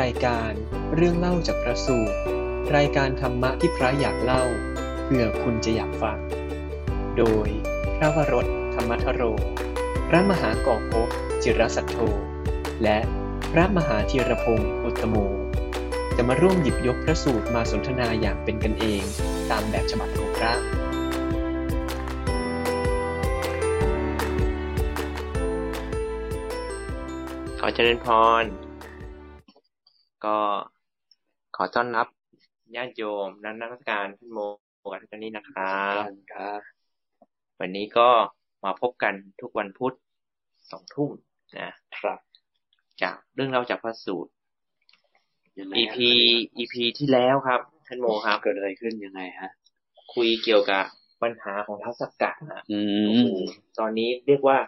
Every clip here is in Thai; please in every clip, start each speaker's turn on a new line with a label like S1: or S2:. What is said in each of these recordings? S1: รายการเรื่องเล่าจากพระสูตร รายการธรรมะที่พระอยากเล่าเผื่อคุณจะอยากฟัง โดยพระวรดธรรมทโร พระมหากอกภพจิรสัทโธ และพระมหาธีรพงศ์อุตตโม จะมาร่วมหยิบยกพระสูตรมาสนทนาอย่างเป็นกันเองตามแบบฉบับของพระ
S2: ขอเจริญพร ก็ขอต้อนรับญาติโยมนักนักการท่านโมกันกันนี้นะครับ
S1: ครับ
S2: วันนี้ก็มาพบกันทุกวันพุธสองทุ่มนะครับ จากเรื่องเล่าจากพระสูตร
S3: ยังไงฮะ
S2: EP EP ที่แล้วครับ ท่านโมครับ
S3: เกิดอะไรขึ้นยังไงฮะ
S2: คุยเกี่ยวกับปัญหาของเท้าสักกะนะ
S3: อื
S2: โอ้โหตอนนี้เรียกว่า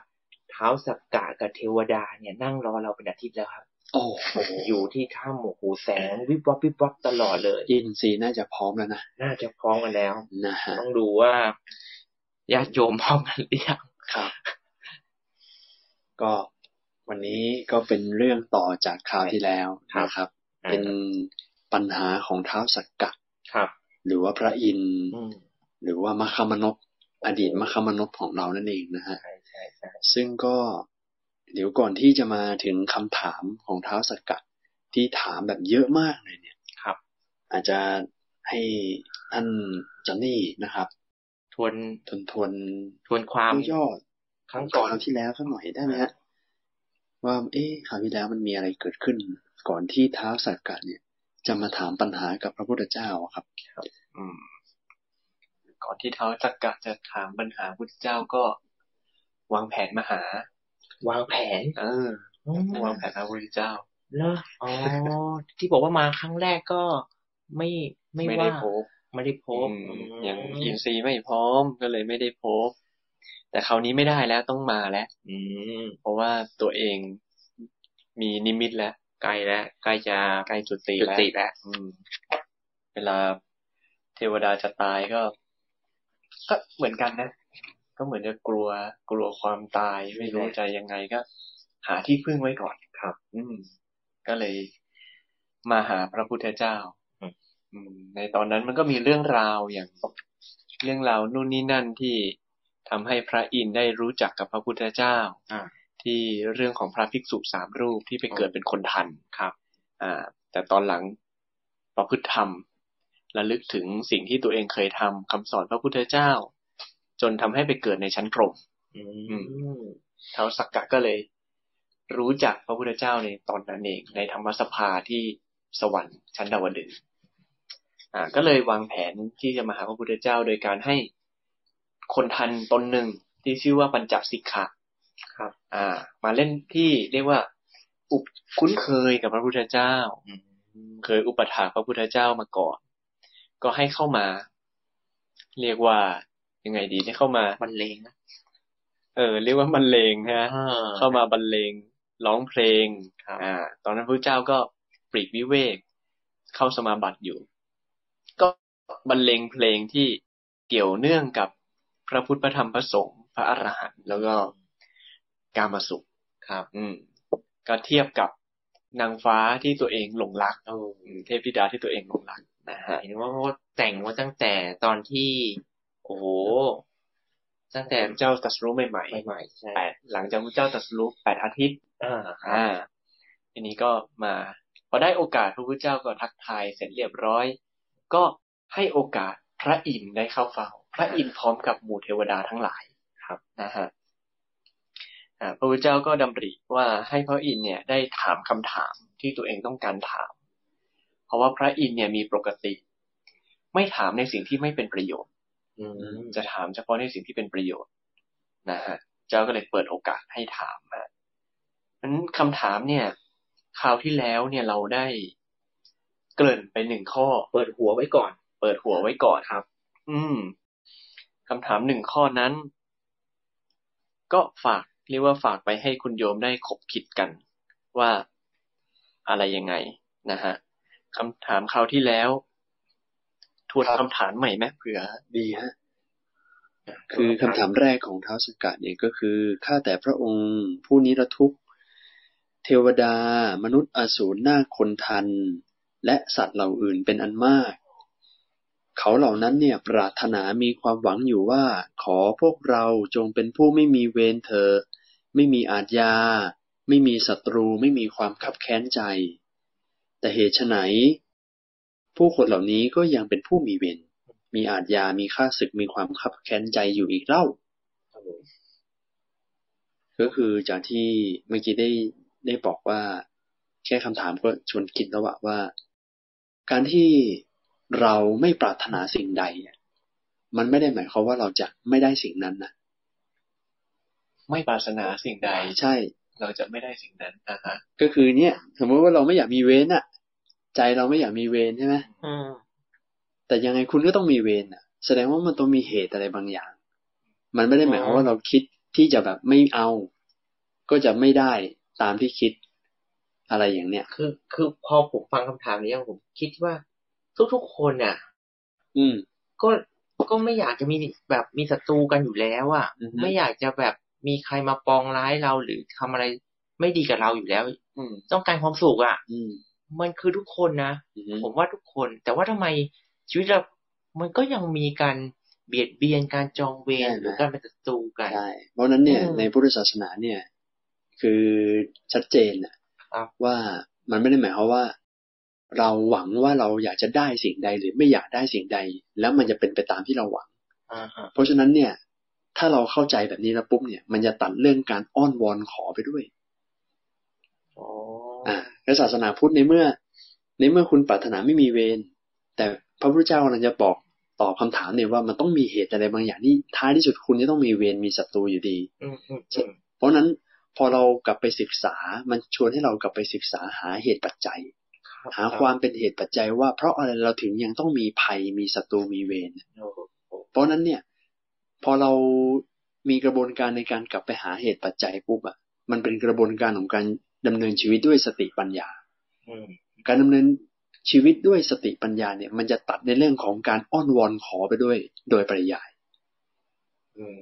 S2: เท้าสักกะกับเทวดาเนี่ยนั่งรอเราเป็นอาทิตย์แล้วครับ
S3: โอ้โห
S2: อยู่ที่ถ้ำโอ้โหแสงวิบวับวิบวับตลอดเลย
S3: อินทรีย์น่าจะพร้อมแล้วนะ
S2: น่าจะพร้อมกันแล้ว
S3: นะฮะ
S2: ต้องดูว่าญาติโยมพร้อมกันหรือยัง
S3: ครับ ก็วันนี้ก็เป็นเรื่องต่อจากคราวที่แล้วนะครับ เป็นปัญหาของเท้าวสักกะ
S2: ครับ
S3: หรือว่าพระอินทร์
S2: อืม
S3: หรือว่ามัคคามนพอดีตมัคคามนพของเรานั่นเองนะฮะ
S2: ใช่ใช่ใช่
S3: ซึ่งก็เดี๋ยวก่อนที่จะมาถึงคำถามของเท้าวสักกะที่ถามแบบเยอะมากเลยเนี่ย
S2: ครับ
S3: อาจจะให้ท่านจอนนี่นะครับ
S2: ทวน
S3: ทวนทวน
S2: ทวนความ
S3: ย่อ
S2: ครั้ง
S3: ๆ
S2: ก่
S3: ก่
S2: อ
S3: อน
S2: น
S3: คราวที่แล้วสักหน่อยได้ไหมฮะว่าเอ๊ะคราวที่แล้วมันมีอะไรเกิดขึ้น ก่อนที่ท้าวสักกะเนี่ย จะมาถามปัญหากับพระพุทธเจ้าอะครับ
S4: อืมก่อนที่เท้าจักกะจะถามปัญหาพุทธเจ้าก็ วางแผนมาหาว
S2: างแผน
S4: เออวางแผนมาพุทธเจ้า
S2: เนอะอ๋อ ที่บอกว่ามาครั้งแรกก็ไม่ไม่
S4: ไม่
S2: ว่า
S4: ได้พบ
S2: ไม่ได้พบ
S4: อืม
S2: อืม
S4: ยังอินทรีย์ไม่พร้อมก็เลยไม่ได้พบ แต่คราวนี้ไม่ได้แล้วต้องมาแล้ว
S2: อืม
S4: เพราะว่าตัวเองมีนิมิตแล้ว
S2: ใกล้แล้วใกล้จะ
S4: ใกล้จุติ
S2: จุ
S4: แล้ว
S2: ติแล้ว
S4: อืม เวลาเทวดาจะตายก็ ก็เหมือนกันนะ ก็เหมือนจะกลัวกลัวความตายไม่รู้จะยังไงก็ หาที่พึ่งไว้ก่อนครับ อืม ก็เลยมาหาพระพุทธเจ้าอืม ในตอนนั้นมันก็มีเรื่องราวอย่าง เรื่องราวนู่นนี่นั่นที่ทำให้พระอินทร์ได้รู้จักกับพระพุทธเจ้า
S2: อ่า
S4: ที่เรื่องของพระภิกษุสามรูปที่ไปเกิดเป็นคนทัน
S2: ครับ
S4: อ่าแต่ตอนหลังประพฤติธรรมระลึกถึงสิ่งที่ตัวเองเคยทำคำสอนพระพุทธเจ้า จนทำให้ไปเกิดในชั้นพรหม
S2: อืม
S4: เท้าวสักกะก็เลย รู้จักพระพุทธเจ้าในตอนนั้นเองในธรรมสภาที่สวรรค์ชั้นดาวดึงส์อ่าก็เลยวางแผนที่จะมาหาพระพุทธเจ้าโดยการให้คนทันตนหนึ่งที่ชื่อว่าปัญจสิกขะ
S2: ครับ
S4: อ่า มาเล่นที่เรียกว่า อุปคุ้นเคยกับพระพุทธเจ้า
S2: อืม
S4: เคยอุปถากพระพุทธเจ้ามาก่อน ก็ให้เข้ามา เรียกว่ายังไงดีให้เข้ามา
S2: บรรเลงนะ
S4: เออ เรียกว่าบรรเลงฮะ
S2: อ่
S4: เข้ามาบรรเลงร้องเพลง
S2: ครับ
S4: อ่า ตอนนั้นพระเจ้าก็ปลีกวิเวก เข้าสมาบัติอยู่ ก็บรรเลงเพลงที่เกี่ยวเนื่องกับพระพุทธพระธรรมพระสงฆ์พระอรหันต์แล้วก็กามสุข
S2: ครับ
S4: อืม ก็เทียบกับนางฟ้าที่ตัวเองหลงรัก
S2: โอ้
S4: อืมเทพธิดาที่ตัวเองหลงรักนะฮะ
S2: เห็นว่าเขาแต่งมาตั้งแต่ตอนที่ โอ้โห ตั้งแต่
S4: แต่พระเจ้าตรัสรู้ใหม่
S2: ใหม่ๆใช่
S4: ๆแปดหลังจากพระเจ้าตรัสรู้แปดอาทิตย์
S2: อ่า
S4: อ่า ทีนี้ก็มา พอได้โอกาสพระพุทธเจ้าก็ทักทายเสร็จเรียบร้อย ก็ให้โอกาสพระอินทร์ได้เข้าเฝ้า พระอินทร์พร้อมกับหมู่เทวดาทั้งหลายครับนะฮะอ่าพระพุทธเจ้าก็ดำริว่าให้พระอินทร์เนี่ยได้ถามคำถามที่ตัวเองต้องการถาม เพราะว่าพระอินทร์เนี่ยมีปกติ ไม่ถามในสิ่งที่ไม่เป็นประโยชน์
S2: อืม
S4: จะถามเฉพาะในสิ่งที่เป็นประโยชน์นะฮะ เจ้าก็เลยเปิดโอกาสให้ถามมานั้นคำถามเนี่ยคราวที่แล้วเนี่ยเราได้เกริ่นไปหนึ่งข้อ
S2: เปิดหัวไว้ก่อน
S4: เปิดหัวไว้ก่อนครับ อืมคำถามหนึ่งข้อนั้น ก็ฝากเรียกว่าฝากไปให้คุณโยมได้คบคิดกัน ว่าอะไรยังไงนะฮะคำถามคราวที่แล้ว ทวนคำถามใหม่ไหมเผื่อ
S3: ดีฮะ คือคำถามแรกของท้าวสกกัดเนี่ยก็คือข้าแต่พระองค์ผู้นิรทุกข์ เทวดา มนุษย์อสูรหน้าคนทัน และสัตว์เหล่าอื่นเป็นอันมาก เขาเหล่านั้นเนี่ยปรารถนามีความหวังอยู่ว่า ขอพวกเราจงเป็นผู้ไม่มีเวรเถอะไม่มีอาทยา ไม่มีศัตรู ไม่มีความขับแค้นใจ แต่เหตุไฉนผู้คนเหล่านี้ก็ยังเป็นผู้มีเวรมีอาทยามีค่าศึกมีความขับแค้นใจอยู่อีกเล่า ก็คือจากที่เมื่อกี้ได้ได้บอกว่า แค่คำถามก็ชวนคิดแล้วอะว่า การที่เราไม่ปรารถนาสิ่งใดอะมันไม่ได้หมายความว่าเราจะไม่ได้สิ่งนั้นนะ
S4: ไม่ปรารถนาสิ่งใด
S3: ใช่
S4: เราจะไม่ได้สิ่งนั้นอ่าฮะ
S3: ก็คือเนี่ยสมมติว่าเราไม่อยากมีเวรอะใจเราไม่อยากมีเวรใช่ไหม
S2: อืม
S3: แต่ยังไงคุณก็ต้องมีเวรอะแสดงว่ามันต้องมีเหตุอะไรบางอย่าง มันไม่ได้หมายความว่าเราคิดที่จะแบบไม่เอา ก็จะไม่ได้ตามที่คิดอะไรอย่างเนี้ย
S2: คือคือพอผมฟังคำถามนี้ผมคิดว่าทุกๆคนอ่ะ
S3: อืม
S2: ก็ก็ไม่อยากจะมีแบบมีศัตรูกันอยู่แล้วอะ่ะ
S3: อือฮึ
S2: ไม่อยากจะแบบมีใครมาปองร้ายเราหรือทำอะไรไม่ดีกับเราอยู่แล้ว
S3: อืม
S2: ต้องการความสุขอะ่ะ
S3: อืม
S2: มันคือทุกคนนะ
S3: อืม
S2: ผมว่าทุกคน แต่ว่าทำไมชีวิตเรา มันก็ยังมีการเบียดเบียนการจองเวรห
S3: ใช่ไหม
S2: รือการเป็นศัตรูกัน
S3: ใช่เพราะฉะนั้นเนี่ย
S2: อืม
S3: ในพุทธศาสนาเนี่ย คือชัดเจนอะ
S2: ครับ
S3: ว่ามันไม่ได้หมายความว่า เราหวังว่าเราอยากจะได้สิ่งใดหรือไม่อยากได้สิ่งใด แล้วมันจะเป็นไปตามที่เราหวัง
S2: อ่าฮะ
S3: เพราะฉะนั้นเนี่ย ถ้าเราเข้าใจแบบนี้แล้วปุ๊บเนี่ย มันจะตัดเรื่องการอ้อนวอนขอไปด้วย
S2: โอ้
S3: อ่าและศาสนาพุทธในเมื่อ ในเมื่อคุณปรารถนาไม่มีเวรแต่พระพุทธเจ้ากำลังจะบอกตอบคำถามเนี่ยว่ามันต้องมีเหตุอะไรบางอย่างที่ท้ายที่สุดคุณจะต้องมีเวรมีศัตรูอยู่ดี
S2: อืมอืมอืม
S3: เพราะฉะนั้นพอเรากลับไปศึกษา มันชวนให้เรากลับไปศึกษาหาเหตุปัจจัย
S2: รับ
S3: หาความเป็นเหตุปัจจัยว่า เพราะอะไรเราถึงยังต้องมีภัยมีศัตรูมีเวร
S2: โอ้โห
S3: เพราะฉะนั้นเนี่ย พอเรามีกระบวนการในการกลับไปหาเหตุปัจจัยปุ๊บอะมันเป็นกระบวนการของการดำเนินชีวิตด้วยสติปัญญา
S2: อืม
S3: การดำเนินชีวิตด้วยสติปัญญาเนี่ย มันจะตัดในเรื่องของการอ้อนวอนขอไปด้วยโดยปริยาย
S2: อืม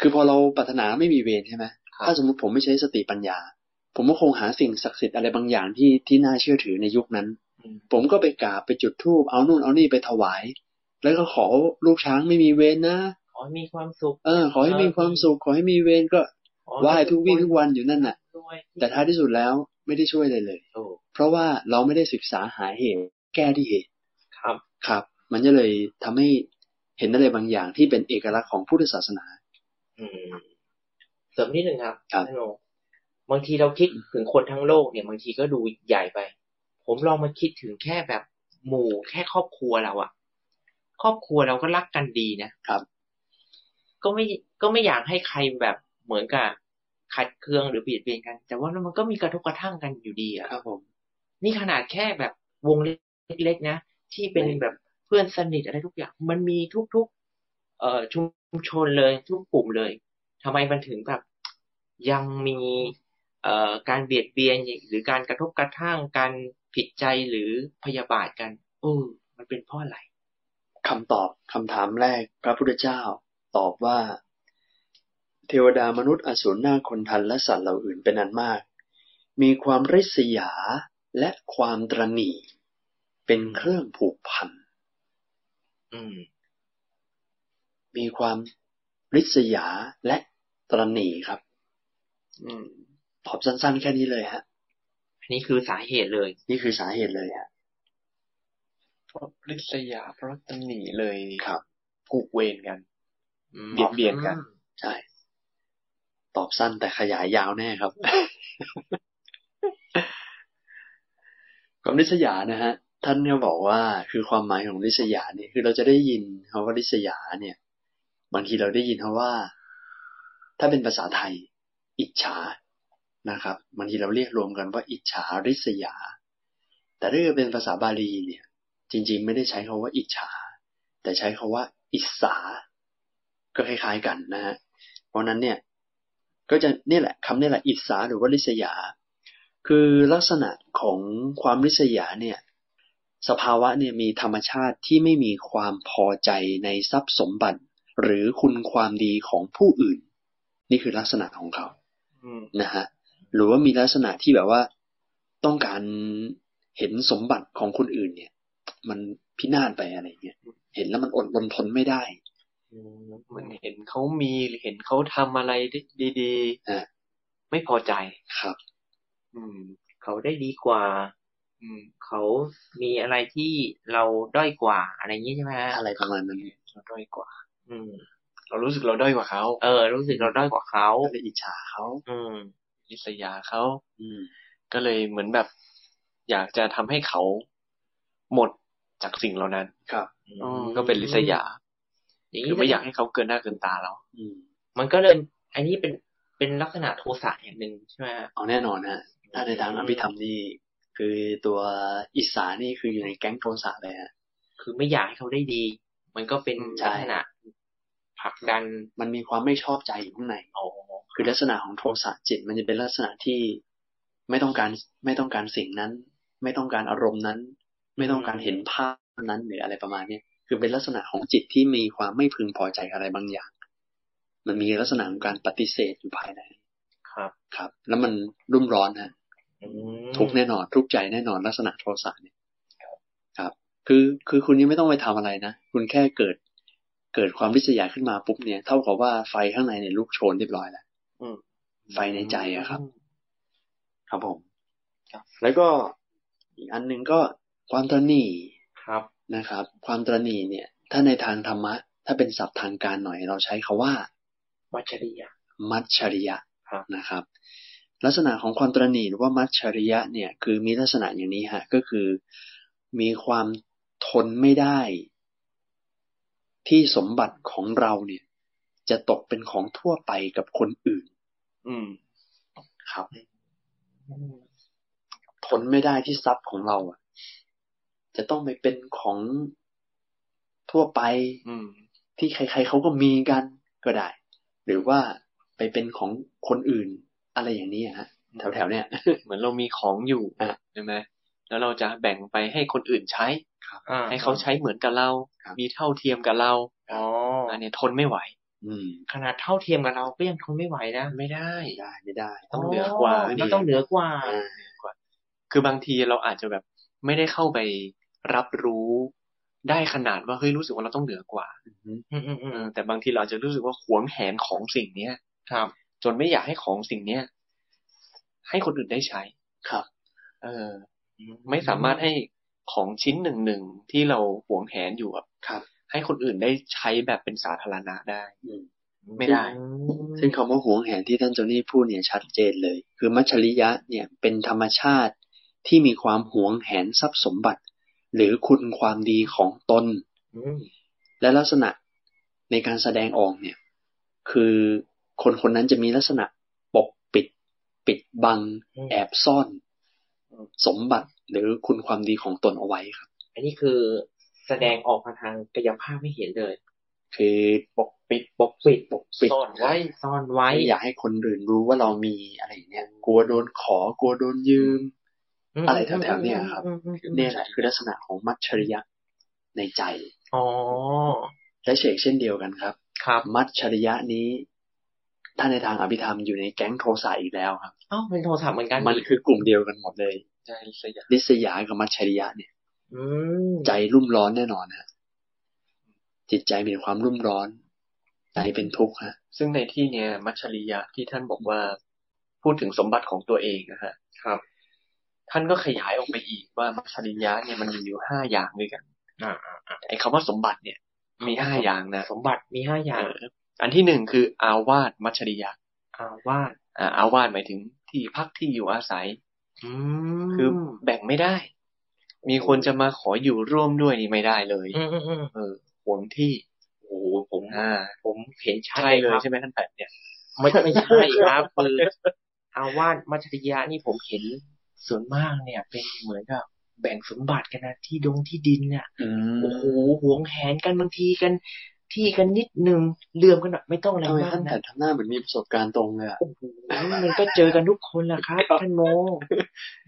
S3: คือพอเราปรารถนาไม่มีเวรใช่ไหม
S2: ครับ
S3: ถ้าสมมติผมไม่ใช้สติปัญญา ผมก็คงหาสิ่งศักดิ์สิทธิ์อะไรบางอย่างที่ที่น่าเชื่อถือในยุคนั้น
S4: อืม
S3: ผมก็ไปกราบไปจุดธูปเอานู่นเอานี่ไปถวาย แล้วก็ขอลูกช้างไม่มีเวรนะ
S2: ขอให้มีความสุข
S3: เออ ขอให้มีความสุขขอให้มีเวรก็
S2: ขอให้
S3: ไหว้ทุกวี่ทุกวันอยู่นั่นน่ะ
S2: รวย
S3: แต่ท้ายที่สุดแล้วไม่ได้ช่วยเลยเลย
S2: โอ้
S3: เพราะว่าเราไม่ได้ศึกษาหาเหตุแก้ที่เหตุ
S2: ครับ
S3: ครับ มันจะเลยทำให้เห็นอะไรบางอย่างที่เป็นเอกลักษณ์ของพุทธศาสนา
S2: อืมเสริมนิดหนึ่งครับ
S3: ครับ
S2: ท่านโองบางทีเราคิดถึงคนทั้งโลกเนี่ยบางทีก็ดูใหญ่ไป ผมลองมาคิดถึงแค่แบบหมู่แค่ครอบครัวเราอะครอบครัวเราก็รักกันดีนะครับ ก็ไม่ก็ไม่อยากให้ใครแบบเหมือนกับขัดเคืองหรือเบียดเบียนกัน แต่ว่ามันก็มีกระทบกระทั่งกันอยู่ดีอะ
S3: ครับผม
S2: นี่ขนาดแค่แบบวงเล็กๆนะที่เป็นแบบเพื่อนสนิทอะไรทุกอย่าง มันมีทุกๆ เอ่อชุมชนเลยทุกกลุ่มเลย ทำไมมันถึงแบบยังมีเอ่อการเบียดเบียนหรือการกระทบกระทั่งการผิดใจหรือพยาบาทกันเออมันเป็นเพราะอะไร
S3: คำตอบคำถามแรกพระพุทธเจ้า ตอบว่า เทวดามนุษย์อสูรหน้าคนทันและสัตว์เหล่าอื่นเป็นอันมาก มีความริษยาและความตรณีเป็นเครื่องผูกพัน
S2: อืม
S3: มีความริษยาและตรณีครับ
S2: อืม
S3: ตอบสั้นๆ แค่นี้เลยฮะ
S2: อันนี้คือสาเหตุเลย
S3: นี่คือสาเหตุเลยฮะ
S4: เพราะริษยาเพราะตำหนิเลย
S3: ครับ
S4: ผูกเวรกัน
S2: อืม
S4: เบียดเบียนกัน
S3: ใช่ ตอบสั้นแต่ขยายยาวแน่ครับ ความริษยานะฮะ ท่านก็บอกว่าคือความหมายของริษยาเนี่ยคือเราจะได้ยินคำว่าริษยาเนี่ย บางทีเราได้ยินคำว่า ถ้าเป็นภาษาไทย อิจฉานะครับบางทีเราเรียกรวมกันว่า อิจฉาริษยา แต่ถ้าเกิดเป็นภาษาบาลีเนี่ย จริง ๆ ไม่ได้ใช้คำว่าอิจฉา แต่ใช้คำว่า อิสา ก็คล้ายๆกันนะฮะ เพราะฉะนั้นเนี่ยก็จะเนี่ยแหละคำเนี่ยแหละอิสาหรือว่าริษยา คือลักษณะของความริษยาเนี่ย สภาวะเนี่ยมีธรรมชาติที่ไม่มีความพอใจในทรัพย์สมบัติ หรือคุณความดีของผู้อื่น นี่คือลักษณะของเขา
S2: อืม
S3: นะฮะ หรือว่ามีลักษณะที่แบบว่าต้องการเห็นสมบัติของคนอื่น เนี่ย มันพินาศไปอะไรเงี้ยเห็นแล้วมันอดรนทนไม่ได้
S2: อืม
S4: เหมือนเห็นเขามีหรือเห็นเขาทำอะไรดี
S3: อ่ะ
S4: ๆ ไม่พอใจ
S3: ครับ
S2: อืม เขาได้ดีกว่า
S4: อืม
S2: เขามีอะไรที่เราด้อยกว่า อะไรอย่างนี้ใช่ไหมฮะ
S3: อะไรประมาณนั้น
S4: เราด้อยกว่า
S2: อืม
S4: เรารู้สึกเราด้อยกว่าเขา
S2: เออ รู้สึกเราด้อยกว่าเขา
S3: ก็เลยอิจฉาเขา
S2: อืม
S4: ลิษยาเขา
S3: อืม
S4: ก็เลยเหมือนแบบ อยากจะทำให้เขาหมดจากสิ่งเหล่านั้น
S3: ครับ
S2: อืม
S4: ก็เป็นลิษยา
S2: อย่าง
S4: คื
S2: นี้
S4: อไม่อยากให้เขาเกินหน้าเกินตาเรา
S3: อืม
S2: มันก็เลยอันนี้เป็นเป็นลักษณะโทสะอย่างหนึ่งใช่ไหมฮะ
S3: เอาแน่นอนฮะถ้าในทางอภิธรรมนี่ คือตัวอิสานี่คืออยู่ในแก๊งโทสะเลยฮะ
S2: คือไม่อยากให้เขาได้ดี มันก็เป็น
S3: ใช่
S2: ลักษณะผลักดัน
S3: มันมีความไม่ชอบใจอยู่ข้างใน
S2: โอ้
S3: คือลักษณะของโทสะจิต มันจะเป็นลักษณะที่ไม่ต้องการไม่ต้องการสิ่งนั้น ไม่ต้องการอารมณ์นั้น ไม่ต้องการเห็นภาพนั้นหรืออะไรประมาณเนี้ยคือเป็นลักษณะของจิตที่มีความไม่พึงพอใจอะไรบางอย่าง มันมีลักษณะของการปฏิเสธอยู่ภายใน
S2: ครับ
S3: ครับ แล้วมันรุ่มร้อนฮะ
S2: อืม
S3: ทุกข์แน่นอน ทุกข์ใจแน่นอนลักษณะโทสะเนี่ยครับ คือคือคุณยังไม่ต้องไปทำอะไรนะ คุณแค่เกิด เกิดความริษยาขึ้นมาปุ๊บเนี่ย เท่ากับว่าไฟข้างในเนี่ยลุกโชนเรียบร้อยแล้ว
S4: อืม
S3: ไฟในใจอะครับ ครับผม
S4: ครับ
S3: แล้วก็อีกอันหนึ่งก็ความตระหนี่
S2: ครับ
S3: นะครับ ความตระหนี่เนี่ย ถ้าในทางธรรมะ ถ้าเป็นศัพท์ทางการหน่อย เราใช้คาว่า
S2: วัชรียะ
S3: มัชชริยะ
S2: ครับ
S3: นะครับ ลักษณะของความตระหนี่หรือว่ามัชชริยะเนี่ย คือมีลักษณะอย่างนี้ฮะก็คือมีความทนไม่ได้ ที่สมบัติของเราเนี่ย จะตกเป็นของทั่วไปกับคนอื่น
S4: อืม
S3: ครับ ทนไม่ได้ที่ทรัพย์ของเราอะจะต้องไปเป็นของทั่วไป
S4: อืม
S3: ที่ใครๆเขาก็มีกันก็ได้ หรือว่าไปเป็นของคนอื่น อะไรอย่างนี้อะฮะแถวๆเนี่ย
S4: เหมือนเรามีของอยู่
S3: อ่ะ
S4: ใช่ไหมแล้วเราจะแบ่งไปให้คนอื่นใช้
S2: อ่
S4: ให้เขาใช้เหมือนกับเรา
S3: ครับ
S4: มีเท่าเทียมกับเรา
S2: อ๋อ
S4: อันเนี้ยทนไม่ไหว
S3: อืม
S2: ขนาดเท่าเทียมกับเราก็ยังทนไม่ไหวนะ
S4: ไม่ได้
S3: ไม่ได้ไม่ได้
S4: ต้องเหนือกว่า
S2: ก็ต้องเหนือกว่า
S3: อ่า
S4: คือบางทีเราอาจจะแบบไม่ได้เข้าไปรับรู้ได้ขนาดว่าเฮ้ยรู้สึกว่าเราต้องเหนือกว่า
S2: อืมอืมอื
S4: เอ
S2: ม
S4: อแต่บางทีเราอาจจะรู้สึกว่าหวงแหนของสิ่งเนี้ย
S2: ครับ
S4: จนไม่อยากให้ของสิ่งเนี้ยให้คนอื่นได้ใช้
S3: ครับ
S4: เออ ไม่สามารถให้ของชิ้นหนึ่งหนึ่งๆที่เราหวงแหนอยู่อะ
S3: ครับ
S4: ให้คนอื่นได้ใช้แบบเป็นสาธารณะได้
S3: อืม
S4: ไม่ได้
S3: ซึ่งคำว่าหวงแหนที่ท่านเจ้าหนี้พูดเนี่ยชัดเจนเลย คือมัชริยะเนี่ยเป็นธรรมชาติที่มีความหวงแหนทรัพย์สมบัติ หรือคุณความดีของตน
S2: อืม
S3: และลักษณะในการแสดงออกเนี่ย คือคนคนนั้นจะมีลักษณะปกปิด ปิดบัง แอบซ่อน สมบัติหรือคุณความดีของตนเอาไว้ครับ
S2: อันนี้คือแสดงออกมาทางกายภาพไม่เห็นเลย
S3: คือ
S2: ปกปิดปกปิด
S3: ปกปิด
S2: ซ่อนไว้ซ่อนไว้
S3: ไม่อยากให้คนอื่นรู้ว่าเรามีอะไรอย่างเนี้ยกลัวโดนขอกลัวโดนยืม
S2: ม
S3: อะไรแถวๆเนี่ยครับ
S2: อืมอืมอืม
S3: เนี่ยแหละคือลักษณะของมัจฉริยะในใจ
S2: อ๋อ
S3: และเฉกเช่นเดียวกันครับ
S2: ครับ
S3: มัจฉริยะนี้ถ้าในทางอภิธรรมอยู่ในแก๊งโทสะอีกแล้วครับ
S2: เอ้าเป็นโทรศัพท์เหมือนกัน
S3: มันคือกลุ่มเดียวกันหมดเลย
S4: ใจสยาม
S3: ลิษยากับมัจฉริยะเนี่ย
S2: อืม
S3: ใจรุ่มร้อนแน่นอนฮะจิตใจมีแต่ความรุ่มร้อน ใจเป็นทุกข์ฮะ
S4: ซึ่งในที่เนี้ยมัชริยะที่ท่านบอกว่า พูดถึงสมบัติของตัวเองนะฮะ
S2: ครับ
S4: ท่านก็ขยายออกไปอีกว่ามัชริยะเนี่ยมันมีอยู่ห้าอย่างด้วยกัน
S2: อ่า
S4: ไอ้คำว่าสมบัติเนี่ย มีห้าอย่างนะ
S2: สมบัติมีห้าอ
S4: เอย่าง ออันที่หนึ่งคือ อาวาสมัชริยะ
S2: อาวาส
S4: อ่าอาวาสหมายถึงที่พักที่อยู่อาศัย
S2: อืม
S4: คือแบ่งไม่ได้ มีคนจะมาขออยู่ร่วมด้วยนี่ไม่ได้เลย
S2: อืมอืมอืม
S4: เออหวงที่
S2: โอ้โหผม
S4: อ่า
S2: ผมเห็นชัด
S4: ใช่
S2: เลยค
S4: เลย
S2: รับ
S4: ใช่ไหมท่านแปดเนี่ย
S2: ไม่ไม่ใช่ครับคืออาวาสมัจฉริยะนี่ผมเห็นส่วนมากเนี่ย เป็นเหมือนกับแบ่งสมบัติกันนะที่ดงที่ดินเนี่ย
S3: อืม
S2: โอ้โหหวงแหนกันบางทีกัน ที่กันนิดหนึ่งเหลื่อมกันหน่อยไม่ต้องอะไร
S3: ทำไม
S2: มาก
S3: ท่านแต่
S2: นะ
S3: ทำหน้าเหมือนมีประสบการณ์ตรงเลยอะ
S2: โอ้โหมันก็เจอกันทุกคนแหละ ครับท่านโม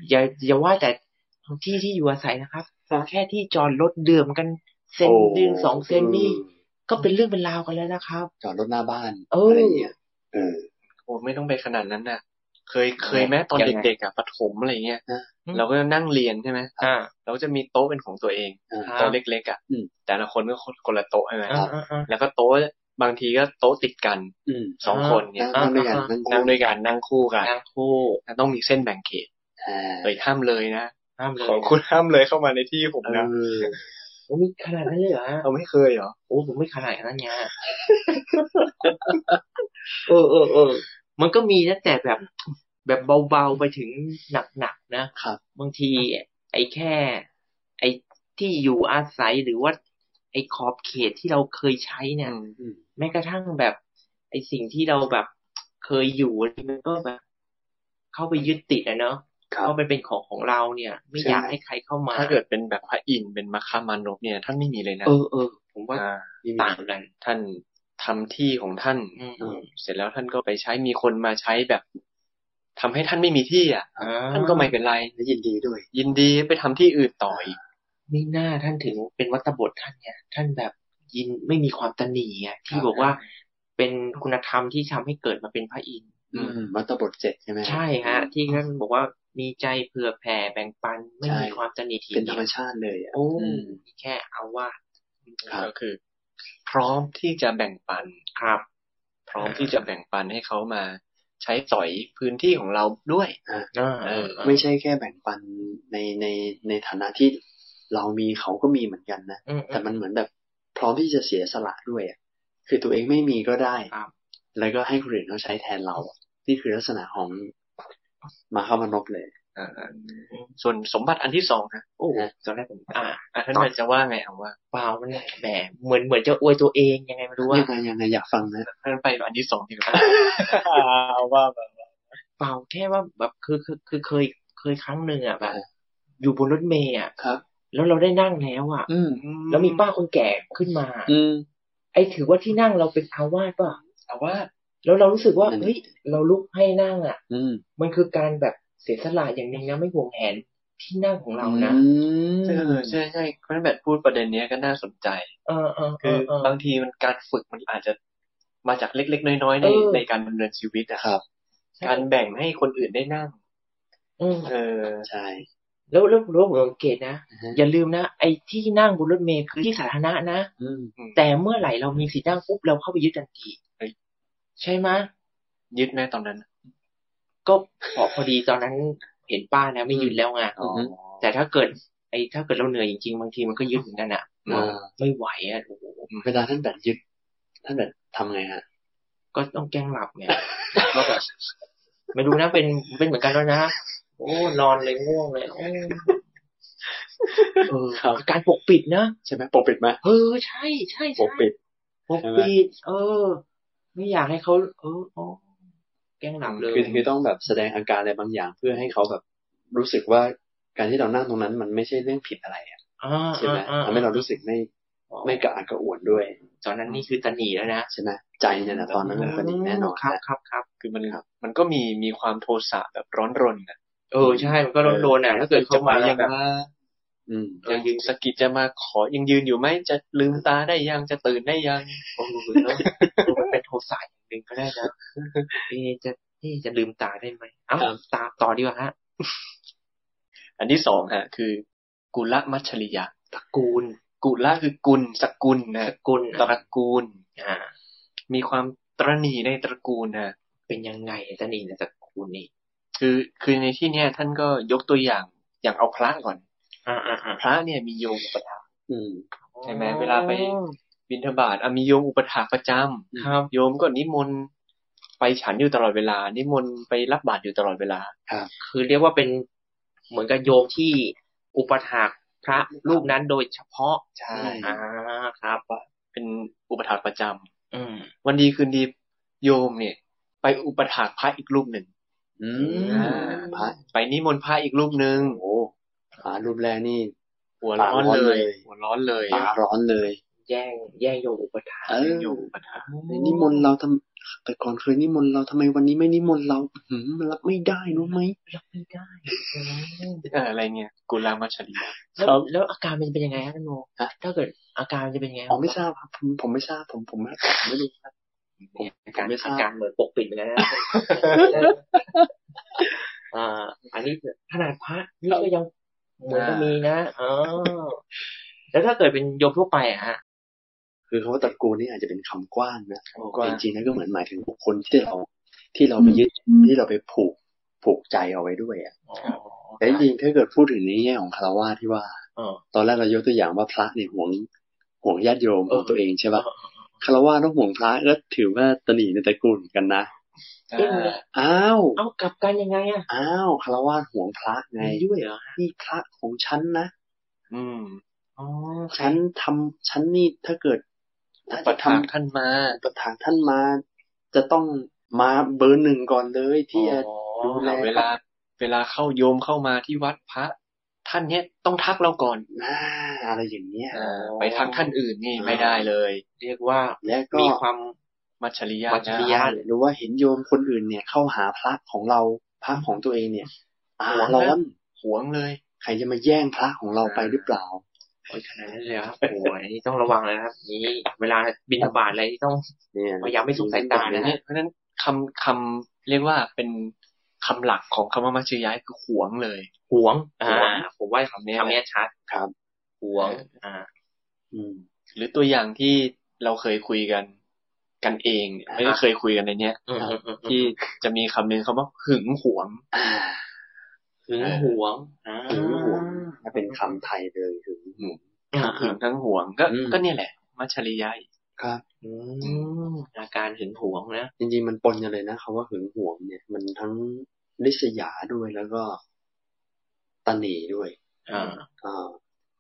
S2: อย่าอย่าว่าแต่ที่ที่อยู่อาศัยนะครับ
S3: ครับ
S2: แค่ที่จอดรถเดือมกันเซน
S3: โ
S2: หนึ่งสองเซนนี่ก็เป็นเรื่องเป็นราวกันแล้วนะครับ
S3: จอดรถหน้าบ้าน
S2: เอออ
S3: อะไรอย่างเงี้ยเออ
S4: โอ้ไม่ต้องไปขนาดนั้นนะ เคยเคยแม้ตอน
S2: ยังไง
S4: เด็กๆอ่ะประถมอะไรเงี้ย
S3: อ่า
S4: เราก็นั่งเรียนใช่ไหม
S2: อ่า
S4: เราก็จะมีโต๊ะเป็นของตัวเอง
S3: อ่า
S2: ครับ
S4: โต๊ะเล็กๆอ่ะ
S3: อืม
S4: แต่ละคนก็คนคนละโต๊ะใช่ไหม
S2: อ่าอ่าอ่า
S4: แล้วก็โต๊ะบางทีก็โต๊ะติดกัน
S3: อืม
S4: สอง
S2: อ่า
S4: คนเนี่
S3: นั่
S4: ย
S3: งนั่งด้วยกันนั่ง
S4: นั่ง
S3: คู่
S4: ด้วยกันนั่งคู่กัน
S2: นั่งคู่
S4: ต้องมีเส้นแบ่งเขต
S3: อ่า
S4: เลยห้ามเลยนะ
S2: ห้ามเล
S4: ของ
S2: ย
S4: คุณห้ามเลยเข้ามาในที่ผม
S3: เอ
S4: นะ
S3: อ
S2: โอ้มีขนาดนั้นเลยเหรอฮะ
S4: เราไม่เคยเหรอ
S2: โอ้ผมไม่ขนาดนั้นไงเออเออเออมันก็มีตั้งแต่แบบ แบบเบาๆไปถึงหนักๆนะ
S3: ครับ
S2: บางทีไอ้แค่ ไอ้ที่อยู่อาศัยหรือว่า ไอ้ขอบเขตที่เราเคยใช้เนี่ย
S4: อืม
S3: อืม
S2: แม้กระทั่งแบบไอ้สิ่งที่เราแบบเคยอยู่มันก็แบบ เข้าไปยึดติดอะเนาะ
S3: ครับ
S2: ว่ามันเป็นของของเราเนี่ย ไม่
S3: ใช่
S2: อยากให้ใครเข้ามา
S4: ถ้าเกิดเป็นแบบพระอินทร์เป็นมัคคามานพเนี่ยท่านไม่มีเลยนะ
S2: เออเออผมว่า
S4: อ่า
S3: นี่มี
S2: ต่างกัน
S4: ท่านทำที่ของท่าน
S2: อืม
S3: อืม
S4: เสร็จแล้วท่านก็ไปใช้มีคนมาใช้แบบทำให้ท่านไม่มีที่อ่ะ ท่านก็ไม่เป็นไร
S3: และยินดีด้วย
S4: ยินดีไปทำที่อื่นต่ออีก
S2: นี่หน้าท่านถึงเป็นวัตบทท่านเนี่ยท่านแบบยินไม่มีความตนหนีไงที่
S3: ครับ
S2: บอกว่าเป็นคุณธรรมที่ทำให้เกิดมาเป็นพระอินทร์
S3: อืมมัตตบทเจ็ดใช่ไหม
S2: ใช่ฮะ ที่ท่านบอกว่ามีใจเผื่อแผ่แบ่งปันไม่
S3: ใช่
S2: มีความตนีที
S3: เป็นธรรม
S2: ดี
S3: ชาติเลยอ่ะ
S2: โอ้
S3: อืม
S2: แค่เอาว่า
S3: ครับ
S4: ก็คือ พร้อมที่จะแบ่งปัน
S2: ครับ
S4: พร้อมที่จะแบ่งปันให้เขามา ใช้สอยพื้นที่ของเราด้วย
S2: เออ
S4: เออ
S3: ไม่ใช่แค่แบ่งปันในในในฐานะที่เรามีเขาก็มีเหมือนกันนะ
S2: อืม
S3: แต่มันเหมือนแบบพร้อมที่จะเสียสละด้วยอะคือตัวเองไม่มีก็ได้
S2: ครับ
S3: แล้วก็ให้คนอื่นเขาใช้แทนเราอะนี่คือลักษณะของมาเข้ามานบเลย
S4: อ่าส่วนสมบัติอันที่สองนะ
S2: โอ้
S3: ฮะ
S2: ตอนแรกผมอ่า
S4: อ่ะท่านอาจจะว่าไงเอาว่า
S2: เปล่ามันแหมเหมือนเหมือนจะอวยตัวเองยังไงไม่รู้ว่า
S3: ยังไงยังไงอยากฟังนะ
S4: ท่านไปอันที่สองดีกว่า
S2: เอาว่าแบบเปล่าแค่ว่าแบบคือคือคือเคยเคยครั้งหนึ่งอ่ะแบบ
S3: อ่า
S2: อยู่บนรถเมล์อ่ะ
S3: ครับ
S2: แล้วเราได้นั่งแล้วอ่ะ
S3: อืม
S2: แล้วมีป้าคนแก่ขึ้นมา
S3: อืม
S2: ไอ้ถือว่าที่นั่งเราเป็นอาวาสป่ะอาวาสแล้วเรารู้สึกว่า
S3: นั่น
S2: เฮ้ยเราลุกให้นั่งอ่ะ
S3: อืม
S2: มันคือการแบบเสียสละอย่างหนึ่งนะไม่ห่วงแหนที่นั่งของเรานะ
S3: อืม
S4: เออใช่ใช่ท่านแบบพูดประเด็นเนี้ยก็น่าสนใจ
S2: เออเออเอ
S4: คือ
S2: อเออ
S4: บางทีมันการฝึกมันอาจจะมาจากเล็ก ๆ น้อยๆใน
S2: เออ
S4: ในการดำเนินชีวิตอะ
S3: ครับ
S4: การแบ่งให้คนอื่นได้นั่ง
S2: อืม
S4: เออ
S3: ใช่
S2: แล้วแล้วรู้ผมสังเกตนะ
S3: นะฮะ
S2: อย่าลืมนะไอ้ที่นั่งบนรถเมล์คือที่สาธารณะนะ
S3: อืม
S2: แต่เมื่อไหร่เรามีสิทธิ์นั่งปุ๊บเราเข้าไปยึดทันที
S4: เฮ้ย
S2: ใช่ไหมะ
S4: ยึดแม่ตอนนั้น
S2: ก็พอพอดีตอนนั้นเห็นป้านะไม่ยืนแล้วไง
S3: อ๋อ
S2: แต่ถ้าเกิด ไอ้ถ้าเกิดเราเหนื่อยจริงๆบางทีมันก็ยึดเหมือนกันอ่ะ
S3: อ่า
S2: ไม่ไหวอ่ะโอ้โห
S3: เวลาท่านแบบยึด ท่านแบบทำไงฮะ
S2: ก็ต้องแกล้งหลับเนี่ย ก็แบบไม่รู้นะเป็นเป็นเหมือนกันแล้วนะโอ้นอนเลยง่วงเลยโอ้เออ
S3: ครับ
S2: การปกปิดนะ
S3: ใช่ไหมปกปิดไหม
S2: เออใช่ใช่
S3: ป
S2: ใช่
S3: กปิด
S2: ปกปิด เออ ไม่อยากให้เขาเอออ๋อแกล้งหลับเลย
S3: คือคือต้องแบบแสดงอาการอะไรบางอย่างเพื่อให้เขาแบบรู้สึกว่าการที่เรานั่งตรงนั้นมันไม่ใช่เรื่องผิดอะไรอะ
S2: อ่า
S3: ใช่ไหม
S2: อ่า
S3: ทำให้เรารู้สึกไม่ไม่กระอักกระอ่วนด้วย
S2: ตอนนั้นนี่คือตะหนีแล้วนะ
S3: ใช่ไหมใจเนี่ยนะตอนนั้นมันเป็นอีกแน่นอน
S2: ครับ
S3: นะครับ
S2: ครับ
S4: คือมันมันก็มีมีความโทสะแบบร้อนรนนะ
S2: เออใช่มันก็ร้อนรนอ่ะถ้าเกิด
S4: จะ
S2: เข้า
S4: มา
S2: มาแล้
S4: ยั
S2: ว
S4: ง
S2: แบบ
S4: ว่า
S3: อืม
S4: ยังยืนสะกิดจะมาขอยังยืนอยู่ไหมจะลืมตาได้ยังจะตื่นได้ยัง
S2: โอ้โหแล้วมันเป็นโทสะอย่างหนึ่งก็ได้นะเอะจะเอะจะลืมตาได้ไหมเอ้าตาต่อดีกว่าฮะ
S4: อันที่สองฮะ คือ กุลมัชชริยะ
S2: ตระกูล
S4: กุละคือกุลสกุลนะ
S2: ตระกูล
S4: ตระกูล
S2: อ่า
S4: มีความตระหนีในตระกูลนะ
S2: เป็นยังไงตะนีในตระกูลนี่
S4: คือคือในที่เนี้ยท่านก็ยกตัวอย่างอย่างเอาพระก่อน
S2: อ่าอ่าอ่า
S4: พระเนี่ยมีโยมอุปถาก
S3: อืม
S4: ใช่ไหมเวลาไป บิณฑบาตอ่ะมีโยมอุปถากประจำ
S2: ครับ
S4: โยมก็นิมนต์ไปฉันอยู่ตลอดเวลา นิมนต์ไปรับบาตรอยู่ตลอดเวลา
S2: คือเรียกว่าเป็นเหมือนกับโยมที่อุปถากพระรูปนั้นโดยเฉพาะ
S3: ใช่
S2: อ่าครับ
S4: เป็นอุปถากประจำ
S2: อืม
S4: วันดีคืนดีโยมเนี่ย ไปอุปถากพระอีกรูปหนึ่ง
S3: อื
S4: อ่าม
S3: พระ
S4: ไปนิมนต์พระอีกรูปหนึ่ง
S3: โอ้โหพระรูปแรกนี่
S4: หัวร้อนเล
S3: ปากร้อนเล
S4: ย
S3: ย
S4: หัวร้อนเลย
S3: ตาร้อนเลย
S2: แย่งแย่งโยมอุปถาก
S3: เออ
S4: โยมอุปถาก
S3: นิมนต์เราทำแต่ก่อนเคยนิมนต์เราทำไมวันนี้ไม่นิมนต์เราอื้อหือมันรับไม่ได้รู้ไหม
S2: รับไม่ได้
S4: เอออะไรเงี้ยกุลามัชชริยะ
S2: แล้ว
S3: ครับ
S2: แล้วอาการมันจะเป็นยังไงฮะท่านโมถ้าเกิดอาการมันจะเป็นยังไง
S3: อ๋อไม่ทราบครับผมผมไม่ทราบผมผมผมไม่รู้
S2: อาการ
S3: ผมไม่ทรา บ
S2: อาการเหมือนปกปิดเหมือนกันนะ เกิดเป็นโยมทั่วไปอะฮะ
S3: คือคำว่าตระกูลนี่อาจจะเป็นคำกว้างนะ
S2: กว้าง
S3: แต่จริงๆแล้วก็เหมือนหมายถึงบุคคลที่เราที่เราไปยึดที่เราไปผูกผูกใจเอาไว้ด้วยอ่ะ
S2: อ๋อ
S3: แต่จริงๆถ้าเกิดพูดถึงในแง่ของคารวะที่ว่า
S2: เออ
S3: ตอนแรกเรายกตัวอย่างว่าพระเนี่ยห่วงห่วงญาติโยม
S2: เอ
S3: ข
S2: อ
S3: องตัวเองใช่ปะ
S2: เออ
S3: คารวะต้องห่วงพระก็ถือว่าตนีในตระกูลเหมือนกันนะ
S2: เอ๊ะมัน
S3: อ้าว
S2: เอากลับกันยังไงอะ
S3: อ้าวคารวะห่วงพระไง
S2: มีด้วยเหรอฮะ
S3: นี่พระของฉันนะ
S4: อืม
S2: อ๋อ
S3: ฉันทำฉันนี่ถ้าเกิดถ้า
S4: ปั
S3: จะ
S4: ด
S3: ทำ
S4: ทางท่านมา
S3: ประถางท่านมา จะต้องมาเบอร์หนึ่งก่อนเลยที่จะ
S4: อ๋อ
S3: ดูแล
S4: เวลา เวลาเข้าโยมเข้ามาที่วัดพระ ท่านเนี้ยต้องทักเราก่อน
S3: น่าอะไรอย่างเนี้ย
S4: อ่าไปทักท่านอื่นนี่ไม่ได้เลย
S2: เรียกว่า
S3: และก็
S2: มีความ
S4: มัจฉริยะ
S2: มัจฉริ
S4: นะ
S2: ยะ
S3: หรือว่าเห็นโยมคนอื่นเนี่ย เข้าหาพระของเราพระของตัวเองเนี่ยอา
S4: หวงนะ
S3: ร้อน
S4: หวงเลย
S3: ใครจะมาแย่งพระของเราไปหรือเปล่า
S2: โอ้ยขนาดนั้นเลยเหรอครับโอ้ยนี่ต้องระวังเลยนะครับนี่เวลาบินทบาทอะไรที่ต้อง
S3: เนี่ย
S2: พยายามไม่สูงสายตานะฮะ
S4: เพราะฉะนั้นคำคำเรียกว่าเป็นคำหลักของคำว่ามัจฉริยะคือหวงเลย
S2: หวง อ่า
S4: หวง
S2: ผมว่าคำ
S4: คำเนี้
S2: นี้
S4: ย
S2: คำนี้ชัด
S3: ครับ
S2: หวง อ่า
S3: อืม
S4: หรือตัวอย่างที่เราเคยคุยกันกันเองเนี่ยไม่ได้เคยคุยกันในเนี้ย
S2: อืมอืมอืมอืม
S4: ที่จะมีคำหนึ่งคำว่าหึงหวง
S3: อ่า
S2: หึงหวงอ่า
S3: หึงหวงถ้าเป็นคำไทยเลยหึงหวง
S4: ทั้งหึงทั้งหวงก็
S3: อืม
S4: ก็เนี่ยแหละ มัจฉริยะอีก
S3: ครับ
S2: อืมอาการหึงหวงนะ
S3: จริงๆมันปนกันเลยนะคำว่าหึงหวงเนี่ย มันทั้งลิษยาด้วยแล้วก็ตนีด้วย
S2: อ่า
S3: อ่า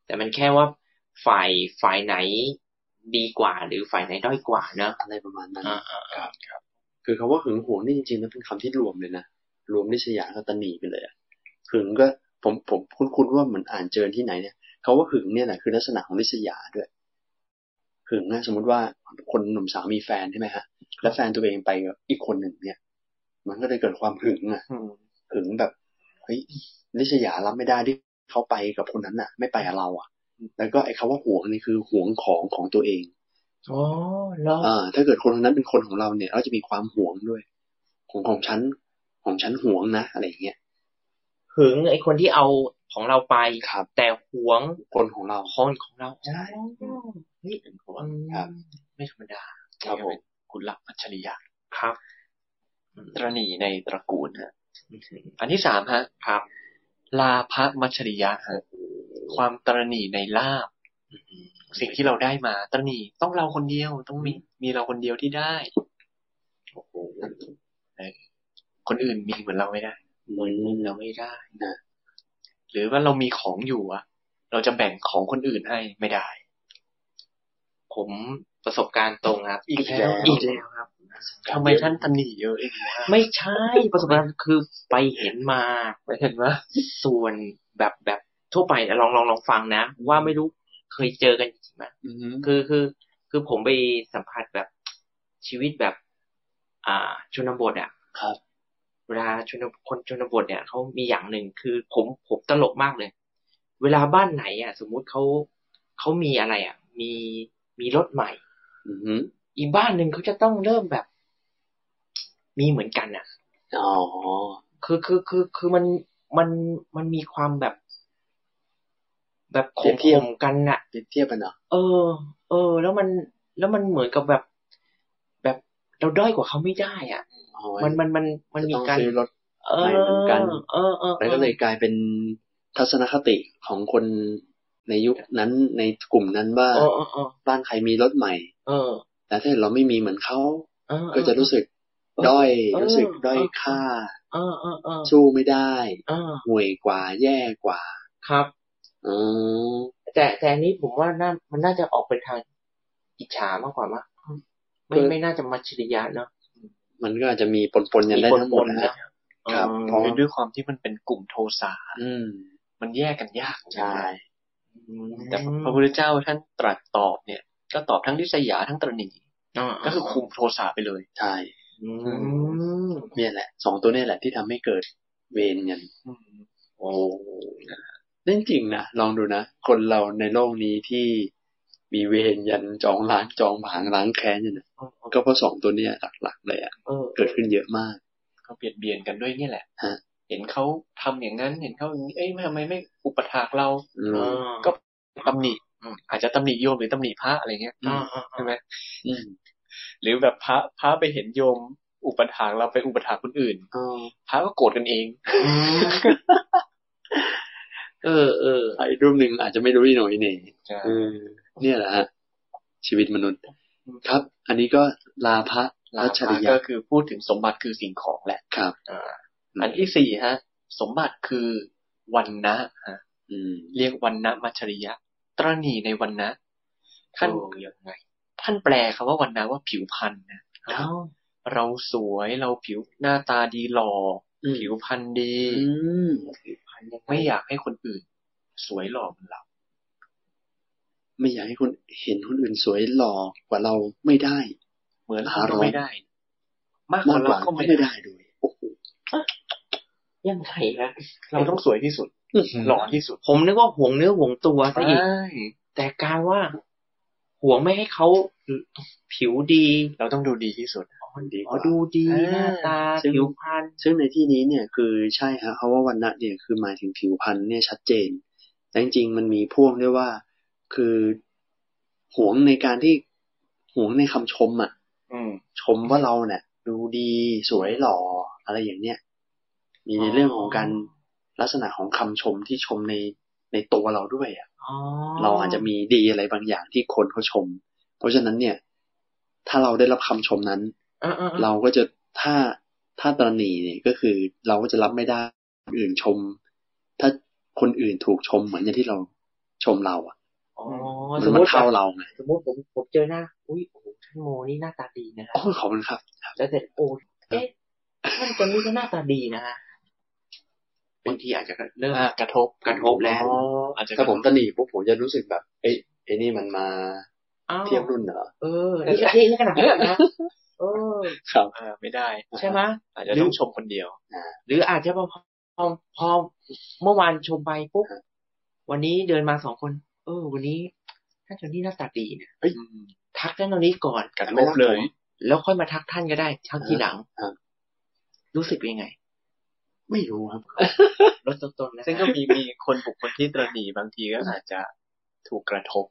S2: แต่มันแค่ว่าฝ่ายฝ่ายไหนดีกว่า หรือฝ่ายไหนด้อยกว่าเนอะ
S3: อะไรประมาณนั้น
S2: อ่าอ่าอ่า
S3: คือคำว่าหึงหวงนี่จริงๆแล้วเป็นคำที่รวมเลยนะ รวมนิชยากับตนีไปเลยอะหึงก็ผมผมคุ้นๆว่าเหมือนอ่านเจอที่ไหนเนี่ยเขาว่าหึงเนี่ยแหละคือลักษณะของนิชยาด้วยหึงนะสมมติว่าคนหนุ่มสาวมีแฟนใช่ไหมฮะแล้วแฟนตัวเองไปกับอีกคนหนึ่งเนี่ย มันก็เลยเกิดความหึงอะ
S4: อืม
S3: หึงแบบเฮ้ยนิชยารับไม่ได้ที่เขาไปกับคนนั้นน่ะ ไม่ไปกับเราอะแล้วก็ไอ้คำว่าหวงนี่คือหวงของของตัวเอง
S2: อ๋อเหรอ
S3: เอ่อถ้าเกิดคนคนนั้นเป็นคนของเราเนี่ย เราจะมีความหวงด้วย ของของฉันของฉันหวงนะอะไรอย่างเงี้ย
S2: หึงไอคนที่เอาของเราไป
S3: ครับ
S2: แต่หวง
S3: คนของเรา
S2: คนของเรา
S3: ใช่
S2: อ๋อเฮ้ย
S4: หึงหวง
S3: ครับ
S4: ไม่ธรรมดา
S3: ครับผม
S4: กุลมัจฉริยะ
S2: ครับ
S4: ตรณีในตระกูลฮะอันที่สามฮะ
S2: ครับ
S4: ลาภมัจฉริยะฮะความตรณีในลาบสิ่งที่เราได้มาตรณีต้องเราคนเดียวต้องมีมีเราคนเดียวที่ได้เออคนอื่นมีเหมือนเราไม่ได้
S2: เหมือนเราไม่ได้
S4: หรือว่าเรามีของอยู่อะเราจะแบ่งของคนอื่นให้ไม่ได้
S2: ผมประสบการณ์ตรงครับ
S4: อีก
S3: แล้
S4: แล้ว ว
S2: อีกแล้วครับ
S4: ทำไมท่านตนีเยอะเองวะ
S2: ไม่ใช่ประสบการณ์คือไปเห็นมา
S4: ไม่เห็น ว่า
S2: ส่วนแบบแบบทั่วไปลองลองลองฟังนะ ว่าไม่รู้เคยเจอกันจริงไหมคือคือ คือผมไปสัมผัสแบบชีวิตแบบ อ่า ชนบทอ่ะ
S3: ครับ
S2: เวลาชนบคนชนบทเนี่ยเขามีอย่างหนึ่งคือผมผมตลกมากเลย เวลาบ้านไหนอ่ะ สมมุติเขาเขามีอะไรอ่ะ มีมีรถใหม่
S3: อือหือ
S2: อีกบ้านหนึ่งเขาจะต้องเริ่มแบบ มีเหมือนกันอ่ะ
S3: อ๋อ
S2: คือคือคือคือมันมันมันมีความแบบ แบบข่มข่มกันน่ะ
S3: เปรียบเทียบกันเนาะ
S2: เออ เออ แล้วมันแล้วมันเหมือนกับแบบ แบบเราด้อยกว่าเขาไม่ได้อ่ะ
S3: อ๋อ
S2: มันมันมันมัน
S3: จะ
S2: มี
S3: ต้อง
S2: การ
S3: ซื้อรถ
S2: เออ
S3: ใหม่เหมือนกัน
S2: เออเออออ
S3: แล้วก็เลยกลายเป็นทัศนคติของคนในยุคนั้นในกลุ่มนั้นว่า
S2: เออเออเออ
S3: บ้านใครมีรถใหม่
S2: เออ
S3: แต่ถ้าเราไม่มีเหมือนเขา
S2: เออ
S3: ก็จะรู้สึกด้อย
S2: เออ
S3: รู้สึกด้อย
S2: เออ
S3: ค่า
S2: เออเออเออ
S3: สู้ไม่ได้
S2: เออ
S3: ห่วยกว่าแย่กว่า
S2: ครับ
S3: อ๋อ
S2: แต่แต่อันนี้ผมว่าน่ามันน่าจะออกไปทางอิจฉามากกว่ามั้งไม่ไม่น่าจะมัจฉริยะเนาะ
S3: มันก็อาจจะมีปนๆกันได้ทั้งหมดนะ
S2: นะ
S3: ฮะ ครับ
S4: เพราะด้วยความที่มันเป็นกลุ่มโทสะ
S3: อืม
S4: มันแยกกันยาก
S3: ใช่
S4: แต่พระพุทธเจ้าท่านตรัสตอบเนี่ย ก็ตอบทั้งทิสยาทั้งตรณีก็คือคุมโทสะไปเลย
S3: ใช่
S2: อืม
S3: เนี่ยแหละสองตัวเนี่ยแหละที่ทำให้เกิดเวรกัน
S2: โอ้
S3: เรื่องจริงนะ ลองดูนะ คนเราในโลกนี้ที่มีเวรยันจองล้างจองผางล้างแค้นเนี่ยนะก็เพราะสองตัวเนี่ยหลักๆเลยอะ
S2: เออ
S3: เกิดขึ้นเยอะมาก
S4: ก็เบียดเบียนกันด้วยเนี่ยแหละ
S3: ฮะ
S4: เห็นเขาทำอย่างนั้น เห็นเขาอย่างนี้เอ้ยทำไมไม่อุปถากเรา
S3: อืม
S2: เออ
S4: ก็ ตำหนิ
S2: อืม
S4: อาจจะตำหนิโยมหรือตำหนิพระอะไรเงี้ย
S2: อ่าอ่า
S4: ใช่ไหม
S3: อืม
S4: หรือแบบพระพระไปเห็นโยมอุปถากเราไปอุปถากคนอื่น
S3: อ๋อ
S4: พระก็โกรธกันเอง
S2: อืมเออเออ
S3: ไอ้รูปหนึ่งอาจจะไม่รู้อีโหน่อยอีเหน่
S4: ใช่
S3: เออเนี่ยแหละฮะ ชีวิตมนุษย์ ครับ อันนี้ก็ลาพระ
S4: ลา
S3: รัช
S4: ภะ
S3: ริยะ
S4: ก็คือพูดถึงสมบัติคือสิ่งของแหละ
S3: ครับ
S4: อ่า
S3: อืม
S4: อันที่สี่ฮะ สมบัติคือวันนะฮะ
S3: อืม
S4: เรียกวันนะมัจฉริยะ ตรณีในวันนะท่าน
S3: โอ้
S4: ยังไง ท่านแปลคำว่าวันนะว่าผิวพรรณนะ
S2: เอ้า
S4: เราสวยเราผิวหน้าตาดีหล่ออ
S3: อืม
S4: ผิวพรรณดี
S3: อืม
S4: ไม่อยากให้คนอื่น สวยหล่อเหมือนเรา
S3: ไม่อยากให้คนเห็นคนอื่นสวยหล่อกว่าเราไม่ได้
S4: เหมือนเรา
S3: หาร้
S4: ก็
S3: อย
S4: ไม่ได้ มากก
S3: มาก
S4: ว่าก เรา
S3: ว่า
S4: ก็
S3: ก็
S4: ไม่
S3: ไม่
S4: ได้
S3: ได้ด้วยโอ้โห
S2: ยังไงนะ
S4: เราต้องสวยที่สุด หล่อที่สุด
S2: ผมนึกว่าห่วงเนื้อห่วงตัวซะอีก
S4: ใช่
S2: แต่กลารว่าห่วงไม่ให้เขาผิวดี
S4: เราต้องดูดีที่สุด
S3: ดีก
S2: อ๋อ
S3: ว่า
S2: ดูดี
S4: อ่า
S2: หน้าตา
S3: ซึ่ง
S2: ผิวพรรณ
S3: ซึ่งในที่นี้เนี่ยคือใช่ฮะเพราะว่าวันณะเนี่ยคือหมายถึงผิวพรรณเนี่ยชัดเจน แต่จริงๆมันมีพ่วงด้วยว่า คือหวงในการที่หวงในคำชมอ่ะ
S4: อืม
S3: ชมว่าเราเนี่ยดูดีสวยหล่ออะไรอย่างเนี้ยมีในเรื่องของการลักษณะของคำชมที่ชมในในตัวเราด้วยอ่ะ
S2: อ๋อ
S3: เราอาจจะมีดีอะไรบางอย่างที่คนเขาชม เพราะฉะนั้นเนี่ย ถ้าเราได้รับคำชมนั้น
S2: อ่าอ่าอ่า
S3: เราก็จะถ้าถ้าตระหนี่เนี่ยก็คือเราก็จะรับไม่ได้คนอื่นชม ถ้าคนอื่นถูกชมเหมือนอย่างที่เราชมเราอ่ะ
S2: อ๋อ
S3: มัน
S2: สมม
S3: มัน
S2: ติ
S3: เท่าเราไง
S2: สมมติผมผมเจอหน้าอุ้ยโอ้โหท่านโมนี่หน้าตาดีนะฮะ
S3: โอ้ยขอบคุณครับ
S2: แล้วเสร็จโอ้เอ๊ะท่านคนนี้ก็หน้าตาดีนะฮะบางทีอาจจะเริ่ม
S4: อ่ากระทบ
S2: กระทบแล้ว
S3: อ๋อ
S4: อาจจะ
S3: ถ้าผมตระหนี่ปุ๊บผมจะรู้สึกแบบ เอ้ยไอ้นี่มันมา
S2: อ้าว
S3: เทียบรุ่นเหรอ
S2: เออนี่ก็เท่ขนาดนั้นนะเออ
S3: ครับ
S4: อ่าไม่ได้
S2: ใช่ไหม
S4: อาจจะต้องชมคนเดียว
S2: หรืออาจจะพอพอพอเมื่อวานชมไปปุ๊บวันนี้เดินมาสองคน เออ วันนี้ท่านคนนี้หน้าตาดีนะทักท่านคนนี้ก่อน
S4: กระทบเลย
S2: แล้วค่อยมาทักท่านก็ได้ทักทีหลังรู้สึกเป็นยังไง
S3: ไม่รู้ครับ
S2: ลดต้นๆนะ
S4: ซึ่งก็มีมีคนบุคคลที่ตระหนี่บางทีก็อาจจะถูกกระทบ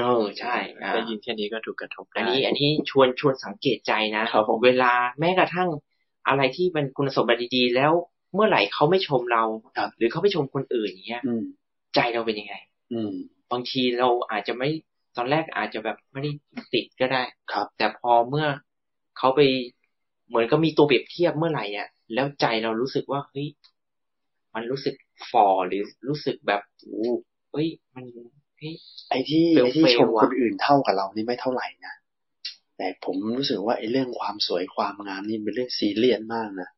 S2: เออใช่อ่า
S4: ได้ยินแค่นี้ก็ถูกกระทบ
S2: อั
S4: ได้
S2: นนี้อันนี้ชวนชวนสังเกตใจนะเวลาแม้กระทั่งอะไรที่เป็นคุณสมบัติดีๆแล้วเมื่อไหร่เขาไม่ชมเรา
S3: ครับ
S2: หรือเขาไม่ชมคนอื่นอย่างเงี้ย
S3: อืม
S2: ใจเราเป็นยังไง
S3: อืม
S2: บางทีเราอาจจะไม่ตอนแรกอาจจะแบบไม่ได้ติดก็ได้
S3: ครับ
S2: แต่พอเมื่อเขาไปเหมือนก็มีตัวเปรียบเทียบเมื่อไหร่เนี่ยแล้วใจเรารู้สึกว่าเฮ้ยมันรู้สึกฟอหรือรู้สึกแบบโอ้เฮ้ยมันเฮ้ย
S3: ไอ้ที่
S2: เฟล
S3: ไอ้ที่
S2: เฟล
S3: ชม
S2: อะ
S3: คนอื่นเท่ากับเรานี่ไม่เท่าไหร่นะ แต่ผมรู้สึกว่าไอ้เรื่องความสวยความงามนี่เป็นเรื่องซีเรียสมากนะ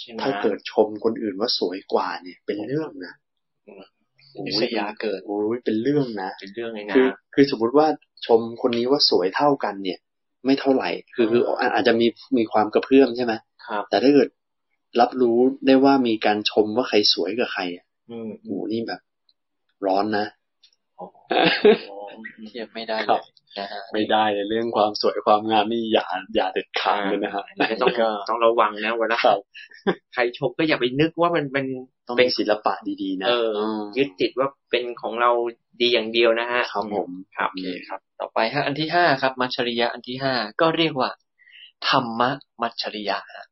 S2: ใช่ไหม
S3: ถ้าเกิดชมคนอื่นว่าสวยกว่าเนี่ย เป็นเรื่องนะโอ้
S4: นิ
S3: ย
S4: สยาเกิด
S3: โอ้ยเป็นเรื่องนะ
S2: เป็นเรื่องไงนะ
S3: คือคือสมมติว่าชมคนนี้ว่าสวยเท่ากันเนี่ย ไม่เท่าไหร่ คือคืออาอาจจะมีมีความกระเพื่อมใช่ไหม
S2: ครับ
S3: แต่ถ้าเกิดรับรู้ได้ว่ามีการชมว่าใครสวยกับใครอะ
S2: อืม
S3: โหนี่แบบ ร้อนนะ
S4: เทียบไม่ได้
S3: ค
S4: เล
S3: รับ
S4: ยนะฮะ
S3: ไม่ได้เลยเรื่องความสวยความงามนี่อย่าอย่าเด็ดขาดเลยนะฮะ
S2: อันนี้ก็ต้องต้องระวังนะเวลา
S3: ครับ
S2: ใครชมก็อย่าไปนึกว่ามันเป็น
S3: ต้อง
S2: เป็
S3: เป็น นศิลปะดีๆนะ
S2: เออยึดติดว่าเป็นของเราดีอย่างเดียวนะฮะ
S3: ครับผม
S2: ครับ
S4: โอเคครับ ต่อไปฮะอันที่ห้าครับ มัจฉริยะอันที่ห้าก็เรียกว่า ธรรมะมัจฉริยะฮะ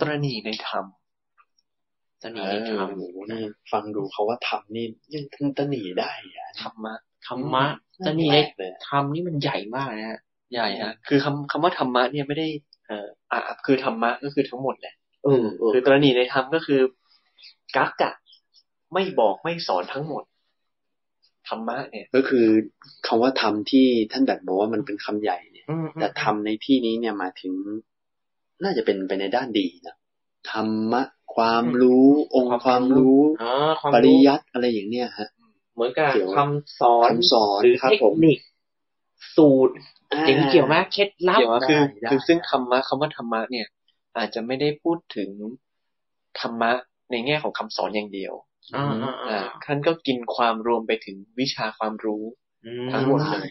S4: ตรณีในธรรม
S2: ตอน
S3: เอ
S2: นี้
S3: อ
S2: ครับ
S3: โอ้โหนี่ฟังดูเขาว่าทำนี่ยังทันตะหนีได้อะ
S4: ธรรมะ
S2: ธรรมะตอนนี้
S3: แป
S2: ใน
S3: ลกเลย
S2: ธรรมนี่มันใหญ่มากนะฮะ
S4: ใหญ่ฮะคือคำคำว่าธรรมะเนี่ยไม่ได้เอ่ออ่ะคือธรรมะก็คือทั้งหมดแหละ
S2: เออเออ
S4: คือกรณีในธรรมก็คือ กักกะ ไม่บอกไม่สอนทั้งหมด ธรรมะเนี่ย
S3: ก็คือคำว่าทำที่ท่านดัดบอกว่ามันเป็นคำใหญ่เนี่ย
S2: อืมอืม
S3: แต่ทำในที่นี้เนี่ยหมายถึง น่าจะเป็นไปในด้านดีนะธรรมะ ความรู้องค์ความรู้
S2: อ๋อความ
S3: ปริ
S2: รู้
S3: ยัติอะไรอย่างเนี้ยฮะ
S2: เหมือนกับ
S3: เกี่ยว
S2: คำสอน
S3: คำสอน
S2: หรือ
S3: ครับ
S2: เทค
S3: ผม
S2: นิค สูตร
S3: อ่า
S2: อย่างนี้เกี่ยวไหมเคล็ดลับ
S4: เกี่ยวกับคือ
S3: ได้ได้
S4: คือซึ่งธรรมะคำว่าธรรมะเนี่ย อาจจะไม่ได้พูดถึงธรรมะในแง่ของคำสอนอย่างเดียว
S2: อ่าอ่าอ่า
S4: อ่าท่านก็กินความรวมไปถึงวิชาความรู้
S2: อืม
S4: ทั้งหมดเลย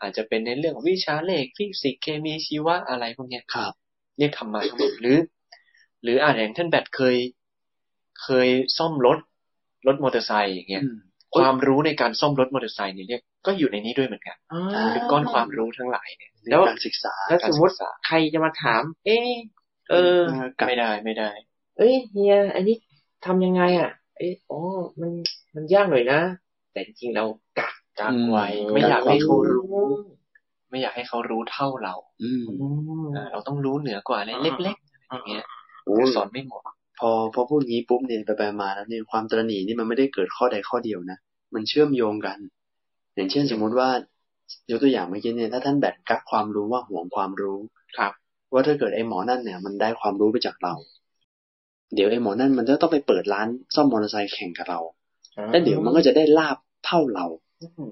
S4: อาจจะเป็นในเรื่องวิชาเลขฟิสิกส์เคมีชีวะอะไรพวกเนี้ย
S3: ครับ
S4: เรียกธรรมะทั้งหมดหรือ หรืออาจอย่างท่านแบทเคย เคยซ่อมรถรถมอเตอร์ไซค์อย่างเงี้ย ความรู้ในการซ่อมรถมอเตอร์ไซค์เนี่ยเรียกก็อยู่ในนี้ด้วยเหมือนกัน
S2: อ่า
S4: คือก้อนความรู้ทั้งหลายเนี่ย
S2: แล้ว
S3: การศึกษา
S2: แล้วสมมติ
S4: การศึกษา
S2: ใครจะมาถาม เอ๊ะเออ
S3: กับ
S4: ไม่ได้ไม่ได้
S2: เอ้ยเฮียอันนี้ทำยังไงอ่ะ เอ๊ะอ๋อมันมันยากหน่อยนะ แต่จริงๆเรากัก
S4: กักไว้ไม่อยากให้เขารู้ ไม่อยากให้เขารู้เท่าเรา
S3: อืม
S4: อ่าเราต้องรู้เหนือกว่าอะไรเล็กๆอะไรอย่างเงี้ย
S3: โอ้
S4: คื
S3: ย
S4: อสอนไม่หมด
S3: พอพอพูดอย่างนี้ปุ๊บเนี่ยไปไปมาแล้วเนี่ยความตระหนี่นี่มันไม่ได้เกิดข้อใดข้อเดียวนะมันเชื่อมโยงกัน อย่างเช่นสมมุติว่ายกตัวอย่างเมื่อกี้เนี่ยถ้าท่านแบ่งกักความรู้ว่าห่วงความรู้
S2: ครับ
S3: ว่าถ้าเกิดไอ้หมอนั่นเนี่ย มันได้ความรู้ไปจากเรา เดี๋ยวไอ้หมอนั่นมันจะต้องไปเปิดร้านซ่อมมอเตอร์ไซค์แข่งกับเรา แล้วเดี๋ยวมันก็จะได้ลาบเท่าเรา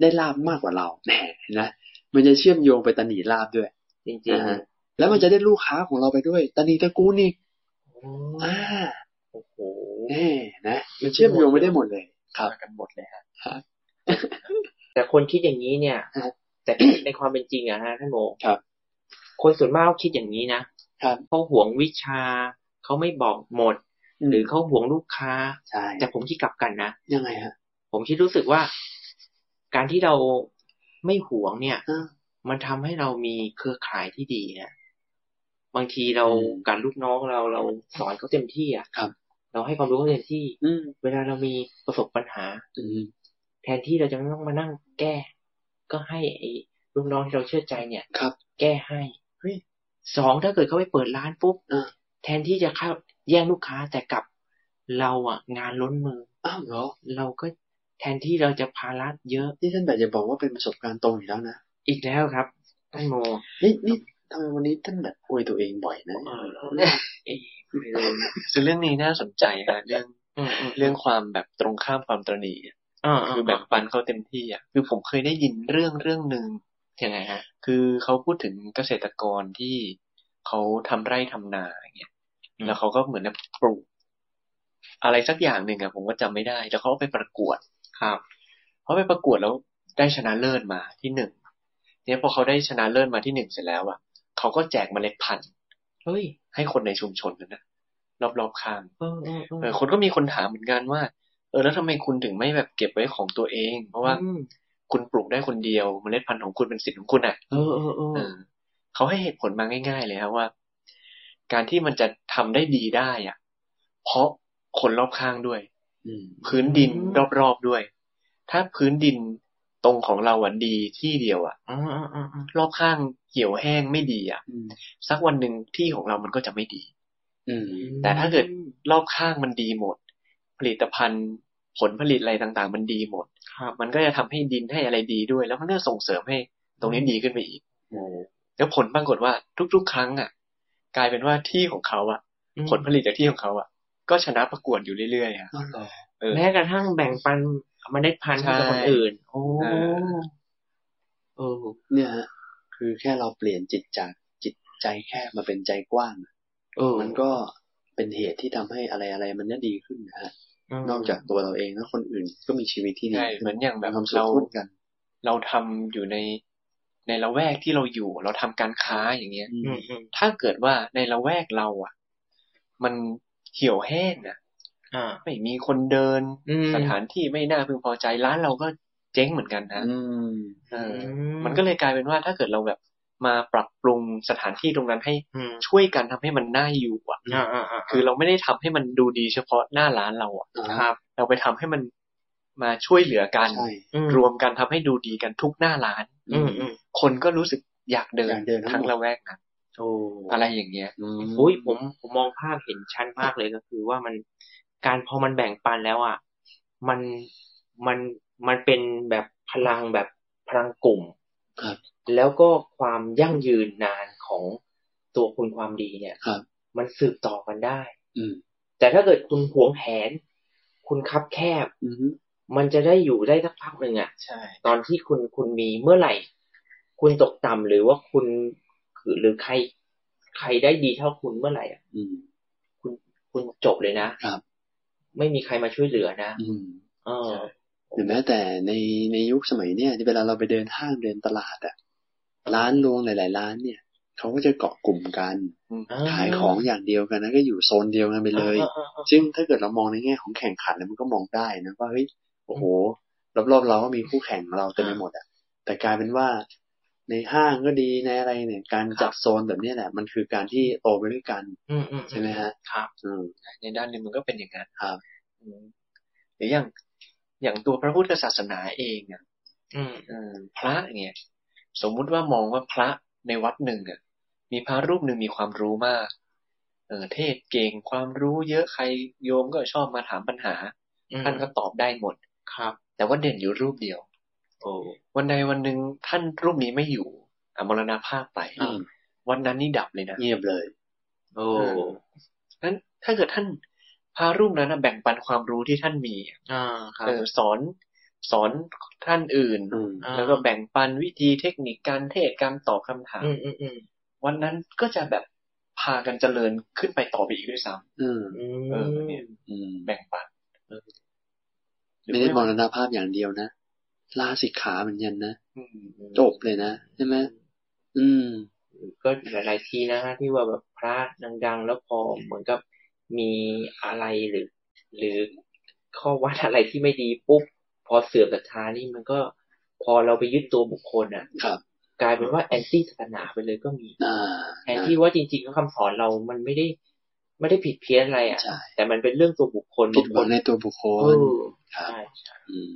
S3: ได้ลาบมากกว่าเราแหมเห็นะ มันจะเชื่อมโยงไปตะหนีลาบด้วย
S2: จริง
S3: อ่า แล้วมันจะได้ลูกค้าของเราไปด้วยตะหนีตระกูลอีก
S2: ๆ
S3: อ่า
S2: โอ้โห
S3: แน่นะ มันเชื่อมโยงไปได้หมดเลย
S4: ครับกันหมดเลยฮะ
S2: แต่คนคิดอย่างนี้เนี่ย
S3: ฮะ
S2: แต่ในความเป็นจริงอะฮะท่านโม
S3: ครับ
S2: คนส่วนมากเขาคิดอย่างนี้นะครับ เขาหวงวิชา เขาไม่บอกหมด หรือเขาหวงลูกค้า
S3: ใช่
S2: แต่ผมคิดกลับกันนะ
S3: ยังไงฮะ
S2: ผมคิดรู้สึกว่า การที่เราไม่หวงเนี่ย
S3: อ่า
S2: มันทำให้เรามีเครือข่ายที่ดีนะบางทีเรา
S3: อืม
S2: การลูกน้องเราเราสอนเขาเต็มที่อ่ะ
S3: ครับ
S2: เราให้ความรู้เขาเต็มที่
S3: อืม
S2: เวลาเรามีประสบปัญหา
S3: อืม
S2: แทนที่เราจะต้องมานั่งแก้ ก็ให้ไอ้ลูกน้องที่เราเชื่อใจเนี่ย
S3: ครับ
S2: แก้ให้สองถ้าเกิดเขาไปเปิดร้านปุ๊บ
S3: อ่า
S2: แทนที่จะเข้าแย่งลูกค้าแต่กลับเราอ่ะ งานล้นมือ
S3: อ้าวเหรอ
S2: เราก็แทนที่เราจะพาร้านเยอะ
S3: นี่ท่านแบบจะบอกว่าเป็นประสบการณ์ตรงอยู่แล้วนะ
S2: อีกแล้วครับท่านโม
S3: นี่นี่ทำไมวันนี้ท่านแบบอวยตัวเองบ่อยนะ
S2: เออ
S4: คือเรื่องนี้น่าสนใจฮะเรื่อง
S2: อืมอืม
S4: เรื่องความแบบตรงข้ามความตระหนี่อะ
S2: า
S4: คือแบบปันเขาเต็มที่อ่ะคือผมเคยได้ยินเรื่องเรื่องหนึ่ง
S2: ยังไงฮะ
S4: คือเขาพูดถึงเกษตรกรที่เขาทำไร่ทำนาอย่างเงี้ย
S2: อืม
S4: แล้วเขาก็เหมือนแบบปลูก อะไรสักอย่างหนึ่งอ่ะผมก็จำไม่ได้ แล้วเขาเอาไปประกวด
S2: ครับ
S4: เขาไปประกวดแล้วได้ชนะเลิศมาที่หนึ่งเนี่ยพอเขาได้ชนะเลิศมาที่หนึ่งเสร็จแล้วอ่ะเขาก็แจกเมล็ดพันธุ์
S2: เฮ้ย
S4: ให้คนในชุมชนนั้นนะรอบๆข้าง
S2: เออเออเออ
S4: เออคนก็มีคนถามเหมือนกันว่า เออแล้วทำไมคุณถึงไม่แบบเก็บไว้ของตัวเอง เพราะว่า
S2: อืม
S4: คุณปลูกได้คนเดียวเมล็ดพันธุ์ของคุณเป็นสิทธิ์ของคุณอ่ะ
S2: เออเออเออ
S4: เออเขาให้เหตุผลมาง่าย ๆ เลยครับว่า การที่มันจะทำได้ดีได้อ่ะ เพราะคนรอบข้างด้วย
S3: อืม
S4: พื้นดินรอบๆด้วย ถ้าพื้นดินตรงของเราอ่ะดีที่เดียวอ่ะ
S2: อ่าอ่าอ่าร
S4: อบข้างเหี่ยวแห้งไม่ดีอ่ะ
S3: อืม
S4: สักวันหนึ่งที่ของเรามันก็จะไม่ดี
S3: อืม
S4: แต่ถ้าเกิด รอบข้างมันดีหมด ผลิตภัณฑ์ผลผลิตอะไรต่างๆ มันดีหมด
S2: ครับ
S4: มันก็จะทำให้ดินให้อะไรดีด้วย แล้วมันก็ส่งเสริมให้ตรงนี้ดีขึ้นไปอีก
S3: โอ้
S4: แล้วผลปรากฏว่าทุก ๆ ครั้งอ่ะ กลายเป็นว่าที่ของเขาอ่ะ ผลผลิตจากที่ของเขาอ่ะ ก็ชนะประกวดอยู่เรื่อยๆอ่ะ
S3: อ้าวเหรอ
S4: เออ
S2: แม้กระทั่งแบ่งปันเมล็ดพันธุ์ให้กับ
S4: ใช่
S2: คนอื่น โอ้
S4: เออ
S2: เออ
S3: เนี่ยฮะคือแค่เราเปลี่ยนจิตจากจิตใจแคบมาเป็นใจกว้าง
S2: เออ
S3: มันก็เป็นเหตุที่ทำให้อะไรอะไรๆมันเนี่ยดีขึ้นนะฮะ
S2: ม
S3: นอกจากตัวเราเองแล้วคนอื่นก็มีชีวิตที่ดี
S4: ใช่เหมือนอย่างแบบ
S3: มีความสุข
S4: เรา
S3: ร่วมกัน
S4: เราทำอยู่ในในละแวกที่เราอยู่ เราทำการค้าอย่างเงี้ย
S2: อืมอืม
S4: ถ้าเกิดว่าในละแวกเราอ่ะ มันเหี่ยวแห้งอ่ะ
S2: อ่า
S4: ไม่มีคนเดิน
S2: อืม
S4: สถานที่ไม่น่าพึงพอใจร้านเราก็เจ๊งเหมือนกันนะ
S3: อืม
S4: เอออ
S2: มั
S4: มันก็เลยกลายเป็นว่าถ้าเกิดเราแบบมาปรับปรุงสถานที่ตรงนั้นให้
S2: อืม
S4: ช่วยกันทำให้มันน่าอยู่อ่ะ
S2: อ่าอ่าอ่า
S4: คือเราไม่ได้ทำให้มันดูดีเฉพาะหน้าร้านเราอ่ะ
S3: อ่า
S2: ครับ
S4: เราไปทำให้มันมาช่วยเหลือกัน
S3: ใช่
S2: อื
S4: รวมกันทำให้ดูดีกันทุกหน้าร้าน
S2: อืมอืม
S4: คนก็รู้สึกอยากเดิ
S3: อน ย่างเดินทั้
S4: ทั้
S3: งห
S4: ง
S3: มด
S4: ละแวกนั้น
S3: โอ้
S4: อะไรอย่างเงี้ย
S3: ม
S2: อุ้ยผมผมมองภาพเห็นชัดมากเลยก็คือว่ามันการพอมันแบ่งปันแล้วอ่ะมันมันมันเป็นแบบพลังแบบพลังกลุ่ม
S3: ครับ
S2: แล้วก็ความยั่งยืนนานของตัวคุณความดีเนี่ย
S3: ครับ
S2: มันสืบต่อกันได้
S3: อืม
S2: แต่ถ้าเกิดคุณหวงแหน คุณคับแคบ
S3: อืม
S2: มันจะได้อยู่ได้สักพักหนึ่งอ่ะ
S4: ใช่
S2: ตอนที่คุณคุณมีเมื่อไหร่ คุณตกต่ำหรือว่าคุณคือหรือใคร ใครได้ดีเท่าคุณเมื่อไหร่อะ
S3: อืม
S2: คุณจบเลยนะครับ ไม่มีใครมาช่วยเหลือนะ
S3: อืม
S2: เออ
S3: หรือแม้แต่ในในยุคสมัยเนี่ยที่เวลาเราไปเดินห้างเดินตลาดอะร้านรวงหลาย ๆ ร้านเนี่ยเขาก็จะเกาะกลุ่มกัน
S4: อืม
S3: ขายของอย่างเดียวกันนะก็อยู่โซนเดียวกันไปเลย ซึ่งถ้าเกิดเรามองในแง่ของแข่งขันแล้วมันก็มองได้นะว่าเฮ้ยโอ้โห รอบๆเราก็มีคู่แข่งเราเต็มไปหมดอ่ะ แต่กลายเป็นว่าในห้างก็ดีในอะไรเนี่ย การจัดโซนแบบเนี้ยแหละ มันคือการที่โตไปด้วยกัน
S2: อืมอืม
S3: ใช่ไหมฮะ
S4: ครับ
S3: อืม
S4: ในด้านหนึ่งมันก็เป็นอย่างนั้น
S3: ครับ
S4: อืมหรืออย่างอย่างตัวพระพุทธศาสนาเองอ่ะ
S2: อืม
S4: เออพระเนี่ย สมมุติว่ามองว่าพระในวัดหนึ่งอ่ะ มีพระรูปหนึ่งมีความรู้มาก เออเทศเก่งความรู้เยอะใครโยมก็ชอบมาถามปัญหา
S2: อืม
S4: ท่านก็ตอบได้หมด
S2: ครับ
S4: แต่ว่าเด่นอยู่รูปเดียว
S2: โอ้
S4: วันใดวันหนึ่งท่านรูปนี้ไม่อยู่อะมรณภาพไป
S3: อืม
S4: วันนั้นนี่ดับเลยนะ
S3: เงียบเลย
S2: โอ้
S4: นั้นถ้าเกิดท่านพารูปนั้นนะแบ่งปันความรู้ที่ท่านมีอ่ะ
S2: อ่าครับ
S4: เออสอนสอนท่านอื่น
S3: อืม
S2: อ่า
S4: แล้วก็แบ่งปันวิธีเทคนิคการเทศการตอบคำถาม
S2: อืมอืมอืม
S4: วันนั้นก็จะแบบพากันเจริญขึ้นไปต่อไปอีกด้วยซ้
S3: อืม
S2: อืม
S4: ำเออเนี่ย
S3: อืม
S4: แบ่งปันเออหรือ
S3: ไม่ได้ม
S4: ว่าร
S3: ณภาพอย่างเดียวนะลาสิกขาเหมือนกันนะ
S4: อืม
S3: จบเลยนะใช่ไหมอืม
S2: ก็หลายๆทีนะฮะที่ว่าแบบพระดังๆ แล้วพอเหมือนกับมีอะไรหรือ หรือข้อวัดอะไรที่ไม่ดีปุ๊บพอเสื่อมศรัทธานี่มันก็พอเราไปยึดตัวบุคคลอ่ะ
S3: ครับ
S2: กลายเป็นว่าแอนตี้ศาสนาไปเลยก็มี
S3: อ่า
S2: แทนที่ว่าจริงๆแล้วคำสอนเรามันไม่ได้ ไม่ได้ผิดเพี้ยนอะไรอ่ะ
S3: ใช่
S2: แต่มันเป็นเรื่องตัวบุคคล
S3: ผิดห
S2: ค
S3: วัง
S2: ล
S3: ในตัวบุคค
S2: เอ
S3: ล
S2: อ
S3: ครับ
S2: ใช่ใช่
S3: อืม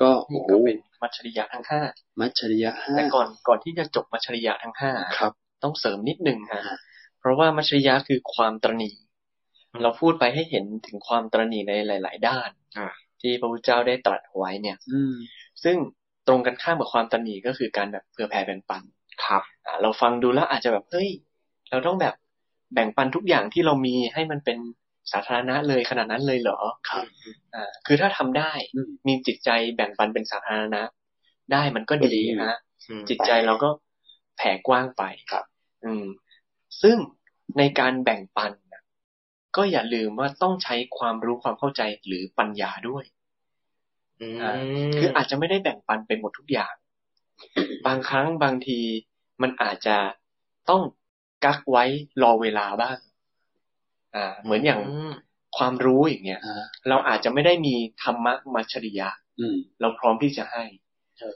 S3: ก็โอ้
S4: นี่
S3: โห
S4: ก็เป็นมัจฉริยะทั้งห้า
S3: มัจฉริยะห้า
S4: แต่ก่อนก่อนที่จะจบมัจฉริยะทั้งห้า
S3: ครับ
S4: ต้องเสริมนิดนึงฮะ
S3: ฮะ
S4: เพราะว่ามัจฉริยะคือความตรณีเราพูดไปให้เห็นถึงความตรณีในหลาย ๆ ด้าน
S2: อ่า
S4: ที่พระพุทธเจ้าได้ตรัสไว้เนี่ย
S3: อืม
S4: ซึ่งตรงกันข้ามกับความตรณีก็คือการแบบเผื่อแผ่แบ่งปัน
S2: ครับ
S4: อ่าเราฟังดูแล้วอาจจะแบบเฮ้ยเราต้องแบบแบ่งปันทุกอย่างที่เรามีให้มันเป็นสาธารณะเลยขนาดนั้นเลยเหรอ
S3: ครับ
S4: อ่าคือถ้าทำได้
S3: อืม
S4: มีจิตใจแบ่งปันเป็นสาธารณะ ได้มันก็ดีฮะ
S2: อืม
S4: จิตใจเราก็แผ่กว้างไป
S3: ครับ
S4: อืม ซึ่งในการแบ่งปันนะก็อย่าลืมว่าต้องใช้ความรู้ความเข้าใจหรือปัญญาด้วย
S2: อืม
S4: คืออาจจะไม่ได้แบ่งปันไปหมดทุกอย่าง บางครั้งบางทีมันอาจจะต้องกักไว้รอเวลาบ้าง อ่า เหมือนอย่าง
S2: อืม
S4: ความรู้อย่างเงี้ย
S3: อ่า
S4: เราอาจจะไม่ได้มีธรรมะมัจฉริยะ
S3: อืม
S4: เราพร้อมที่จะให้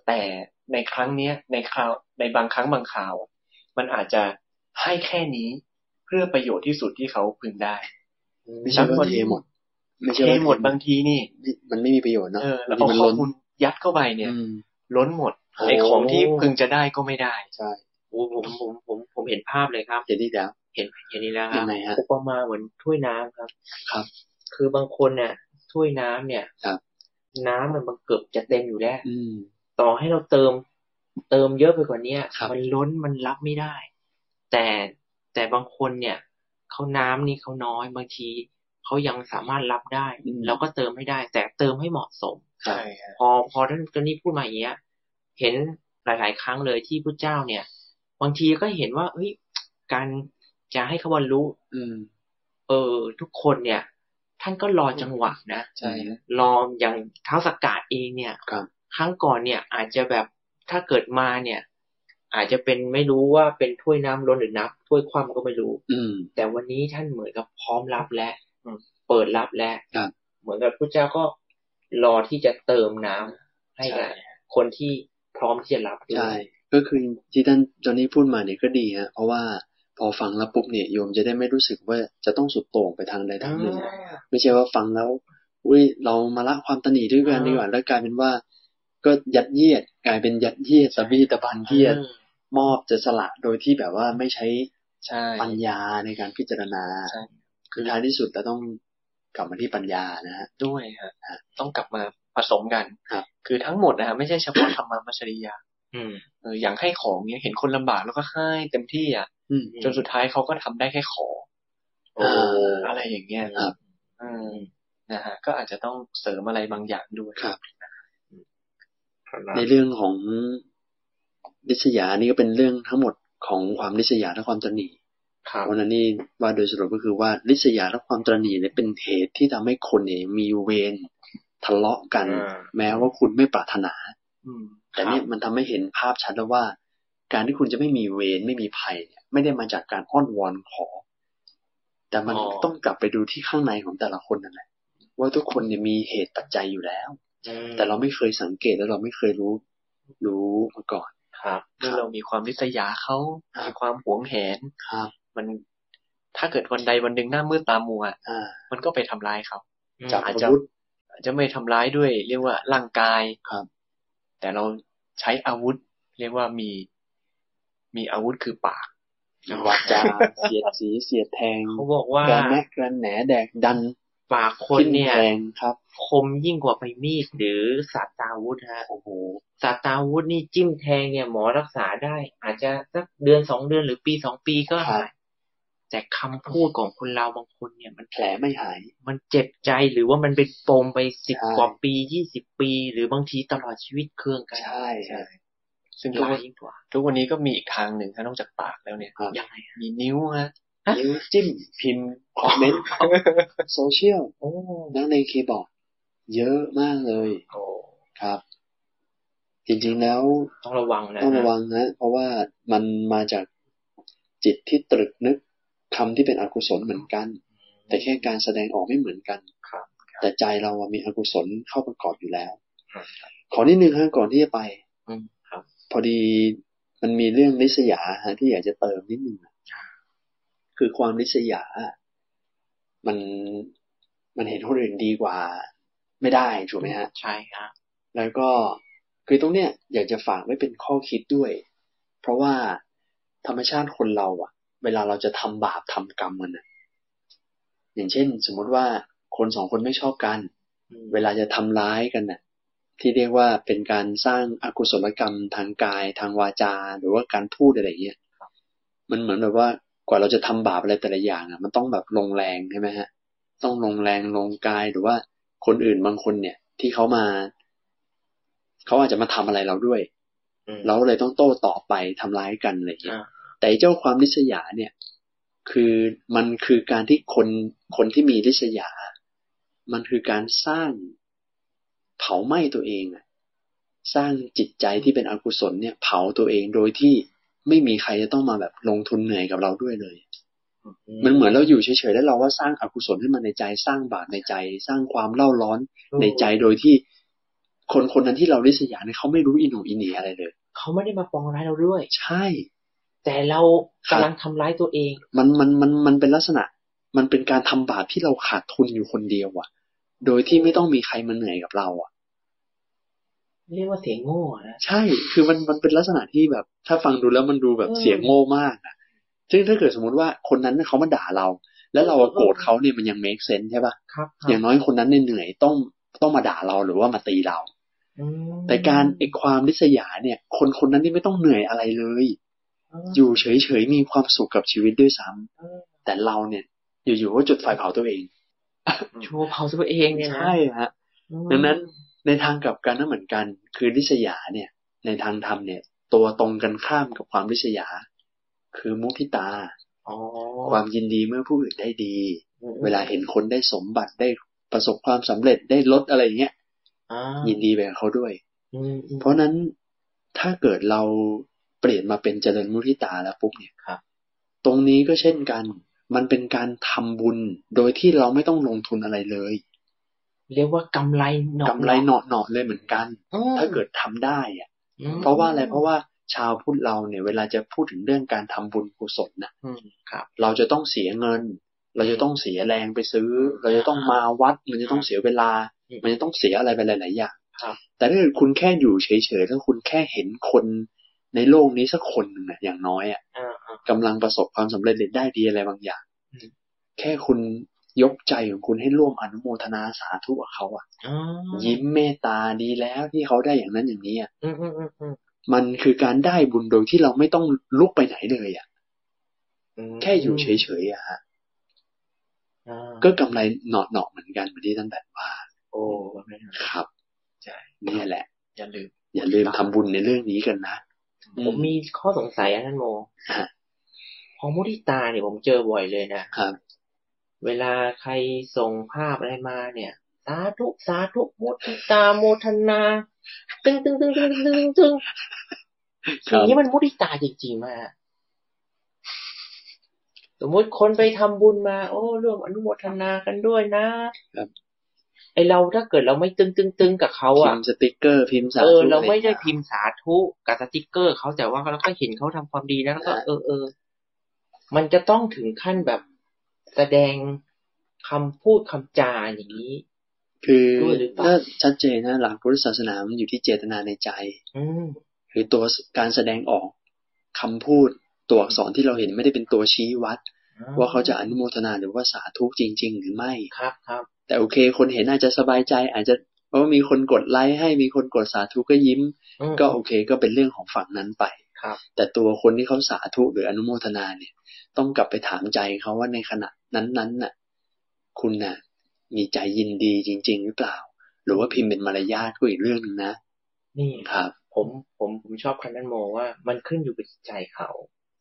S4: แต่ในครั้งเนี้ย ในคราว ในบางครั้งบางคราวอะมันอาจจะให้แค่นี้เพื่อประโยชน์ที่สุดที่เขาพึงได้
S3: ไม่ใช่ว่าเทหมด ไม่ใช่
S4: เท
S3: ว่า
S4: หมดบางทีนี่
S3: มันไม่มีประโยชน์เนาะ
S4: เออ
S3: บา
S4: แล้
S3: ง
S4: ว
S3: ทีมั
S4: เอา
S3: น
S4: ข้อ
S3: ล้น
S4: มูลยัดเข้าไปเนี่ย
S3: อืม
S4: ล้นหมด
S3: โอ้โห
S4: ไอของที่พึงจะได้ก็ไม่ได้
S3: ใช่
S2: โอ้ผมผมผมผมเห็นภาพเลยครับ
S3: เห็นดีแล้ว
S2: เห็นเห็นนี่แล้วครั
S3: ยั
S2: บ
S3: งไงฮะ
S2: อุปมาเหมือนถ้วยน้ำครับ
S3: ครับ
S2: คือบางคนเนี่ยถ้วยน้ำเนี่ย
S3: ครับ
S2: น้ำมันมันเกือบจะเต็มอยู่แล้ว
S3: อืม
S2: ต่อให้เราเติม เติมเยอะไปกว่าเนี้ย
S3: ครับ
S2: มันล้นมันรับไม่ได้ แต่แต่บางคนเนี่ยเขาน้ำนี่เขาน้อยบางทีเขายังสามารถรับได้
S4: อืม
S2: เราก็เติมให้ได้ แต่เติมให้เหมาะสม
S3: ครับ
S4: ฮะ
S2: พอพอท่านตอนนี้พูดมาอย่างเงี้ย เห็นหลาย ๆ ครั้งเลยที่พระเจ้าเนี่ย บางทีก็เห็นว่าเฮ้ยการจะให้เขาบรรลุ
S3: อืม
S2: เออทุกคนเนี่ย ท่านก็รอจังหวะนะ
S3: ใช่ฮะ
S2: รออย่างเท้าสกกัดเองเนี่ย
S3: ครับ
S2: ครั้งก่อนเนี่ย อาจจะแบบถ้าเกิดมาเนี่ย อาจจะเป็นไม่รู้ว่าเป็นถ้วยน้ำล้นหรือน้ำถ้วยคว่ำก็ไม่รู้
S3: อืม
S2: แต่วันนี้ท่านเหมือนกับพร้อมรับแล้วเปิดรับแล้ว
S3: ครับ
S2: เหมือนกับพระเจ้าก็รอที่จะเติมน้ำให้กับคนที่พร้อมที่จะรับด้
S3: ใช่
S2: วย
S3: ก็คือที่ท่านจอห์นนี่พูดมาเนี่ยก็ดีฮะ เพราะว่าพอฟังแล้วปุ๊บเนี่ยโยมจะได้ไม่รู้สึกว่าจะต้องสุดโต่งไปทางใดทางหนึ่ง ไม่ใช่ว่าฟังแล้วอุ้ยเรามาละความตนีด้วยกันดีกว่าแล้วกลายเป็นว่า ก็ยัดเยียดกลายเป็นยัดเยียดตะบี้ตะบันที่จะ
S2: อืม
S3: มอบจะสละโดยที่แบบว่าไม่ใช้
S4: ใช่
S3: ปัญญาในการพิจารณา
S4: ใช่
S3: คือท้ายที่สุดเราต้องกลับมาที่ปัญญานะฮะ
S4: ด้วยฮะ
S3: ฮะ
S4: ต้องกลับมาผสมกัน
S3: ครับ
S4: คือทั้งหมดนะฮะไม่ใช่เฉพาะธร รมะมัจฉริยะ
S2: อืม
S4: เอออย่างให้ของเนี่ยเห็นคนลำบากแล้วก็ให้เต็มที่อ่ะ
S3: อืม
S4: จนสุดท้ายเขาก็ทำได้แค่ขอ
S2: โอ้
S4: อะไรอย่างเงี้ย
S3: ครับ
S4: อืมนะฮะ ก็อาจจะต้องเสริมอะไรบางอย่างด้วย
S3: ครับ
S2: ครับ
S3: ในเรื่องของลิษยานี่ก็เป็นเรื่องทั้งหมดของความลิษยาและความตนี
S2: ครับ
S3: วันนั้นนี่ว่าโดยสรุปก็คือว่าลิษยาและความตนีเนี่ยเป็นเหตุที่ทำให้คนเนี่ยมีเวรทะเลาะกัน
S2: อ่า
S3: แม้ว่าคุณไม่ปรารถนา
S4: อืม
S3: แต่เนี่ยมันทำให้เห็นภาพชัดแล้วว่า การที่คุณจะไม่มีเวรไม่มีภัยเนี่ยไม่ได้มาจากการอ้อนวอนขอ แต่มัน
S2: อ๋อ
S3: ต้องกลับไปดูที่ข้างในของแต่ละคนนั่นแหละว่าทุกคนเนี่ยมีเหตุปัจจัยอยู่แล้ว แต่เราไม่เคยสังเกตและเราไม่เคยรู้ รู้มาก่อน
S4: ครับ
S3: ครับ
S4: เมื่อเรามีความริษยาเขา
S3: ครับ
S4: มีความหวงแหน
S3: ครับ
S4: มันถ้าเกิดวันใดวันหนึ่งหน้ามืดตามัว
S3: อ่า
S4: มันก็ไปทำร้ายเขา
S3: จาก
S4: อา
S3: อา
S4: จจะ
S3: วุธ
S4: อาจจะไม่ทำร้ายด้วย เรียกว่าร่างกาย
S3: ครับ
S4: แต่เราใช้อาวุธ เรียกว่ามี มีอาวุธคือปาก
S3: วาจาเสียดสีเสียดแทง
S2: เขาบอกว่าก
S3: ระแนะกระแหนแดกดัน
S2: ปากคนเนี่ย
S3: ทิ่มแทงครับ
S2: คมยิ่งกว่าไปมีดหรือสาตาวุธฮะ
S3: โอ้โห
S2: สาตาวุธนี่จิ้มแทงเนี่ยหมอรักษาได้ อาจจะสักเดือนสองเดือนหรือปีสองปีก็หายแต่คำพูดของคนเราบางคนเนี่ยมัน
S3: แผลไม่หาย
S2: มันเจ็บใจหรือว่ามันเป็นปมไปสิบ
S3: ใช่
S2: กว่าปียี่สิบปี หรือบางทีตลอดชีวิตเครื่องกัน
S3: ใช่ใช่
S4: ซึ่งทุก
S2: ร้า
S4: วั
S2: ย
S4: น
S2: ยิ่งกว่า
S4: ทุกวันนี้ก็มีอีกทางหนึ่งฮะนอกจากปากแล้วเนี่ย
S3: ครับ
S2: ยังไงอะ
S4: มีนิ้วฮะ
S3: นิ้วจิ้มพิมพ์คอมเมนต์โซเชียล
S2: โอ้
S3: นักเลงคีย์บอร์ดเยอะมากเลย
S2: โอ้
S3: ครับ จริงๆแล้ว
S2: ต้องระวังนะ
S3: ต้องระวังนะ เพราะว่ามันมาจากจิตที่ตรึกนึกคำที่เป็นอกุศลเหมือนกัน แต่แค่การแสดงออกไม่เหมือนกัน
S4: ครับ
S3: แต่ใจเราอะมีอกุศลเข้าประกอบอยู่แล้ว
S4: ครับ
S3: ขอนิดนึงฮะก่อนที่จะไป
S2: อืมครับ
S3: พอดีมันมีเรื่องลิษยาฮะที่อยากจะเติมนิดนึงอะคือความลิษยา มันมันเห็นคนอื่นดีกว่า ไม่ได้ถูกไหมฮะ
S2: ใช่ครับ
S3: แล้วก็คือตรงเนี้ยอยากจะฝากไว้เป็นข้อคิดด้วย เพราะว่าธรรมชาติคนเราอะเวลาเราจะทำบาปทำกรรมมันอะอย่างเช่น สมมติว่าคนสองคนไม่ชอบกัน
S2: อืม
S3: เวลาจะทำร้ายกันน่ะ ที่เรียกว่าเป็นการสร้างอากุศลกรรมทางกายทางวาจา หรือว่าการพูดอะไรอย่างเงี้ยมันเหมือนแบบว่ากว่าเราจะทำบาปอะไรแต่ละอย่างอ่ะ มันต้องแบบลงแรงใช่ไหมฮะ ต้องลงแรงลงกายหรือว่าคนอื่นบางคนเนี่ย ที่เขามาเขาอาจจะมาทำอะไรเราด้วย
S2: อืม
S3: เราเลยต้องโต้ตอบไปทำร้ายกันอะไรอย่างเงี้ย
S2: อ่า
S3: แต่ไอ้เจ้าความริษยาเนี่ย คือมันคือการที่คนคนที่มีริษยา มันคือการสร้างเผาไหม้ตัวเองอะสร้างจิตใจที่เป็นอกุศลเนี่ย เผาตัวเองโดยที่ไม่มีใครจะต้องมาแบบลงทุนเหนื่อยกับเราด้วยเลย มันเหมือนเราอยู่เฉยๆแล้วเราว่าสร้างอกุศลขึ้นมาในใจ สร้างบาปในใจ สร้างความเล่าร้อนในใจโดยที่คนคนนั้นที่เราริษยาเนี่ยเขาไม่รู้อินโหนอินเหนอะไรเลย
S2: เขาไม่ได้มาปองร้ายเราด้วย
S3: ใช่
S2: แต่เรากำลังทำร้ายตัวเอง
S3: มันมันมันมันเป็นลักษณะ มันเป็นการทำบาปที่เราขาดทุนอยู่คนเดียวอะโดยที่ไม่ต้องมีใครมาเหนื่อยกับเราอะ
S2: เรียกว่าเสียงโง่นะ
S3: ใช่ คือมันมันเป็นลักษณะที่แบบ ถ้าฟังดูแล้วมันดูแบบ
S2: เออ
S3: เสียงโง่มากอะซึ่งถ้าเกิดสมมติว่าคนนั้นเขามาด่าเรา แล้วเราอะโกรธเขาเนี่ยมันยัง make sense ใช่ปะ
S2: ครับครับ
S3: อย่างน้อยคนนั้นเนี่ยเหนื่อยต้องต้องมาด่าเราหรือว่ามาตีเรา
S2: อืม
S3: แต่การไอความริษยาเนี่ย คนคนนั้นนี่ไม่ต้องเหนื่อยอะไรเลย อยู่เฉยๆมีความสุขกับชีวิตด้วยซ้ำแต่เราเนี่ยอยู่ๆก็จุดไฟเผาตัวเอง
S2: โชว์เผาตัวเองเนี่ยนะ
S3: ใช่ฮะ
S2: อืม
S3: ดังนั้นในทางกลับกันก็เหมือนกัน คือริษยาเนี่ย ในทางธรรมเนี่ย ตัวตรงกันข้ามกับความริษยา คือมุทิตา
S2: อ๋อ
S3: ความยินดีเมื่อผู้อื่นได้ดี
S2: อืม
S3: เวลาเห็นคนได้สมบัติได้ประสบความสำเร็จได้ลดอะไรอย่างเงี้ย
S2: อ่า
S3: ยินดีไปกับเขาด้วย
S2: อืมอืม
S3: เพราะฉะนั้นถ้าเกิดเราเปลี่ยนมาเป็นเจริญมุทิตาแล้วปุ๊บเนี่ย
S2: ครับ
S3: ตรงนี้ก็เช่นกัน มันเป็นการทำบุญโดยที่เราไม่ต้องลงทุนอะไรเลย
S2: เรียกว่ากำไรหนอก
S3: ำไรเหนาะๆเลยเหมือนกัน
S2: อืม
S3: ถ้าเกิดทำได้อะ
S2: อืม
S3: เพราะว่าอะไรเพราะว่าชาวพุทธเราเนี่ย เวลาจะพูดถึงเรื่องการทำบุญกุศลนะ
S2: อืมครับ
S3: เราจะต้องเสียเงิน เราจะต้องเสียแรงไปซื้อ เราจะต้องมาวัด มันจะต้องเสียเวลา
S2: อืม
S3: มันจะต้องเสียอะไรไปหลายๆอย่าง
S2: ครับ
S3: แต่ถ้าเกิดคุณแค่อยู่เฉยๆแล้วคุณแค่เห็นคนในโลกนี้สักคนหนึ่งอะอย่างน้อยอะ
S2: อ่าอ่า
S3: กำลังประสบความสำเร็จหรือได้ดีอะไรบางอย่าง
S2: อืม
S3: แค่คุณยกใจของคุณให้ร่วมอนุโมทนาสาธุกับเขาอะ
S2: อ่า
S3: ยิ้มเมตตาดีแล้วที่เขาได้อย่างนั้นอย่างนี้อะ
S2: อืมอืมอืมอืม
S3: มันคือการได้บุญโดยที่เราไม่ต้องลุกไปไหนเลยอะ่ะ แค่อยู่เฉยๆอะฮะ
S2: อ่า
S3: ก็กำไรเหนาะๆเหมือนกันเหมือนที่ท่านแบบว่า
S2: โอ้
S3: ครับ
S4: ใช่
S3: เนี่ยแหละ
S4: อย่าลืม
S3: อย่าลืมทำบุญในเรื่องนี้กันนะ
S2: ผมมีข้อสงสัยอันนั้นโม
S3: ฮะ
S2: พอมุทิตาเนี่ยผมเจอบ่อยเลยนะ
S3: ครับ
S2: เวลาใครส่งภาพอะไรมาเนี่ย สาธุ สาธุมุทิตาโมทนาตึงตึงตึงตึงตึงตึงตึง
S3: ค
S2: สิ่
S3: รั
S2: ง
S3: บ
S2: นี้มันมุทิตาจริงๆมาสมมุติคนไปทำบุญมา โอ้ร่วมอนุโมทนากันด้วยนะครับ ไอเราถ้าเกิดเราไม่ตึงตึงตึงๆๆกับเขา
S3: พิ
S2: อ่ะ
S3: มพ์สติกเกอร์พิมพ์สา
S2: เอ
S3: ธุ
S2: อเราไม่ได้
S3: อะรอย่างเงี้ย
S2: พิมพ์สาธุกับสติกเกอร์เขาแต่ว่าเราก็เห็นเขาทำความดีนะแล้วก็
S3: อ่า
S2: เออเออมันจะต้องถึงขั้นแบบแสดงคำพูดคำจาอย่างนี้
S3: คือ
S2: ด้วยหรือเปล่า
S3: ถ้าชัดเจนนะหลักพุทธศาสนามันอยู่ที่เจตนาในใจ
S2: อืม
S3: หรือตัวการแสดงออกคำพูดตัวอักษรที่เราเห็นไม่ได้เป็นตัวชี้วัด ว่าเขาจะอนุโมทนาหรือว่าสาธุจริง ๆ หรือไม่
S2: ครับครับ
S3: แต่โอเค คนเห็นอาจจะสบายใจ อาจจะเพราะว่ามีคนกดไลค์ให้มีคนกดสาธุก็ยิ้ม
S2: อืม
S3: ก็โอเคก็เป็นเรื่องของฝั่งนั้นไป
S2: ครับ
S3: แต่ตัวคนที่เขาสาธุหรืออนุโมทนาเนี่ย ต้องกลับไปถามใจเขาว่าในขณะนั้นๆน่ะ คุณน่ะ มีใจยินดีจริง ๆ หรือเปล่า หรือว่าพิมพ์เป็นมารยาทก็อีกเรื่องหนึงนะ
S2: นี่
S3: ครับ
S2: ผมผมผมชอบคำนั้นโมว่ามันขึ้นอยู่กับจิตใจเขา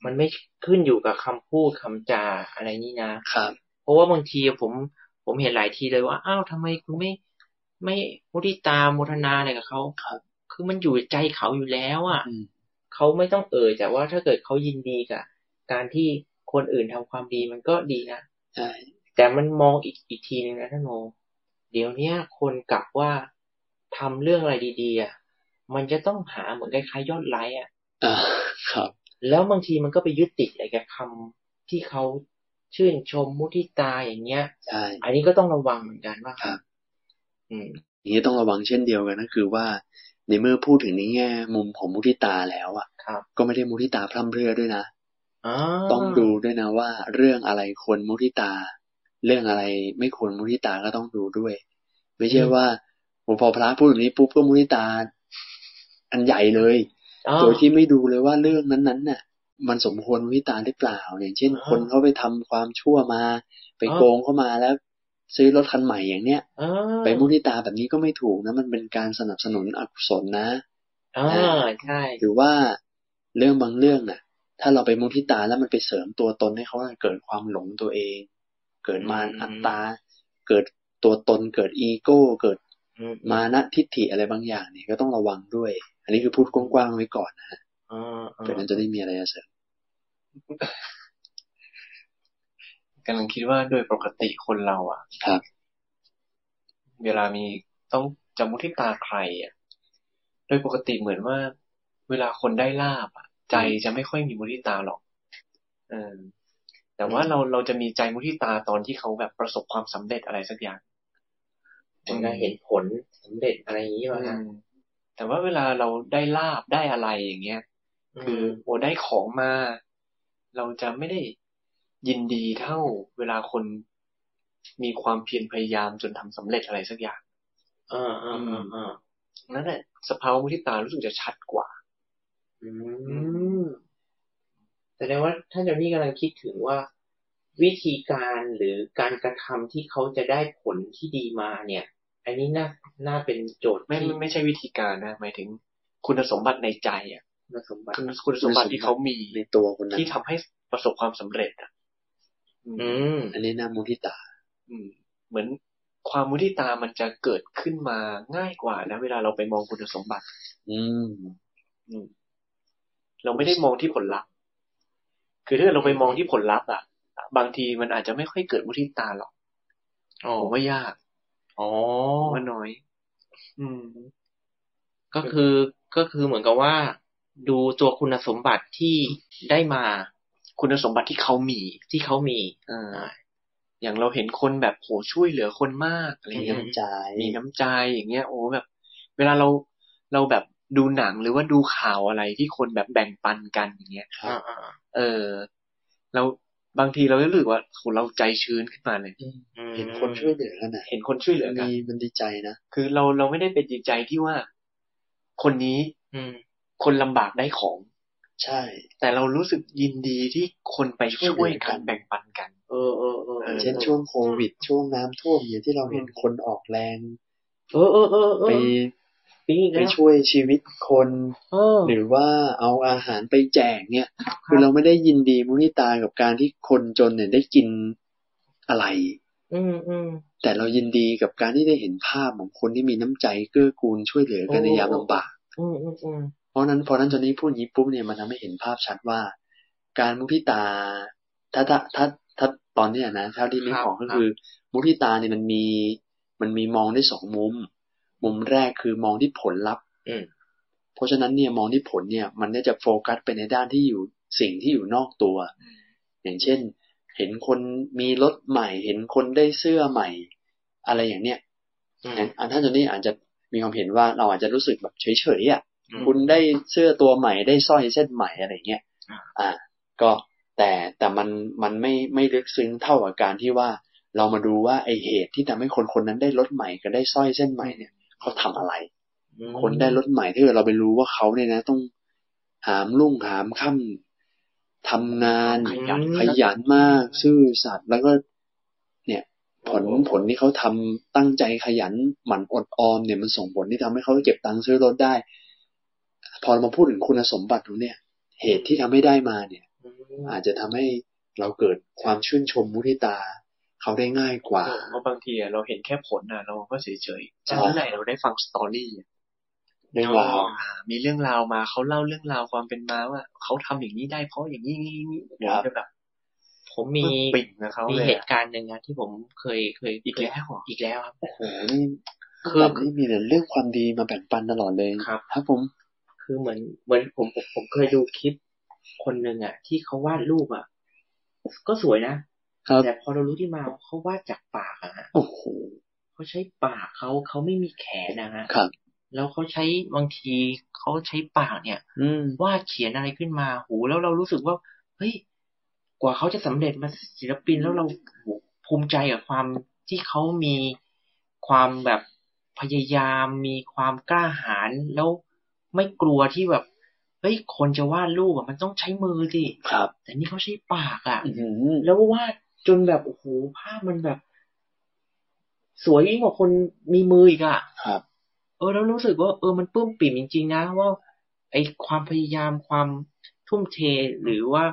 S2: มันไม่ขึ้นอยู่กับคำพูดคำจาอะไรนี่นะ
S3: ครับ
S2: เพราะว่าบางทีผมผมเห็นหลายทีเลยว่าอ้าวทำไมคุณไม่ไม่มุทิตาโมทนาอะไรกับเขา
S3: ครับ
S2: คือมันอยู่ใจเขาอยู่แล้วอ่ะ
S3: อืม
S2: เขาไม่ต้องเอ่ยแต่ว่าถ้าเกิดเขายินดีกับการที่คนอื่นทำความดีมันก็ดีนะ
S3: ใช่
S2: แต่มันมองอีกอีกทีหนึงนะท่านโมเดี๋ยวเนี้ยคนกลับว่าทำเรื่องอะไรดีๆอ่ะมันจะต้องหาเหมือนคล้ายๆยอดไลค์อ่ะ
S3: อ่าครับ
S2: แล้วบางทีมันก็ไปยึดติดอะไรกับคำที่เขาชื่นชมมุทิตาอย่างเงี้ย
S3: ใช่
S2: อันนี้ก็ต้องระวังเหมือนกันว่า
S3: ครับ
S2: อืม
S3: อย่างนี้ต้องระวังเช่นเดียวกันก็คือว่าในเมื่อพูดถึงในแง่มุมของมุทิตาแล้วอ่ะ
S2: ครับ
S3: ก็ไม่ได้มุทิตาพร่ำเพรื่อด้วยนะ
S2: อา
S3: ต้องดูด้วยนะว่าเรื่องอะไรควรมุทิตา เรื่องอะไรไม่ควรมุทิตาก็ต้องดูด้วย ไม่ใช่ว่าโอ้พอพระพูดอย่างนี้ปุ๊บก็มุทิตา อันใหญ่เลย
S2: อ่า
S3: โดยที่ไม่ดูเลยว่าเรื่องนั้นๆน่ะ มันสมควรมุทิตาหรือเปล่าอย่างเช่น
S2: อ่า
S3: คนเขาไปทำความชั่วมา ไป
S2: อ่า
S3: โกงเข้ามาแล้ว ซื้อรถคันใหม่อย่างเนี้ย
S2: อ่า
S3: ไปมุทิตาแบบนี้ก็ไม่ถูกนะมันเป็นการสนับสนุนอกุศลนะ
S2: อ่าใช่
S3: หรือว่าเรื่องบางเรื่องน่ะ ถ้าเราไปมุทิตาแล้วมันไปเสริมตัวตนให้เขาเกิดความหลงตัวเอง เกิดมารอัตตา เกิดตัวตน เกิดอีโก้ เกิด
S2: อืม
S3: มานะทิฏฐิอะไรบางอย่างเนี่ยก็ต้องระวังด้วย อันนี้คือพูดกว้างๆไว้ก่อนนะฮะ
S2: อ่าอ่า
S3: เพื่อนั้นจะได้มีอะไรจะเสริม
S4: กำลังคิดว่าโดยปกติคนเราอ่ะ
S3: ครับ
S4: เวลามีต้องจำมุทิตาใครอ่ะ โดยปกติเหมือนว่า เวลาคนได้ลาบอ่ะ ใจจะไม่ค่อยมีมุทิตาหรอก เออ แต่ว่าเราเราจะมีใจมุทิตาตอนที่เขาแบบประสบความสำเร็จอะไรสักอย่าง
S2: มันก็เห็นผลสำเร็จอะไรอย่างนี้มา
S4: อืมแต่ว่าเวลาเราได้ลาบได้อะไรอย่างเงี้ย คือโอได้ของมา เราจะไม่ได้ยินดีเท่าเวลาคนมีความเพียรพยายามจนทำสำเร็จอะไรสักอย่าง
S2: อ่าอ่าอ่าอ่า
S4: นั่นแหละสภาวะมุทิตารู้สึกจะชัดกว่า
S2: อืมแสดงว่าท่านเจ้านี่กำลังคิดถึงว่า วิธีการหรือการกระทำที่เขาจะได้ผลที่ดีมาเนี่ย อันนี้น่าน่าเป็นโจทย์
S4: ไม่
S2: ที่
S4: ไม่ไม่ใช่วิธีการนะ หมายถึงคุณสมบัติในใจอ่ะ
S2: คุณสมบัติ
S4: คุณคุณสมบัติที่เขามี
S3: ในตัวคนนั้น
S4: ที่ทำให้ประสบความสำเร็จอ่ะอืม
S2: อืม
S3: อันนี้นะมุทิตา
S4: อืมเหมือนความมุทิตามันจะเกิดขึ้นมาง่ายกว่านะเวลาเราไปมองคุณสมบัติ
S3: อืม
S4: เราไม่ได้มองที่ผลลัพธ์ คือถ้าเราไปมองที่ผลลัพธ์อ่ะ บางทีมันอาจจะไม่ค่อยเกิดมุทิตาหรอก
S2: อ๋อ
S4: ผมว่ายาก
S2: อ๋อ
S4: ผมว่าน้อย อืม
S2: ก็คือก็คือเหมือนกับว่า ดูตัวคุณสมบัติที่ได้มา
S4: คุณสมบัติที่เขามี
S2: ที่เขามี
S4: อ่าอย่างเราเห็นคนแบบโหช่วยเหลือคนมากอะไร
S3: มี
S4: เงี้ย
S3: น้ำใจ
S4: มีน้ำใจอย่างเงี้ย โอ้แบบ เวลาเราเราแบบดูหนังหรือว่าดูข่าวอะไรที่คนแบบแบ่งปันกันอย่างเงี้ย
S3: ครับ
S4: เออ เราบางทีเราก็รู้สึกว่าโหเราใจชื้นขึ้นมาเลย
S3: เห็นคนช่วยเหลือกันนะ
S4: เห็นคนช่วยเหลือกัน
S3: มีมันดีใจนะ
S4: คือเราเราไม่ได้เป็นดีใจที่ว่า คนนี้
S2: อืม
S4: คนลำบากได้ของ
S3: ใช่
S4: แต่เรารู้สึกยินดีที่คนไปช่วยกันแบ่งปันกัน
S2: เออเออเออเออ
S3: เช่นช่วงโควิด ช่วงน้ำท่วมเนี่ยที่เราเห็นคนออกแรง
S2: เออเออเออเอ
S3: ไป
S2: อปีอีก
S3: ไป
S2: แล้ว
S3: ช่วยชีวิตคน
S2: เออ
S3: หรือว่าเอาอาหารไปแจกเนี่ย
S2: ครับ
S3: คือเราไม่ได้ยินดีมุนิตากับการที่คนจนเนี่ยได้กินอะไร
S2: อืมอืม
S3: แต่เรายินดีกับการที่ได้เห็นภาพของคนที่มีน้ำใจเกื้อกูลช่วยเหลือกันในยามลำบาก
S2: อืมอืมอืม
S3: เพราะฉะนั้นพอนั้นจนนี้พูดอย่างนี้ปุ๊บเนี่ยมันทำให้เห็นภาพชัดว่า การมุทิตาถ้าถ้าถ้าถ้าตอนเนี้ยนะเท่าที่นึกออกก็คือ มุทิตาเนี่ยมันมี มันมีมองได้สองมุม มุมแรกคือมองที่ผลลัพธ์
S2: อืม
S3: เพราะฉะนั้นเนี่ยมองที่ผลเนี่ย มันก็จะโฟกัสไปในด้านที่อยู่สิ่งที่อยู่นอกตัว อย่างเช่น เห็นคนมีรถใหม่ เห็นคนได้เสื้อใหม่ อะไรอย่างเนี้ย
S2: อืม
S3: อย่างอันท่านเจนนี่อาจจะมีความเห็นว่าเราอาจจะรู้สึกแบบเฉยๆอ่ะ
S2: อืม
S3: คุณได้เสื้อตัวใหม่ได้สร้อยเส้นใหม่อะไรเงี้ย
S2: อ่า
S3: อ่า ก็แต่แต่มันมันไม่ไม่ลึกซึ้งเท่ากับการที่ว่าเรามาดูว่าไอเหตุที่ทำให้คนคนนั้นได้รถใหม่กับได้สร้อยเส้นใหม่เนี่ยเขาทำอะไร คนได้รถใหม่ที่เราไปรู้ว่าเขาเนี่ยนะ ต้องหามลุ่งหามค่ำทำงาน
S2: ขยัน
S3: ขยันมาก ซื่อสัตย์แล้วก็ เนี่ย ผลผลที่เขาทำตั้งใจขยันหมั่นอดออมเนี่ยมันส่งผลที่ทำให้เขาเก็บตังค์ซื้อรถได้ พอมาพูดถึงคุณสมบัติของเนี่ย เหตุที่ทำให้ได้มาเนี่ย
S2: อืม
S3: อาจจะทำให้เราเกิดความชื่นชมมุทิตา เขาได้ง่ายกว่า
S4: เพราะบางทีอะเราเห็นแค่ผลนะเราก็เฉยเฉยๆ
S3: ใช่
S4: แต่เมื่อไหร่เราได้ฟังสตอรี่อะ
S3: ได้ราว
S4: อ่ามีเรื่องราวมาเขาเล่าเรื่องราวความเป็นมาว่าเขาทำอย่างนี้ได้เพราะอย่างนี้นี่นี่ผมจะแบบ
S2: ผมมี
S4: ปิ่งกับเขา
S2: มี
S4: เลย
S2: เห
S4: อะ
S2: ตุการณ์หนึ่งนะที่ผมเคยเคย
S4: อีกแล้วเหรอ
S2: อีกแล้วครับ
S3: โอ้โหนี่
S2: คื
S3: คือ อนี่มีแต่เรื่องความดีมาแบ่งปันตลอดเลย
S4: ครับ
S3: ครับผม
S2: คือเหมือนเหมือนผมผมผมเคยดูคลิปคนหนึ่งอ่ะ ที่เขาวาดรูปอ่ะ ก็สวยนะครับ แต่พอเรารู้ที่มาว่าเขาวาดจากปากอะฮะ
S3: โอ้โห
S2: เขาใช้ปากเขาเขาไม่มีแขนนะฮะ
S3: ครับ
S2: แล้วเขาใช้บางทีเขาใช้ปากเนี่ย
S3: อืม
S2: วาดเขียนอะไรขึ้นมาโหแล้วเรารู้สึกว่า เฮ้ย กว่าเขาจะสำเร็จมาศิลปินแล้วเราโหภูมิใจกับความที่เขามีความแบบพยายาม มีความกล้าหาญแล้วไม่กลัวที่แบบ เฮ้ย คนจะวาดรูปอะมันต้องใช้มือสิ
S3: ครับ
S2: แต่นี่เขาใช้ปากอะ
S3: อืม
S2: แล้ววาดจนแบบโอ้โหภาพมันแบบ สวยยิ่งกว่าคนมีมืออีกอะ
S3: ครับ
S2: เออแล้วรู้สึกว่าเออมันปลื้มปิ่มจริง ๆ นะว่าไอความพยายามความทุ่มเทหรือว่า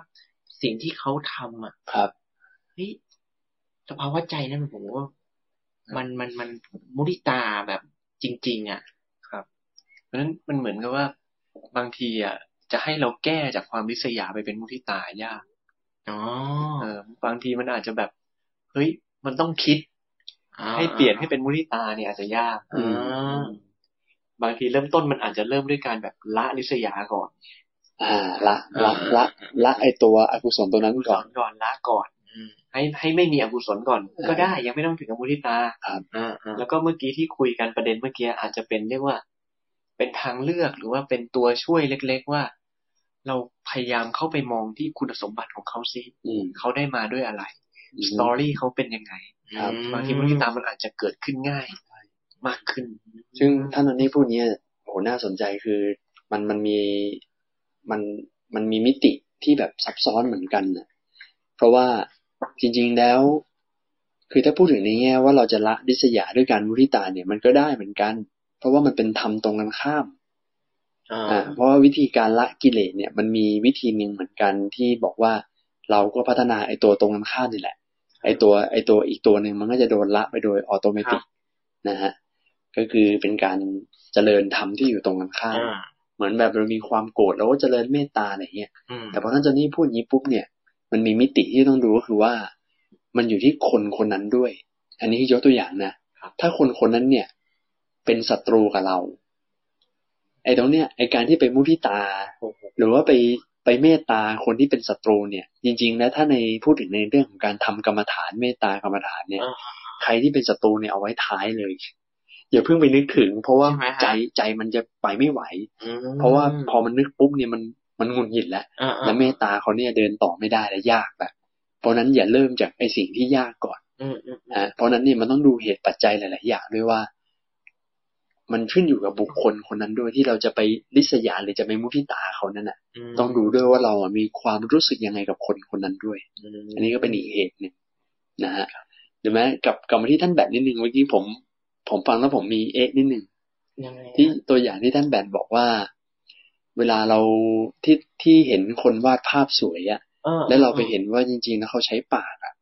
S2: สิ่งที่เขาทำอ่ะ
S3: ครับ
S2: เฮ้ยสภาวะใจนั่นผมว่ามันมันมันมุริตาแบบจริง ๆ อ่ะ
S4: เพราะฉะนั้นมันเหมือนกับว่าบางทีอ่ะจะให้เราแก้จากความริษยาไปเป็นมุทิตายาก
S2: อ๋อ
S4: เออบางทีมันอาจจะแบบ เฮ้ย มันต้องคิด
S2: อ่า
S4: ให้เปลี่ยนให้เป็นมุทิตาเนี่ยอาจจะยาก
S2: อ่า
S4: บางทีเริ่มต้นมันอาจจะเริ่มด้วยการแบบละริษยาก่อน
S3: อ่า ละละละละไอตัวอกุศลตัวนั้น
S4: ส
S3: ก่อ
S4: อน นก่อนละก่อน
S2: อืม
S4: ให้ให้ไม่มีอกุศลก่อน
S3: เออ
S4: ก็ได้ยังไม่ต้องถึงกับมุทิตา
S2: อ่าอ่า
S4: แล้วก็เมื่อกี้ที่คุยกันประเด็นเมื่อกี้อาจจะเป็นเรียกว่า เป็นทางเลือกหรือว่าเป็นตัวช่วยเล็ก ๆ ว่า เราพยายามเข้าไปมองที่คุณสมบัติของเขาซิ
S3: อืม
S4: เขาได้มาด้วยอะไร
S3: อืม
S4: สตอรี่เขาเป็นยังไง
S3: ครับ
S4: บางทีมุทิตามันอาจจะเกิดขึ้นง่าย มากขึ้น
S3: ซึ่งท่านอันนี้พูดเนี้ยโหน่าสนใจคือมันมันมีมันมันมีมิติที่แบบซับซ้อนเหมือนกันนะเพราะว่าจริง ๆแล้ว คือถ้าพูดถึงในแง่ว่าเราจะละดิสยาด้วยการมุทิตาเนี่ยมันก็ได้เหมือนกัน เพราะว่ามันเป็นธรรมตรงกันข้าม
S2: อ่า
S3: อ่าเพราะว่าวิธีการละกิเลสเนี่ยมันมีวิธีหนึ่งเหมือนกันที่บอกว่าเราก็พัฒนาไอตัวตรงกันข้ามนี่แหละ ไอตัวไอตัวอีกตัวหนึ่งมันก็จะโดนละไปโดยออโตเมติกนะฮะก็คือเป็นการเจริญธรรมที่อยู่ตรงกันข้าม
S2: อ่า
S3: เหมือนแบบเรามีความโกรธเราก็เจริญเมตตาอะไรเงี้ย
S2: อืม
S3: แต่พอท่านเจนนี่พูดอย่างนี้ปุ๊บเนี่ย มันมีมิติที่ต้องดูก็คือว่า มันอยู่ที่คนคนนั้นด้วย อันนี้ยกตัวอย่างนะถ้าคนคนนั้นเนี่ย เป็นศัตรูกับเรา ไอ้ตรงเนี้ยไอ้การที่ไปมุทิตา
S2: โอ้โห
S3: หรือว่าไปไปเมตตาคนที่เป็นศัตรูเนี่ย จริง ๆ แล้วถ้าในพูดถึงในเรื่องของการทำกรรมฐานเมตตากรรมฐานเนี่ย ใครที่เป็นศัตรูเนี่ยเอาไว้ท้ายเลย อย่าเพิ่งไปนึกถึง เพราะว่าใจใจมันจะไปไม่ไหว
S2: อืม
S3: เพราะว่าพอมันนึกปุ๊บเนี่ยมันมันหงุดหงิดแล้ว
S2: อ่าอ่า
S3: และเมตตาเขาเนี่ยเดินต่อไม่ได้และยากแล้วเพราะฉะนั้นอย่าเริ่มจากไอ้สิ่งที่ยากก่อน
S2: อืมอืม
S3: อ่ะเพราะฉะนั้นเนี่ยมันต้องดูเหตุปัจจัยหลาย ๆ อย่างด้วยว่า มันขึ้นอยู่กับบุคคลคนนั้นด้วยที่เราจะไปริษยาหรือจะไปมุทิตาเขานั่นน่ะ
S2: ม
S3: ต้องดูด้วยว่าเราอ่ะมีความรู้สึกยังไงกับคนคนนั้นด้วย อันนี้ก็เป็นอีกเหตุหนึ่งนะฮะหรือแม้กับกลับมาที่ท่านแบทนิดนึงเมื่อกี้ผม ผมฟังแล้วผมมีเอ๊ะนิดนึง
S2: ยังไงอะ
S3: ที่ตัวอย่างที่ท่านแบนบอกว่า เวลาเราที่ที่เห็นคนวาดภาพสวยอะ
S2: อ่
S3: แล้วเราไปเห็นว่าจริงๆแล้วเขาใช้ปากอ่ะ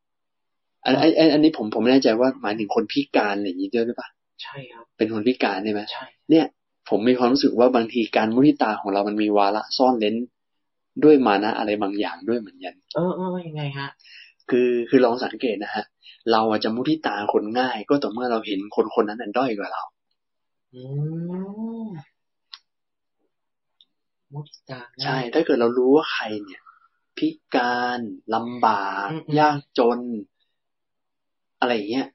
S3: อันไอ้ไอ้อันนี้ผมผมไม่แน่ใจว่าหมายถึงคนพิการอะไรอย่างนี้ด้วยหรือเปล่า
S2: ใช่ครับ
S3: เป็นคนพิการใช่ไหม
S2: ใช่
S3: เนี่ย ผมมีความรู้สึกว่าบางทีการมุทิตาของเรามันมีวาระซ่อนเล้นด้วยมานะอะไรบางอย่างด้วยเหมือนกัน
S2: เออเออยังไงฮะ
S3: คือคือลองสังเกตนะฮะ เราอาจจะมุทิตาคนง่าย ก็ต่อเมื่อเราเห็นคนคนนั้นอันด้อยกว่าเรา
S2: อืมมุทิตานะ
S3: ใช่ ถ้าเกิดเรารู้ว่าใครเนี่ย พิการลำบาก
S2: อืมอืม
S3: ยากจน อะไรอย่างเงี้ย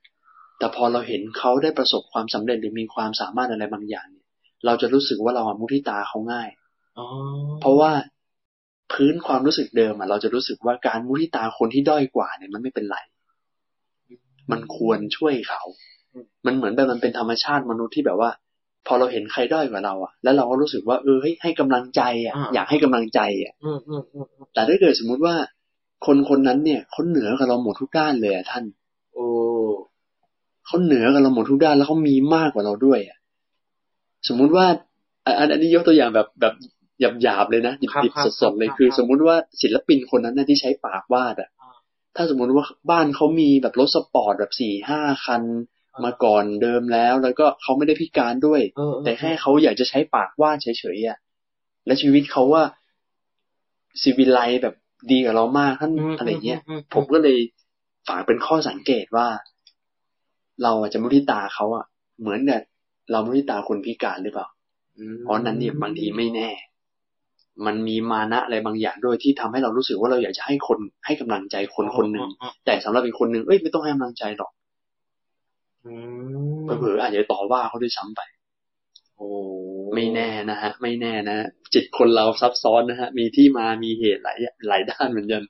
S3: แต่พอเราเห็นเขาได้ประสบความสำเร็จหรือมีความสามารถอะไรบางอย่างเนี่ย เราจะรู้สึกว่าเราอะมุทิตาเขาง่าย
S2: อ๋อ
S3: เพราะว่าพื้นความรู้สึกเดิมอะเราจะรู้สึกว่าการมุทิตาคนที่ด้อยกว่าเนี่ยมันไม่เป็นไร มันควรช่วยเขา มันเหมือนแบบมันเป็นธรรมชาติมนุษย์ที่แบบว่า พอเราเห็นใครด้อยกว่าเราอะแล้วเราก็รู้สึกว่าเออเฮ้ยให้กำลังใจอะอยากให้กำลังใจอะ
S2: อืมอืมอืมอืม
S3: แต่ถ้าเกิดสมมุติว่าคนคนนั้นเนี่ยเขาเหนือกว่าเราหมดทุกด้านเลยอะท่าน
S2: โอ้
S3: เขาเหนือกว่าเราหมดทุกด้านแล้วเขามีมากกว่าเราด้วยอะสมมุติว่าอ่ะอันอันนี้ยกตัวอย่างแบบแบบหยาบหยาบๆเลยนะดิบดิบสดๆเลยคือ สมมุติว่าศิลปินคนนั้นนะที่ใช้ปากวาดอะถ้าสมมุติว่าบ้านเขามีแบบรถสปอร์ตแบบสี่ห้าคัน มาก่อนเดิมแล้ว แล้วก็เขาไม่ได้พิการด้วย
S2: เออเออ
S3: แต่แค่เขาอยากจะใช้ปากวาดเฉยๆอ่ะ และชีวิตเขาว่าซีวิไลซ์แบบดีกับเรามากท่าน
S2: ม
S3: อะไรเงี้ย
S2: อือื
S3: ผมก็เลยฝากเป็นข้อสังเกตว่า เราอาจจะมุทิตาเขาอ่ะ เหมือนกับเรามุทิตาคนพิการหรือเปล่า
S2: ม
S3: เพราะนั้นเนี่ยบางทีไม่แน่ มันมีมานะอะไรบางอย่างด้วยที่ทำให้เรารู้สึกว่าเราอยากจะให้คนให้กำลังใจคนคนหนึ่ง
S2: อ๋อ
S3: แต่สำหรับอีกคนหนึ่งเอ้ยไม่ต้องให้กำลังใจหรอก
S2: อ๋ออ๋ออืม
S3: เผลอๆอาจจะต่อว่าเขาด้วยซ้ำไป
S2: โอ้
S3: ไม่แน่นะฮะ ไม่แน่นะจิตคนเราซับซ้อนนะฮะ มีที่มามีเหตุหลายหลายด้านเหมือนกัน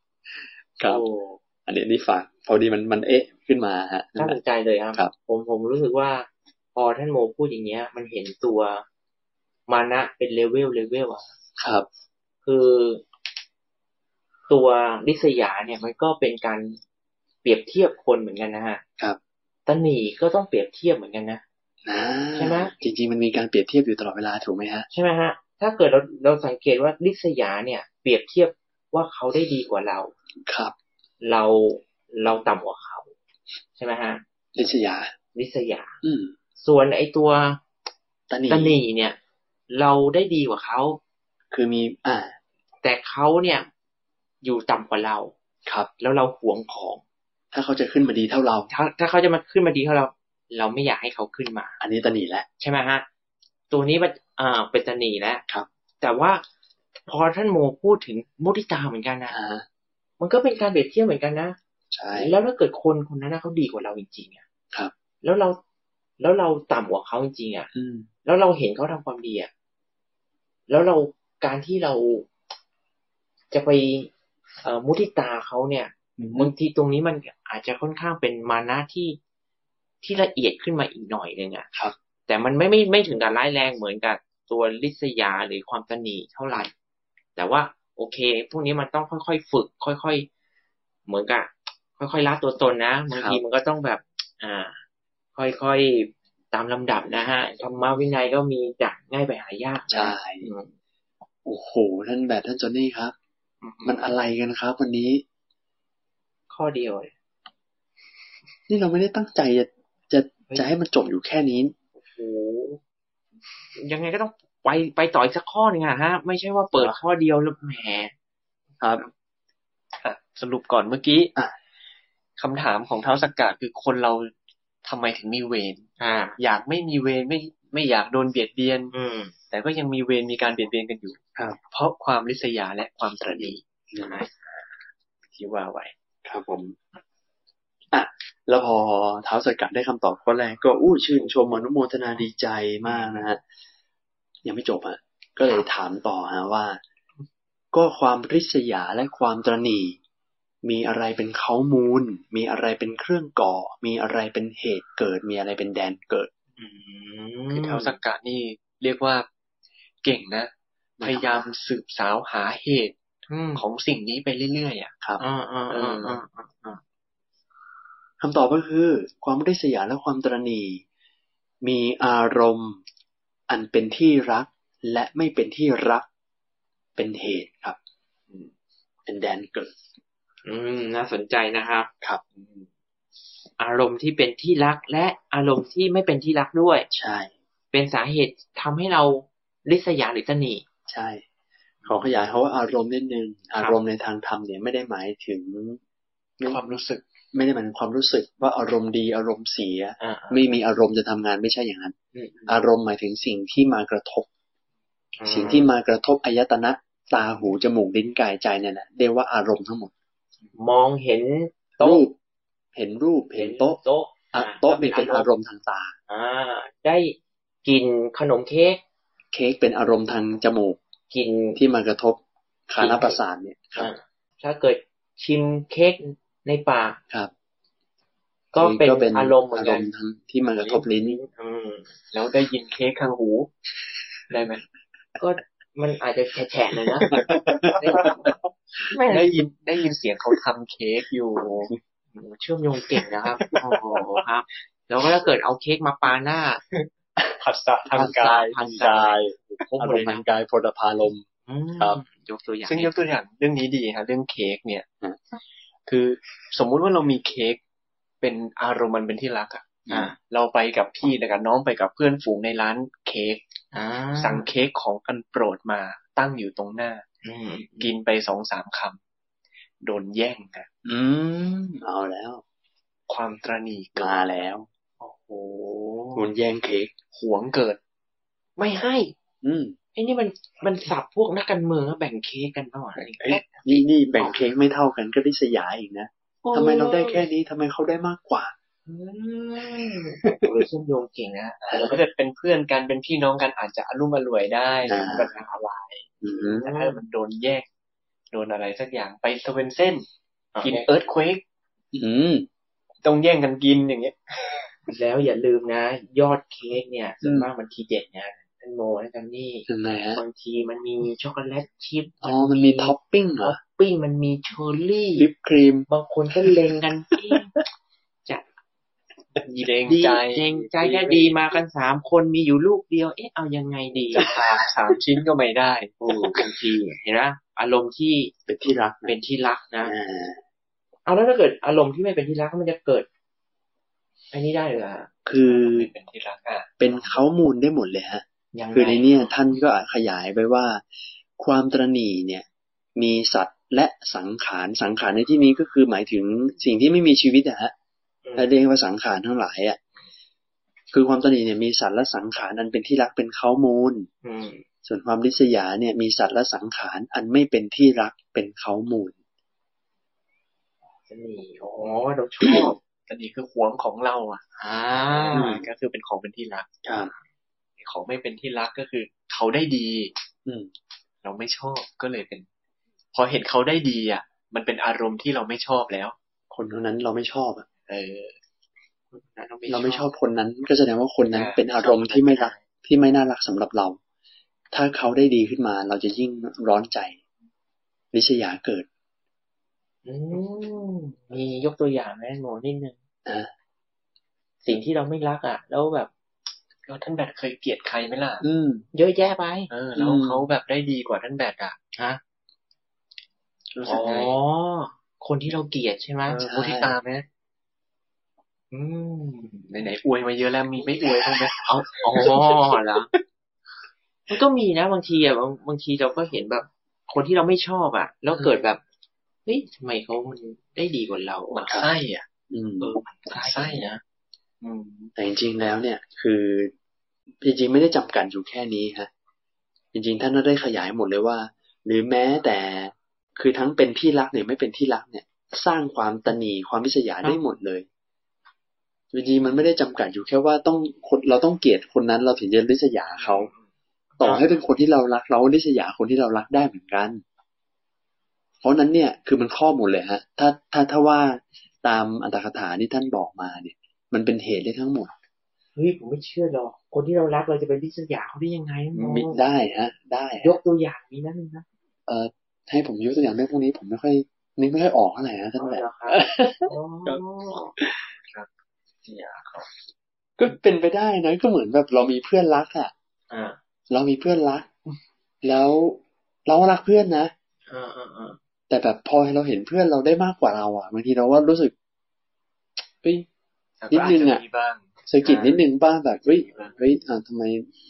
S3: ครับ
S2: โอ้
S3: อันนี้นี่ฝากพอดีมันมันเอ๊ะขึ้นมาฮะ
S2: น่าสนใจเลยครับ
S3: ครับ
S2: ผมผมรู้สึกว่า พอท่านโมพูดอย่างเงี้ย มันเห็นตัวมานะเป็นเลเวลเลเวลอะ
S3: ครับ
S2: คือ ตัวลิษยาเนี่ย มันก็เป็นการเปรียบเทียบคนเหมือนกันนะฮะ
S3: ครับ
S2: ตนหนีก็ต้องเปรียบเทียบเหมือนกันนะ
S3: นะ
S2: ใช่ไหม
S3: จริง ๆ มันมีการเปรียบเทียบอยู่ตลอดเวลาถูกไหมฮะ
S2: ใช่ไหมฮะ ถ้าเกิดเราเราสังเกตว่าลิษยาเนี่ย เปรียบเทียบว่าเขาได้ดีกว่าเรา
S3: ครับ
S2: เราเราต่ำกว่าเขา ใช่ไหมฮะ
S3: ลิศยา
S2: ลิษยา
S3: อืม
S2: ส่วนไอตัว
S3: ตานี
S2: ตนหนีเนี่ย เราได้ดีกว่าเขา
S3: คือมี อ่า
S2: แต่เขาเนี่ยอยู่ต่ำกว่าเรา
S3: ครับ
S2: แล้วเราหวงของ
S3: ถ้าเขาจะขึ้นมาดีเท่าเรา
S2: ถ้าถ้าเขาจะมาขึ้นมาดีเท่าเรา เราไม่อยากให้เขาขึ้นมา
S3: อันนี้ตานีแหละ
S2: ใช่ไหมฮะ ตัวนี้มันอ่าเป็นตนีแล้ว
S3: ครับ
S2: แต่ว่าพอท่านโมพูดถึงมุทิตาเหมือนกันนะ
S3: อ่า
S2: มันก็เป็นการเปรียบเทียบเหมือนกันนะ
S3: ใช่
S2: แล้วถ้าเกิดคนคนนั้นนะเขาดีกว่าเราจริงๆอ่ะ
S3: ครับ
S2: แล้วเราแล้วเราต่ำกว่าเขาจริงๆอ่ะ
S3: อืม
S2: แล้วเราเห็นเขาทำความดีอ่ะ แล้วเราการที่เราจะไปเอ่อมุทิตาเขาเนี่ย บางทีตรงนี้มันอาจจะค่อนข้างเป็นมานะที่ที่ละเอียดขึ้นมาอีกหน่อยหนึงอะ
S3: ครับ
S2: แต่มันไม่ไม่ไม่ถึงกับร้ายแรงเหมือนกับตัวลิษยาหรือความตนีเท่าไหร่ แต่ว่าโอเค พวกนี้มันต้องค่อยๆฝึก ค่อยๆเหมือนกับค่อยๆละตัวตนนะบางทีมันก็ต้องแบบ อ่า ค่อยๆตามลำดับนะฮะธรรมวินัยก็มีจากง่ายไปหายากนะ
S3: ใช่
S2: อืม
S3: โอ้โหท่านแบบท่านจอนนี่ครับ
S2: อื
S3: มันอะไรกันครับ วันนี้
S2: ข้อเดียวเลย
S3: นี่เราไม่ได้ตั้งใจจะจะ
S2: เฮ้ย
S3: จะให้มันจบอยู่แค่นี้
S2: โอ้โหยังไงก็ต้องไปไปต่ออีกสักข้อหนึ่งอะฮะ ไม่ใช่ว่าเปิดข้อเดียวแล้วแหม
S3: ครับ
S4: อ่ะสรุปก่อนเมื่อกี้
S3: อ่ะ
S4: คำถามของเท้าสกกัดคือคนเราทำไมถึงมีเวร
S2: อ่า
S4: อยากไม่มีเวรไม่ไม่อยากโดนเบียดเบียน
S2: อืม
S4: แต่ก็ยังมีเวรมีการเบียดเบียนกันอยู่
S3: ครับ
S4: เพราะความริษยาและความตระหนีที่ว่าไว้
S3: ครับผม อ่ะ แล้วพอเท้าวสกัดได้คำตอบข้อแรกก็อู้ชื่นชมอนุโมทนาดีใจมากนะฮะ ยังไม่จบอ่ะ ก็เลยถามต่อฮะว่า ก็ความริษยาและความตระหนี่ มีอะไรเป็นเขามูล มีอะไรเป็นเครื่องก่อ มีอะไรเป็นเหตุเกิด มีอะไรเป็นแดนเกิด
S2: อื
S4: คือเท้าสักกะนี่เรียกว่าเก่งนะ
S3: ไม่ธร
S4: พ
S3: รมดา
S4: ยายามสืบสาวหาเหตุ
S2: อืม
S4: ของสิ่งนี้ไปเรื่อยๆอ่ะ
S3: ครับ
S2: อ่าอ่าอ่าอ่าอ่า
S3: คำตอบก็คือ ความริษยาและความตระหนี่มีอารมณ์ อันเป็นที่รัก และไม่เป็นที่รัก เป็นเหตุครับอืมเป็นแดนเกิด
S2: อืมน่าสนใจนะครับ
S3: ครับ
S2: อืมอารมณ์ที่เป็นที่รักและอารมณ์ที่ไม่เป็นที่รักด้วย
S3: ใช่
S2: เป็นสาเหตุทำให้เราริษยาหรือตนี
S3: ใช่ ขอขยายเขาว่าอารมณ์นิดนึง อารมณ์ในทางธรรมเนี่ยไม่ได้หมายถึง
S4: ความรู้สึก
S3: ไม่ได้หมายถึงความรู้สึกว่าอารมณ์ดีอารมณ์เสีย
S2: อ่า
S3: ไม่มีอารมณ์จะทำงานไม่ใช่อย่างนั้น
S2: อืม
S3: อารมณ์หมายถึงสิ่งที่มากระทบ สิ่งที่มากระทบอายตนะตาหูจมูกลิ้นกายใจเนี่ยนะเรียกว่าอารมณ์ทั้งหมด
S2: มองเห็น
S3: รู
S2: โต๊ะ
S3: ป เห็นรูปเห็นโต๊ะ
S2: โต๊ะ
S3: อ่ะโต๊ะเป็นอารมณ์ทางตา
S2: อ่า ได้กลินขนมเค้ก
S3: เค้กเป็นอารมณ์ทางจมูก
S2: กลิน
S3: ที่มากระทบคานประสาทเนี่ยครับ
S2: ถ้าเกิดชิมเค้กในปาก
S3: ครับ
S2: ก็เป็น
S3: ก็เป็น
S2: อารมณ์เหมือน
S3: อา
S2: กั
S3: ร
S2: น
S3: มณ์ทั้งที่มากระทบลิ้น
S2: อืม
S4: แล้วได้ยินเค้กข้างหู ได้ไหม
S2: ก็มันอาจจะแฉะๆหน่ อยนะ
S4: ได้ยินได้ยินเสียงเขาทำเค้กอยู่
S2: โอ้โหเชื่อมโยงเก่งนะครับ โอ้โหครับ แล้วก็ถ้าเกิดเอาเค้กมาปาหน้า
S4: ผัสสะทางกาย
S2: ผัสสะทางกาย ครบ
S3: อา
S2: หม
S3: ร
S2: ด
S3: ม
S2: เลย
S3: ณ์ทา
S2: นะ
S3: งกายพลพารมณ์
S2: อืม
S3: ครับ
S2: ยกตัวอย่าง
S4: ซึ่งยกตัวอย่างเรื่องนี้ดีฮะเรื่องเค้กเนี่ย
S3: อืม
S4: คือสมมุติว่าเรามีเค้กเป็นอารมณ์มันเป็นที่รักอ่ะ
S2: อ่า
S4: เราไปกับพี่แล้วกับน้องไปกับเพื่อนฝูงในร้านเค้ก
S2: อ่า
S4: สั่งเค้กของอันโปรดมาตั้งอยู่ตรงหน้า
S2: อืม
S4: กินไปสองสามคำโดนแย่งอะ
S3: อืมเอาแล้ว
S4: ความตระหนี่เกิ
S3: มา
S4: ด
S3: แล้ว
S4: โอ้โห
S3: คุณแย่งเค้ก
S4: หวงเกิด
S2: ไม่ให้
S3: อืม
S2: ไอ้นี่มันมันสับพวกนักการเมืองอะแบ่งเค้กกันเปล่าวะ
S4: เอ้ย
S3: นี่นี่แบ่งเค้กไม่เท่ากันก็ริษยาอีกนะทำไมเราได้แค่นี้ทำไมเขาได้มากกว่า
S2: อืมโอ้โหเชื่อมโยงเก่งนะ
S4: แต่เราก็จะเป็นเพื่อนกันเป็นพี่น้องกันอาจจะอารมณ์อร่วยได้
S3: อ่า
S4: ไม่มีปัญหาอะไร
S3: อืม
S4: แต่ถ้ามันโดนแย่งโดนอะไรสักอย่างไปสเวนเซ่นกิ
S2: กิน
S4: นเอิร์ธเควก
S3: อืม
S4: ต้องแย่งกันกินอย่างเงี้ย
S2: แล้วอย่าลืมนะ ยอดเค้กเนี่ยส่วน
S4: อืม
S2: มากมันทีเด็ดนะท่านโมและท่านนี่
S3: ยังไงฮะ
S2: บางทีมันมีช็อกโกแลตชิพ
S3: อ๋อมันมีท็อปปิ้งเหร
S2: ท็อ
S3: อ
S2: ปปิ้งมันมีเชอร์รี่
S3: ลิปครีม
S2: บางคนก็เลงกันเอ๊ะ
S4: เกรง
S2: ดี
S4: ใจ
S2: เจงใจก็ดีมากันสามคนมีอยู่ลูกเดียว เอ๊ะเอายังไงดี
S4: สามสามชิ้นก็ไม่ได้
S2: โอ้บางทีเห็นนะอารมณ์ที่
S3: เป็นที่รักนะ
S2: เป็นที่รักนะ
S3: อ่า
S2: เอาแล้วถ้าเกิดอารมณ์ที่ไม่เป็นที่รักมันจะเกิด อันนี้ได้เหรอ
S3: คือ
S4: เป็นที่รักอ่ะ
S3: เป็นเขามูลได้หมดเลยฮะ
S2: ยัง
S3: คือ
S2: ไง
S3: ในเนี้ยท่านก็ขยายไปว่า ความตระหนี่เนี่ย มีสัตว์และสังขารสังขารในที่นี้ก็คือหมายถึงสิ่งที่ไม่มีชีวิตอะฮะ
S2: อืม
S3: และเรียกว่าสังขารทั้งหลายอะคือความตระหนี่เนี่ยมีสัตว์และสังขารอันเป็นที่รักเป็นเขามูล
S2: อืม
S3: ส่วนความริษยาเนี่ยมีสัตว์และสังขารอันไม่เป็นที่รักเป็นเขามูล
S2: จะหนีอ๋อเราช อบ
S4: อันนี้คือหวงของเราอ่ะ
S2: อ่า
S4: ก็คือเป็นของเป็นที่รัก
S3: ครับ
S4: ของไม่เป็นที่รักก็คือ เขาได้ดี
S3: อืม
S4: เราไม่ชอบก็เลยเป็น พอเห็นเขาได้ดีอ่ะ มันเป็นอารมณ์ที่เราไม่ชอบแล้ว
S3: คนคนนั้นเราไม่ชอบอะ
S4: เออ
S3: เราไม่ชอบคนนั้น ก็แสดงว่าคนนั้นเป็นอารมณ์ที่ไม่รักที่ไม่น่ารักสำหรับเรา ถ้าเขาได้ดีขึ้นมา เราจะยิ่งร้อนใจริษยาเกิด
S2: อืมมียกตัวอย่างไหมโมนิดนึง
S3: อ่ะ
S2: สิ่งที่เราไม่รักอ่ะ แล้วแบบ
S4: แล้วท่านแบทเคยเกลียดใครไหมล่ะ
S3: อืม
S2: เยอะแยะไป
S4: เออ แล้ว
S3: อืม
S4: เขาแบบได้ดีกว่าท่านแบทอ่ะ ฮะ
S3: รู้สึ
S2: อ๋
S3: ก
S2: อ
S3: ไง
S2: คนที่เราเกลียดใช่ไหม
S4: เออ
S3: ใช่
S4: มุทิตาไหม
S2: อืม
S4: ไหนๆอวยมาเยอะแล้วมีไม่อวยบ้างไหม
S2: เอาอ๋อเหรอมันก็มีนะบางทีอ่ะบางบางทีเราก็เห็นแบบ คนที่เราไม่ชอบอ่ะ แล้วเกิดแบบเฮ้ยทำไมเขามันได้ดีกว่าเรา
S4: หมัน
S2: อ่ะ
S4: ไส้อ่ะ
S3: อืม
S2: เออมันใช่นะ
S4: อืม
S3: แต่จริงๆแล้วเนี่ย คือจริงๆไม่ได้จำกัดอยู่แค่นี้ฮะจริงๆท่านก็ได้ขยายหมดเลยว่า หรือแม้แต่คือทั้งเป็นที่รักหรือไม่เป็นที่รักเนี่ย สร้างความตนีความวิษยาได้หมดเลยจริงๆมันไม่ได้จำกัดอยู่แค่ว่าต้องคนเราต้องเกลียดคนนั้นเราถึงจะริษยาเขาต่อให้เป็นคนที่เรารักเราก็ริษยาคนที่เรารักได้เหมือนกัน เพราะนั้นเนี่ยคือมันครอบหมดเลยฮะ ถ้าถ้าถ้าว่าตามอัตถกถาที่ท่านบอกมาเนี่ย มันเป็นเหตุได้ทั้งหมด
S2: เฮ้ยผมไม่เชื่อหรอกคนที่เรารักเราจะไปริษยาเขาได้ยังไงโม
S3: มิได้ฮะ ได้
S2: ย
S3: ฮะ
S2: กตัวอย่างนี้นั่นนะ
S3: เอ่อให้ผมยกตัวอย่างเรื่องพวกนี้ผมไม่ค่อยนึกไม่ค่อยออกเท่าไหร่นะท่านแบบ
S2: เอาเหรอครับอ๋อ
S3: ก็เป็นไปได้นะก็เหมือนแบบเรามีเพื่อนรักอะ
S2: อ่า
S3: เรามีเพื่อนรัก แล้วเรารักเพื่อนนะ
S2: อ่าอ่าอ่า
S3: แต่แบบพอเราเห็นเพื่อนเราได้มากกว่าเราอะบางทีเราว่ารู้สึกเฮ้ย
S4: แต่
S3: นิ
S4: ก็
S3: ด
S4: อาจ
S3: นึง
S4: จะ
S3: อะ
S4: มีบ้าง
S3: สะกิดนิดนึงบ้างแบบเฮ้ยเฮ้ยอ่าทำไม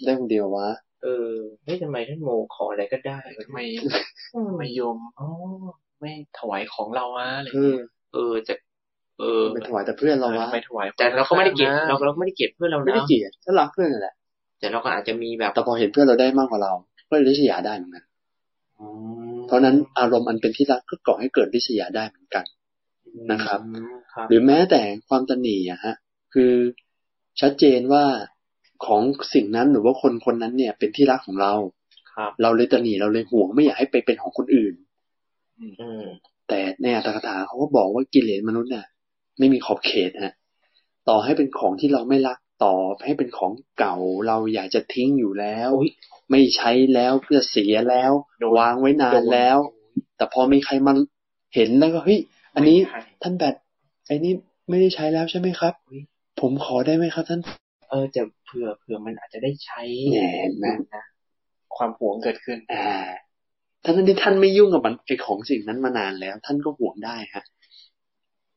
S3: ได้คนเดียววะ
S2: เออเฮ้ยทำไมท่านโมขออะไรก็ได้
S4: ทำไม
S2: อืม
S4: ไม่ยม
S2: อ๋อ
S4: ไม่ถวายของเราอะอะไร
S3: เออ
S2: เออแต่เออ
S3: ไปถวายแต่เพื่อนเราวะ
S4: ทำไมถวาย
S2: แต่เราก็ไม่ได้เกลียด
S4: นะ
S2: เราเราก็ไม่ได้เกลียดเพื่อนเรา
S3: ไม่
S2: นะ
S3: ได้เกลียดก็รักเพื่อนนั่นแหละ
S2: แต่เราก็อาจจะมีแบบ
S3: แต่พอเห็นเพื่อนเราได้มากกว่าเรา ก็เลยริษยาได้เหมือนกันเพราะฉะนั้นอารมณ์อันเป็นที่รักก็ก่อให้เกิดริษยาได้เหมือนกัน นะครับ
S2: อืมครับ
S3: หรือแม้แต่ความตนีอะฮะ คือชัดเจนว่าของสิ่งนั้นหรือว่าคนคนนั้นเนี่ย เป็นที่รักของเรา
S2: ครับ
S3: เราเลยตนีเราเลยห่วงไม่อยากให้ไปเป็นของคนอื่น
S2: อืม
S3: แต่ในอัตถกถาเขาก็บอกว่ากิเลสมนุษย์เนี่ยไม่มีขอบเขตฮะต่อให้เป็นของที่เราไม่รักต่อให้เป็นของเก่าเราอยากจะทิ้งอยู่แล้ว ไม่ใช้แล้วเพื่อเสียแล้ววางไว้นานแล้ว แต่พอมีใครมาเห็นแล้วก็เฮ้ยอันนี้ ท่านแบตไอ้นี่ไม่ได้ใช้แล้วใช่ไหมครับ ผมขอได้ไหมครับ ท่าน
S2: เออจะเผื่อเผื่อมันอาจจะได้ใช้
S3: แหน่นะ
S2: นะ
S4: ความหวงเกิดขึ้น
S3: อ่าท่านที่ท่านไม่ยุ่งกับมันไอของสิ่งนั้นมานานแล้ว ท่านก็ห่วงได้ฮะ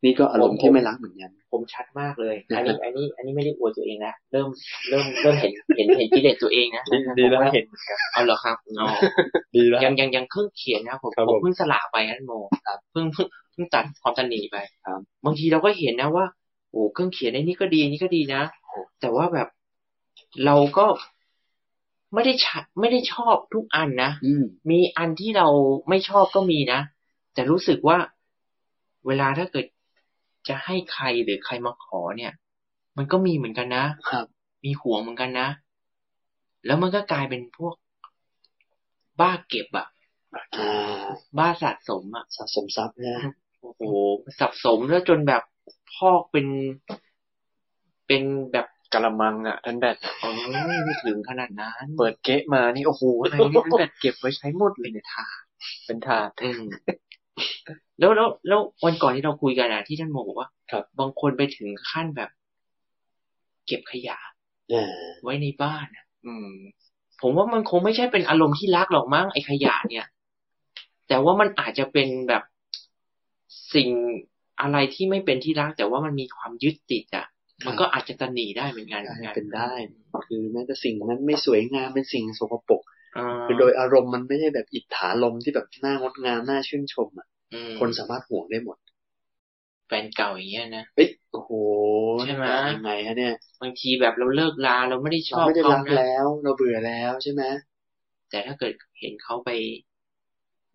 S3: นี่ก็อารมณ์ที่ไม่รักเหมือนกัน
S2: ผมชัดมากเลย
S3: นะ
S2: อัน
S3: ฮะ
S2: นี้ อันนี้ อันนี้ไม่ได้อวดตัวเองนะเริ่มเริ่มเริ่มเห็นเห็นเห็นกิเลสตัวเองนะ
S4: ดีดีแล้ว
S2: ผมเห็นเอาเหรอครับอ๋อ
S4: ดีแล้ว
S2: ยังยังยังเครื่องเขียนนะครับผม
S4: ครับ
S2: ผ
S4: ผม ม
S2: เพิ่งสละไปนั่นโมเพิ่งเพิ่งเพิ่งตัดความตันหนีไป
S3: ครับ
S2: บางทีเราก็เห็นนะว่าโอ้เครื่องเขียนในนี้ก็ดีนี่ก็ดีนะแต่ว่าแบบเราก็ไม่ได้ชะไม่ได้ชอบทุกอันนะ
S3: อืม
S2: มีอันที่เราไม่ชอบก็มีนะแต่รู้สึกว่าเวลาถ้าเกิดจะให้ใครหรือใครมาขอเนี่ย มันก็มีเหมือนกันนะครับ มีห่วงเหมือนกันนะ แล้วมันก็กลายเป็นพวกบ้าเก็บอะ
S3: อ่า
S2: บ้าสะสมอ่ะ
S3: สะสมทรัพย์นะ
S2: โอ้โหสะสมแล้วจนแบบพอกเป็น เป็นแบบ
S4: กะละมังอ่ะท่านแบท
S2: โอ้ยไม่ถึงขนาดนั้น
S4: เปิดเก๊ะมานี่โอ้โหอะไรนี่ท่านแบทเก็บไว้ใช้หมดเลยเนี่ย
S2: ทา
S4: เป็นถาด
S2: อืมแล้วแล้วแล้ววันก่อนที่เราคุยกันอะที่ท่านโมบอกว่า
S4: ครับ
S2: งคนไปถึงขั้นแบบ เก็บขยะ
S3: อ่า
S2: ไว้ในบ้านอะ
S4: อืม
S2: ผมว่ามันคงไม่ใช่เป็นอารมณ์ที่รักหรอกมั้งไอ้ขยะเนี่ย แต่ว่ามันอาจจะเป็นแบบสิ่งอะไรที่ไม่เป็นที่รัก แต่ว่ามันมีความยึดติดอะ มันก็อาจจะตันหนีได้เหมือนกัน
S3: ได้เป็นได้ คือแม้แต่สิ่งนั้นไม่สวยงามเป็นสิ่งสกปรก
S2: อ่า
S3: คือโดยอารมณ์มันไม่ใช่แบบอิทธาลมณ์ที่แบบน่างดงามน่าชื่นชมอ่ะ
S2: อืม
S3: คนสามารถห่วงได้หมด
S2: แฟนเก่าอย่างเงี้ยนะ
S3: เอ้ยโอ้โห
S2: ใช่ไหม
S3: ยังไงฮะเนี่ย
S2: บางทีแบบเราเลิกลาเราไม่ได้ช
S3: เรา
S2: อบ
S3: ไม่ได้
S2: เขา
S3: รัก
S2: นะ
S3: แล้ว เราเบื่อแล้วใช่ไหม
S2: แต่ถ้าเกิดเห็นเขาไป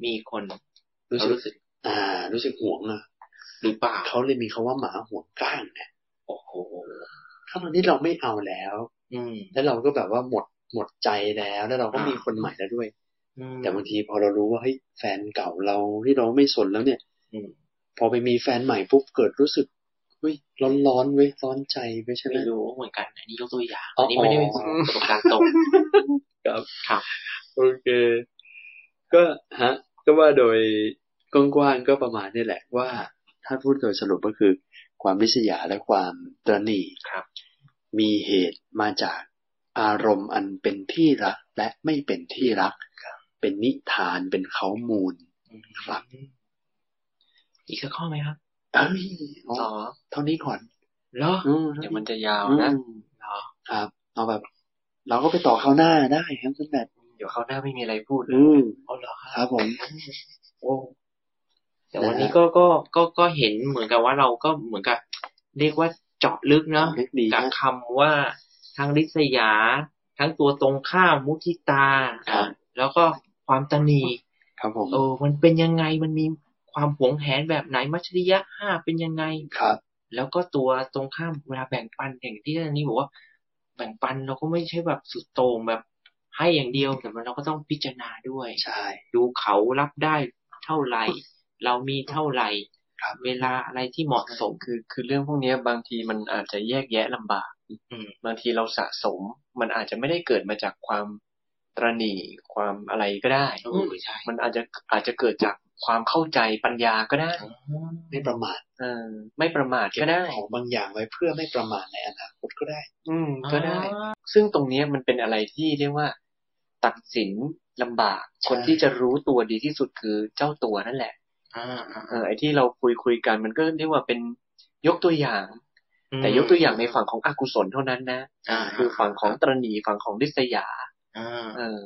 S2: มีคน
S3: รู้
S2: เรา
S3: สึก
S2: รู้สึก
S3: อ่า รู้สึกห่วงอ่ะ
S2: หรือเปล่า
S3: เขาเลยมีคาว่าหมาห่วงก้างเนี่ย
S2: โอ้โห
S3: ทั้งที่เราไม่เอาแล้ว
S2: อืม
S3: แล้วเราก็แบบว่าหมดหมดใจแล้ว แล้วเราก็
S2: อ่ามี
S3: มีคนใหม่แล้วด้วย
S2: อืม
S3: แต่บางทีพอเรารู้ว่าเฮ้ยแฟนเก่าเราที่เราไม่สนแล้วเนี่ย
S2: อืม
S3: พอไปมีแฟนใหม่ปุ๊บเกิดรู้สึกเฮ้ยร้อนร้อนๆเว้ยร้อนใจเว้ยใช่ไหม
S2: ไม่รู้เหมือนกัน อันนี้ยกตัวอย่าง
S3: อ๋อ
S2: อัน
S3: อั
S2: นี้ไม่ได้เป็น
S3: อ๋อ
S2: ประสบการณ์ตรง
S3: โอเค ก็ฮะ ก็ว่าโดยกว้างๆก็ประมาณนี่แหละว่า ถ้าพูดโดยสรุปก็คือ ความริษยาและความตระหนี่
S2: ครับ
S3: มีเหตุมาจากอารมณ์อันเป็นที่รักและไม่เป็นที่รัก เป็นนิทานเป็นเขามูล ครับ
S2: อีกสักข้อไหมครับ
S3: เอ้ยอ๋อ
S4: อ๋อ
S3: เท่านี้ก่อน
S2: เหรอ
S3: อืม
S4: เดี๋ยวมันจะยาว
S3: อืม
S4: นะ
S2: เหรอ
S3: ครับ เอาแบบ เราก็ไปต่อข้าวหน้าได้ครับท่านแบบ
S4: เดี๋ยวเข้าวหน้าไม่มีอะไรพูดเลย
S3: อืม
S2: เอาเหรอครับ
S3: ครับผม
S2: โอ้แต่วัน
S3: นะฮะ
S2: นี้ก็ก็ก็ก็เห็นเหมือนกับว่าเราก็เหมือนกับ เรียกว่าเจาะลึกเนาะ
S3: เล็กดี
S2: กับ
S3: นะ
S2: คำว่าทั้งริษยา ทั้งตัวตรงข้ามมุทิตา
S3: ครับ
S2: แล้วก็ความตนี
S3: ครับผม
S2: เออมันเป็นยังไงมันมีความหวงแหนแบบไหนมัชริยะห้าเป็นยังไง
S3: ครับ
S2: แล้วก็ตัวตรงข้ามเวลาแบ่งปันอย่างที่ท่านนี้บอกว่า แบ่งปันเราก็ไม่ใช่แบบสุดโต่งแบบให้อย่างเดียวแต่มันเราก็ต้องพิจารณาด้วย
S3: ใช่
S2: ดูเขารับได้เท่าไหร่ เรามีเท่าไหร่
S3: ครับ
S2: เวลาอะไรที่เหมาะสม
S4: คือคือเรื่องพวกเนี้ยบางทีมันอาจจะแยกแยะลำบาก
S2: อืม
S4: บางทีเราสะสม มันอาจจะไม่ได้เกิดมาจากความตระหนี่ความอะไรก็ได้
S2: เออใช่
S4: มันอาจจะอาจจะเกิดจากความเข้าใจปัญญาก็ได้
S3: ไม่ประมาท
S4: เออไม่ประมาทก็ได้
S3: ของบางอย่างไว้เพื่อไม่ประมาทในอนาคตก็ได้
S4: อืมก็ได้ ซึ่งตรงเนี้ยมันเป็นอะไรที่เรียกว่า ตัดสินลำบาก
S3: ใช่
S4: คนที่จะรู้ตัวดีที่สุดคือเจ้าตัวนั่นแหละ
S2: อ่าอ่า
S4: เออไอ้ที่เราคุยคุยกันมันก็เรียกว่าเป็นยกตัวอย่าง
S2: อืม
S4: แต่ยกตัวอย่างในฝั่งของอกุศลเท่านั้นนะ
S2: อ่า
S4: คือฝั่งของตรณีฝั่งของดิษยา
S2: อ่า
S4: เออ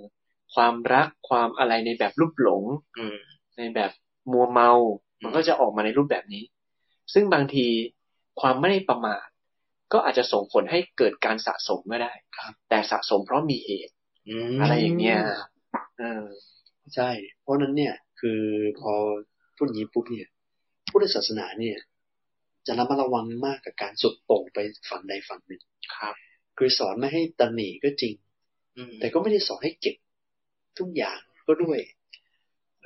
S4: ความรักความอะไรในแบบรูปหลง
S2: อืม
S4: ในแบบมัวเมา
S2: อืม
S4: มันก็จะออกมาในรูปแบบนี้
S2: ซึ่งบางทีความไม่ได้ประมาทก็อาจจะส่งผลให้เกิดการสะสมก็ได้แต่สะสมเพราะมีเหตุ
S3: ม
S2: อะไรอย่างเงี้ยเออ
S3: ใช่ เพราะฉะนั้นเนี่ย คือพอพูดอย่างนี้ปุ๊บเนี่ยพุทธศาสนาเนี่ย จะระมัดระวังมากกับการสุดโต่งไปฝั่งใดฝั่งหนึ่ง
S2: ครับ
S3: คือสอนไม่ให้ตำหนิก็จริง
S2: อืม
S3: แต่ก็ไม่ได้สอนให้เก็บทุกอย่างก็ด้วย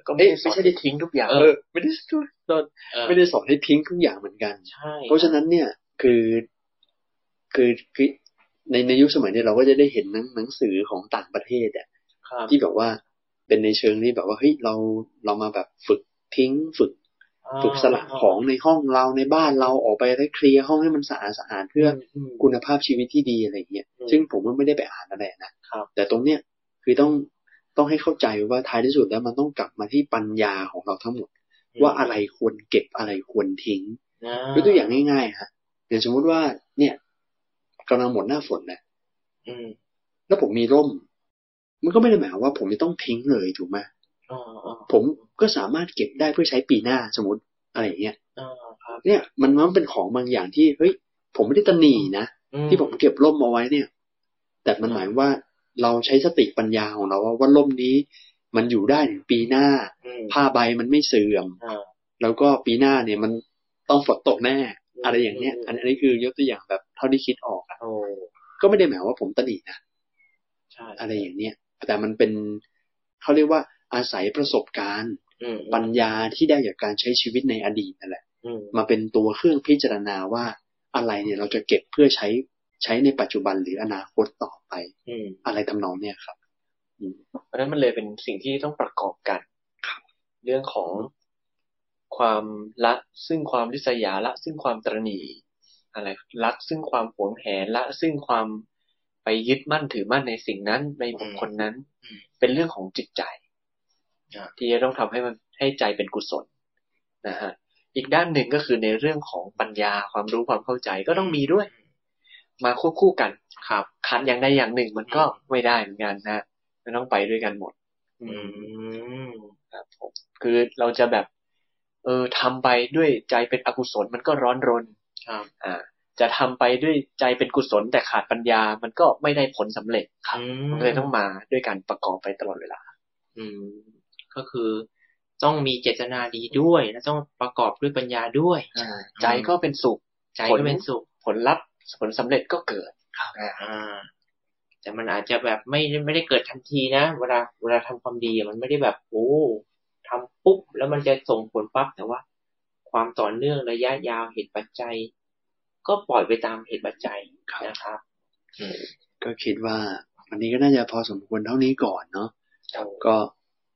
S2: ก็ไม่
S3: เอ๊ะ
S2: ได้ส
S3: ไม่
S2: อน
S3: ใช่ได้ทิ้งทุกอย่าง เออไม่ได้สอน
S2: เออ
S3: ไม่ได้สอนให้ทิ้งทุกอย่างเหมือนกัน
S2: ใช่
S3: เพราะฉะนั้นเนี่ยคือคือคือในในยุคสมัยเนี้เราก็จะได้เห็นหนังหนังสือของต่างประเทศอ่ะ
S2: ครับ
S3: ที่แบบว่าเป็นในเชิงที่แบบว่าเฮ้ยเราเรามาแบบฝึกทิ้ง ฝึก ฝึกสละของในห้องเราในบ้านเราออกไปแล้วเคลียร์ห้องให้มันสะอาดสะอาดเพื่ออ คุณภาพชีวิตที่ดีอะไรอย่างเงี้ย
S2: อืม
S3: ซึ่งผมก็ไม่ได้ไปอ่านอะไรนะครับ แต่ตรงเนี้ยคือต้องต้องให้เข้าใจว่าท้ายที่สุดแล้วมันต้องกลับมาที่ปัญญาของเราทั้งหมด ว่าอะไรควรเก็บอะไรควรทิ้งยกตัวอย่างง่ายๆฮะอย่างสมมุติว่าเนี่ยกำลังหมดหน้าฝนนะ
S2: อืม
S3: แล้วผมมีร่ม มันก็ไม่ได้หมายความว่าผมจะต้องทิ้งเลยถูกไหม
S2: อ่าอ่า
S3: ผมก็สามารถเก็บได้เพื่อใช้ปีหน้าสมมติอะไรอย่างเงี้ย
S2: อ่าครับ
S3: เนี่ยมันมันเป็นของบางอย่างที่เฮ้ยผมไม่ได้ตำหนีนะ
S2: อื
S3: ที่ผมเก็บร่มเอาไว้เนี่ย แต่มันหมายว่าเราใช้สติปัญญาของเราว่าว่าร่มนี้ มันอยู่ได้ถึงปีหน้า
S2: อืม
S3: ผ้าใบมันไม่เสื่อม
S2: อ่า
S3: แล้วก็ปีหน้าเนี่ยมันต้องฝนตกแน่ อะไรอย่างเนี้ย อันอันนี้คือยกตัวอย่างแบบเท่าที่คิดออกอะ
S2: โอ้
S3: ก็ไม่ได้หมายว่าผมตระหนินะ
S2: ใช่
S3: อะไรอย่างเนี้ย แต่มันเป็นเขาเรียกว่าอาศัยประสบการณ์
S2: อืม
S3: ปัญญาที่ได้จากการใช้ชีวิตในอดีตนั่นแหละ
S2: อืม
S3: มาเป็นตัวเครื่องพิจารณาว่าอะไรเนี่ยเราจะเก็บเพื่อใช้ใช้ในปัจจุบันหรืออนาคตต่อไป
S2: อืม
S3: อะไรทำนองเนี่ยครับ
S4: เพราะฉะนั้นมันเลยเป็นสิ่งที่ต้องประกอบกันเรื่องของความละซึ่งความริษยาละ ซึ่งความตรณีอะไรรักซึ่งความหวงแหนละซึ่งความไปยึดมั่นถือมั่นในสิ่งนั้นในบุคคลนั้น
S2: อืม
S4: เป็นเรื่องของจิตใจ
S2: ครับ
S4: ที่จะต้องทำให้มันให้ใจเป็นกุศลนะฮะอีกด้านหนึ่งก็คือในเรื่องของปัญญาความรู้ความเข้าใจก็ต้องมีด้วย มาควบคู่กันครับขัดอย่างใดอย่างหนึ่งมันก็ไม่ได้เหมือนกันนะมันต้องไปด้วยกันหมด
S2: อืม
S4: ครับผมคือเราจะแบบ เออทำไปด้วยใจเป็นอกุศลมันก็ร้อนรน
S2: ครับ
S4: อ่า จะทำไปด้วยใจเป็นกุศลแต่ขาดปัญญา มันก็ไม่ได้ผลสำเร็จ
S2: ครับ
S4: มันก็เลยต้องมาด้วยการประกอบไปตลอดเวลา
S2: อืม ก็คือต้องมีเจตนาดีด้วย และต้องประกอบด้วยปัญญาด้วย
S4: ใจก็เป็นสุข
S2: ใจก็เป็นสุข
S4: ผลลัพธ์ผลสำเร็จก็เกิด
S2: อ่า แต่มันอาจจะแบบไม่ไม่ได้เกิดทันทีนะเวลาเวลาทำความดีอะมันไม่ได้แบบโอ้ทำปุ๊บแล้วมันจะส่งผลปั๊บแต่ว่า ความต่อเนื่องระยะยาวเหตุปัจจัย ก็ปล่อยไปตามเหตุปัจจัยนะครับ
S3: ก็คิดว่าวันนี้ก็น่าจะพอสมควรเท่านี้ก่อนเนาะ
S2: ครับ
S3: ก็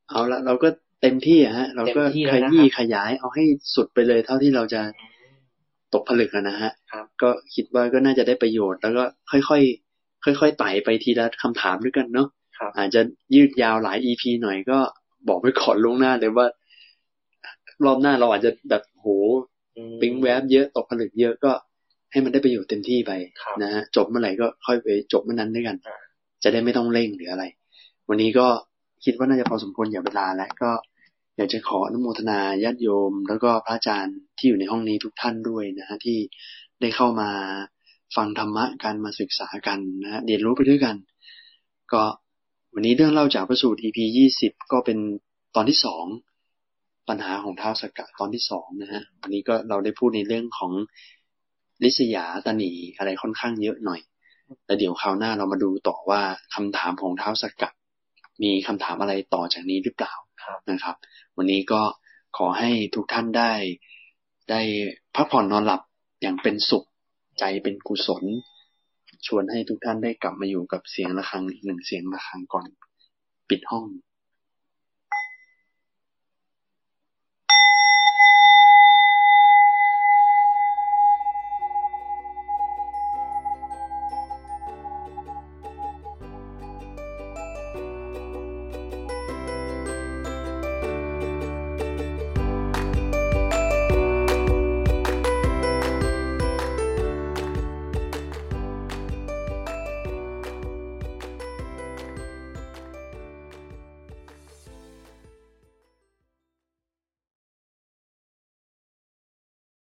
S3: เอาละเราก็เต็มที่อะฮะ เราก็
S2: เต็มที่แล้
S3: ข
S2: วนะครับ
S3: ยี้ขยายเอาให้สุดไปเลยเท่าที่เราจะตกผลึกอะนะฮะ
S2: ครับ
S3: ก็คิดว่าก็น่าจะได้ประโยชน์ แล้วก็ค่อยๆค่อยๆไต่ไปทีละคำถามด้วยกันเนาะ
S2: ครับ
S3: อาจจะยืดยาวหลาย EP หน่อยก็บอกไว้ก่อนล่วงหน้าเลยว่า รอบหน้าเราอาจจะแบบโห ปิ๊งแวบเยอะตกผลึกเยอะก็ให้มันได้ประโยชน์เต็มที่ไป
S2: ครับ
S3: นะฮะจบเมื่อไหร่ก็ค่อยไปจบเมื่อนั้นด้วยกัน
S2: อ่า
S3: จะได้ไม่ต้องเร่งหรืออะไร วันนี้ก็คิดว่าน่าจะพอสมควรอย่าเวลาแล้วก็อยากจะขออนุโมทนาญาติโยม แล้วก็พระอาจารย์ที่อยู่ในห้องนี้ทุกท่านด้วยนะฮะที่ได้เข้ามาฟังธรรมะกันมาศึกษากันนะฮะเรียนรู้ไปด้วยกัน ก็วันนี้เรื่องเล่าจากพระสูตร EP ยี่สิบก็เป็นตอนที่สองปัญหาของเท้าวสกกะตอนที่สองนะฮะวันนี้ก็เราได้พูดในเรื่องของลิษยาตนีอะไรค่อนข้างเยอะหน่อยแต่เดี๋ยวคราวหน้าเรามาดูต่อว่าคำถามของเท้าวสกกะมีคำถามอะไรต่อจากนี้หรือเปล่า
S2: ครับ
S3: นะครับ วันนี้ก็ขอให้ทุกท่านได้ ได้พักผ่อนนอนหลับอย่างเป็นสุขใจเป็นกุศล ชวนให้ทุกท่านได้กลับมาอยู่กับเสียงะระฆังอีกหนึ่งเสียงะระฆังก่อน ปิดห้อง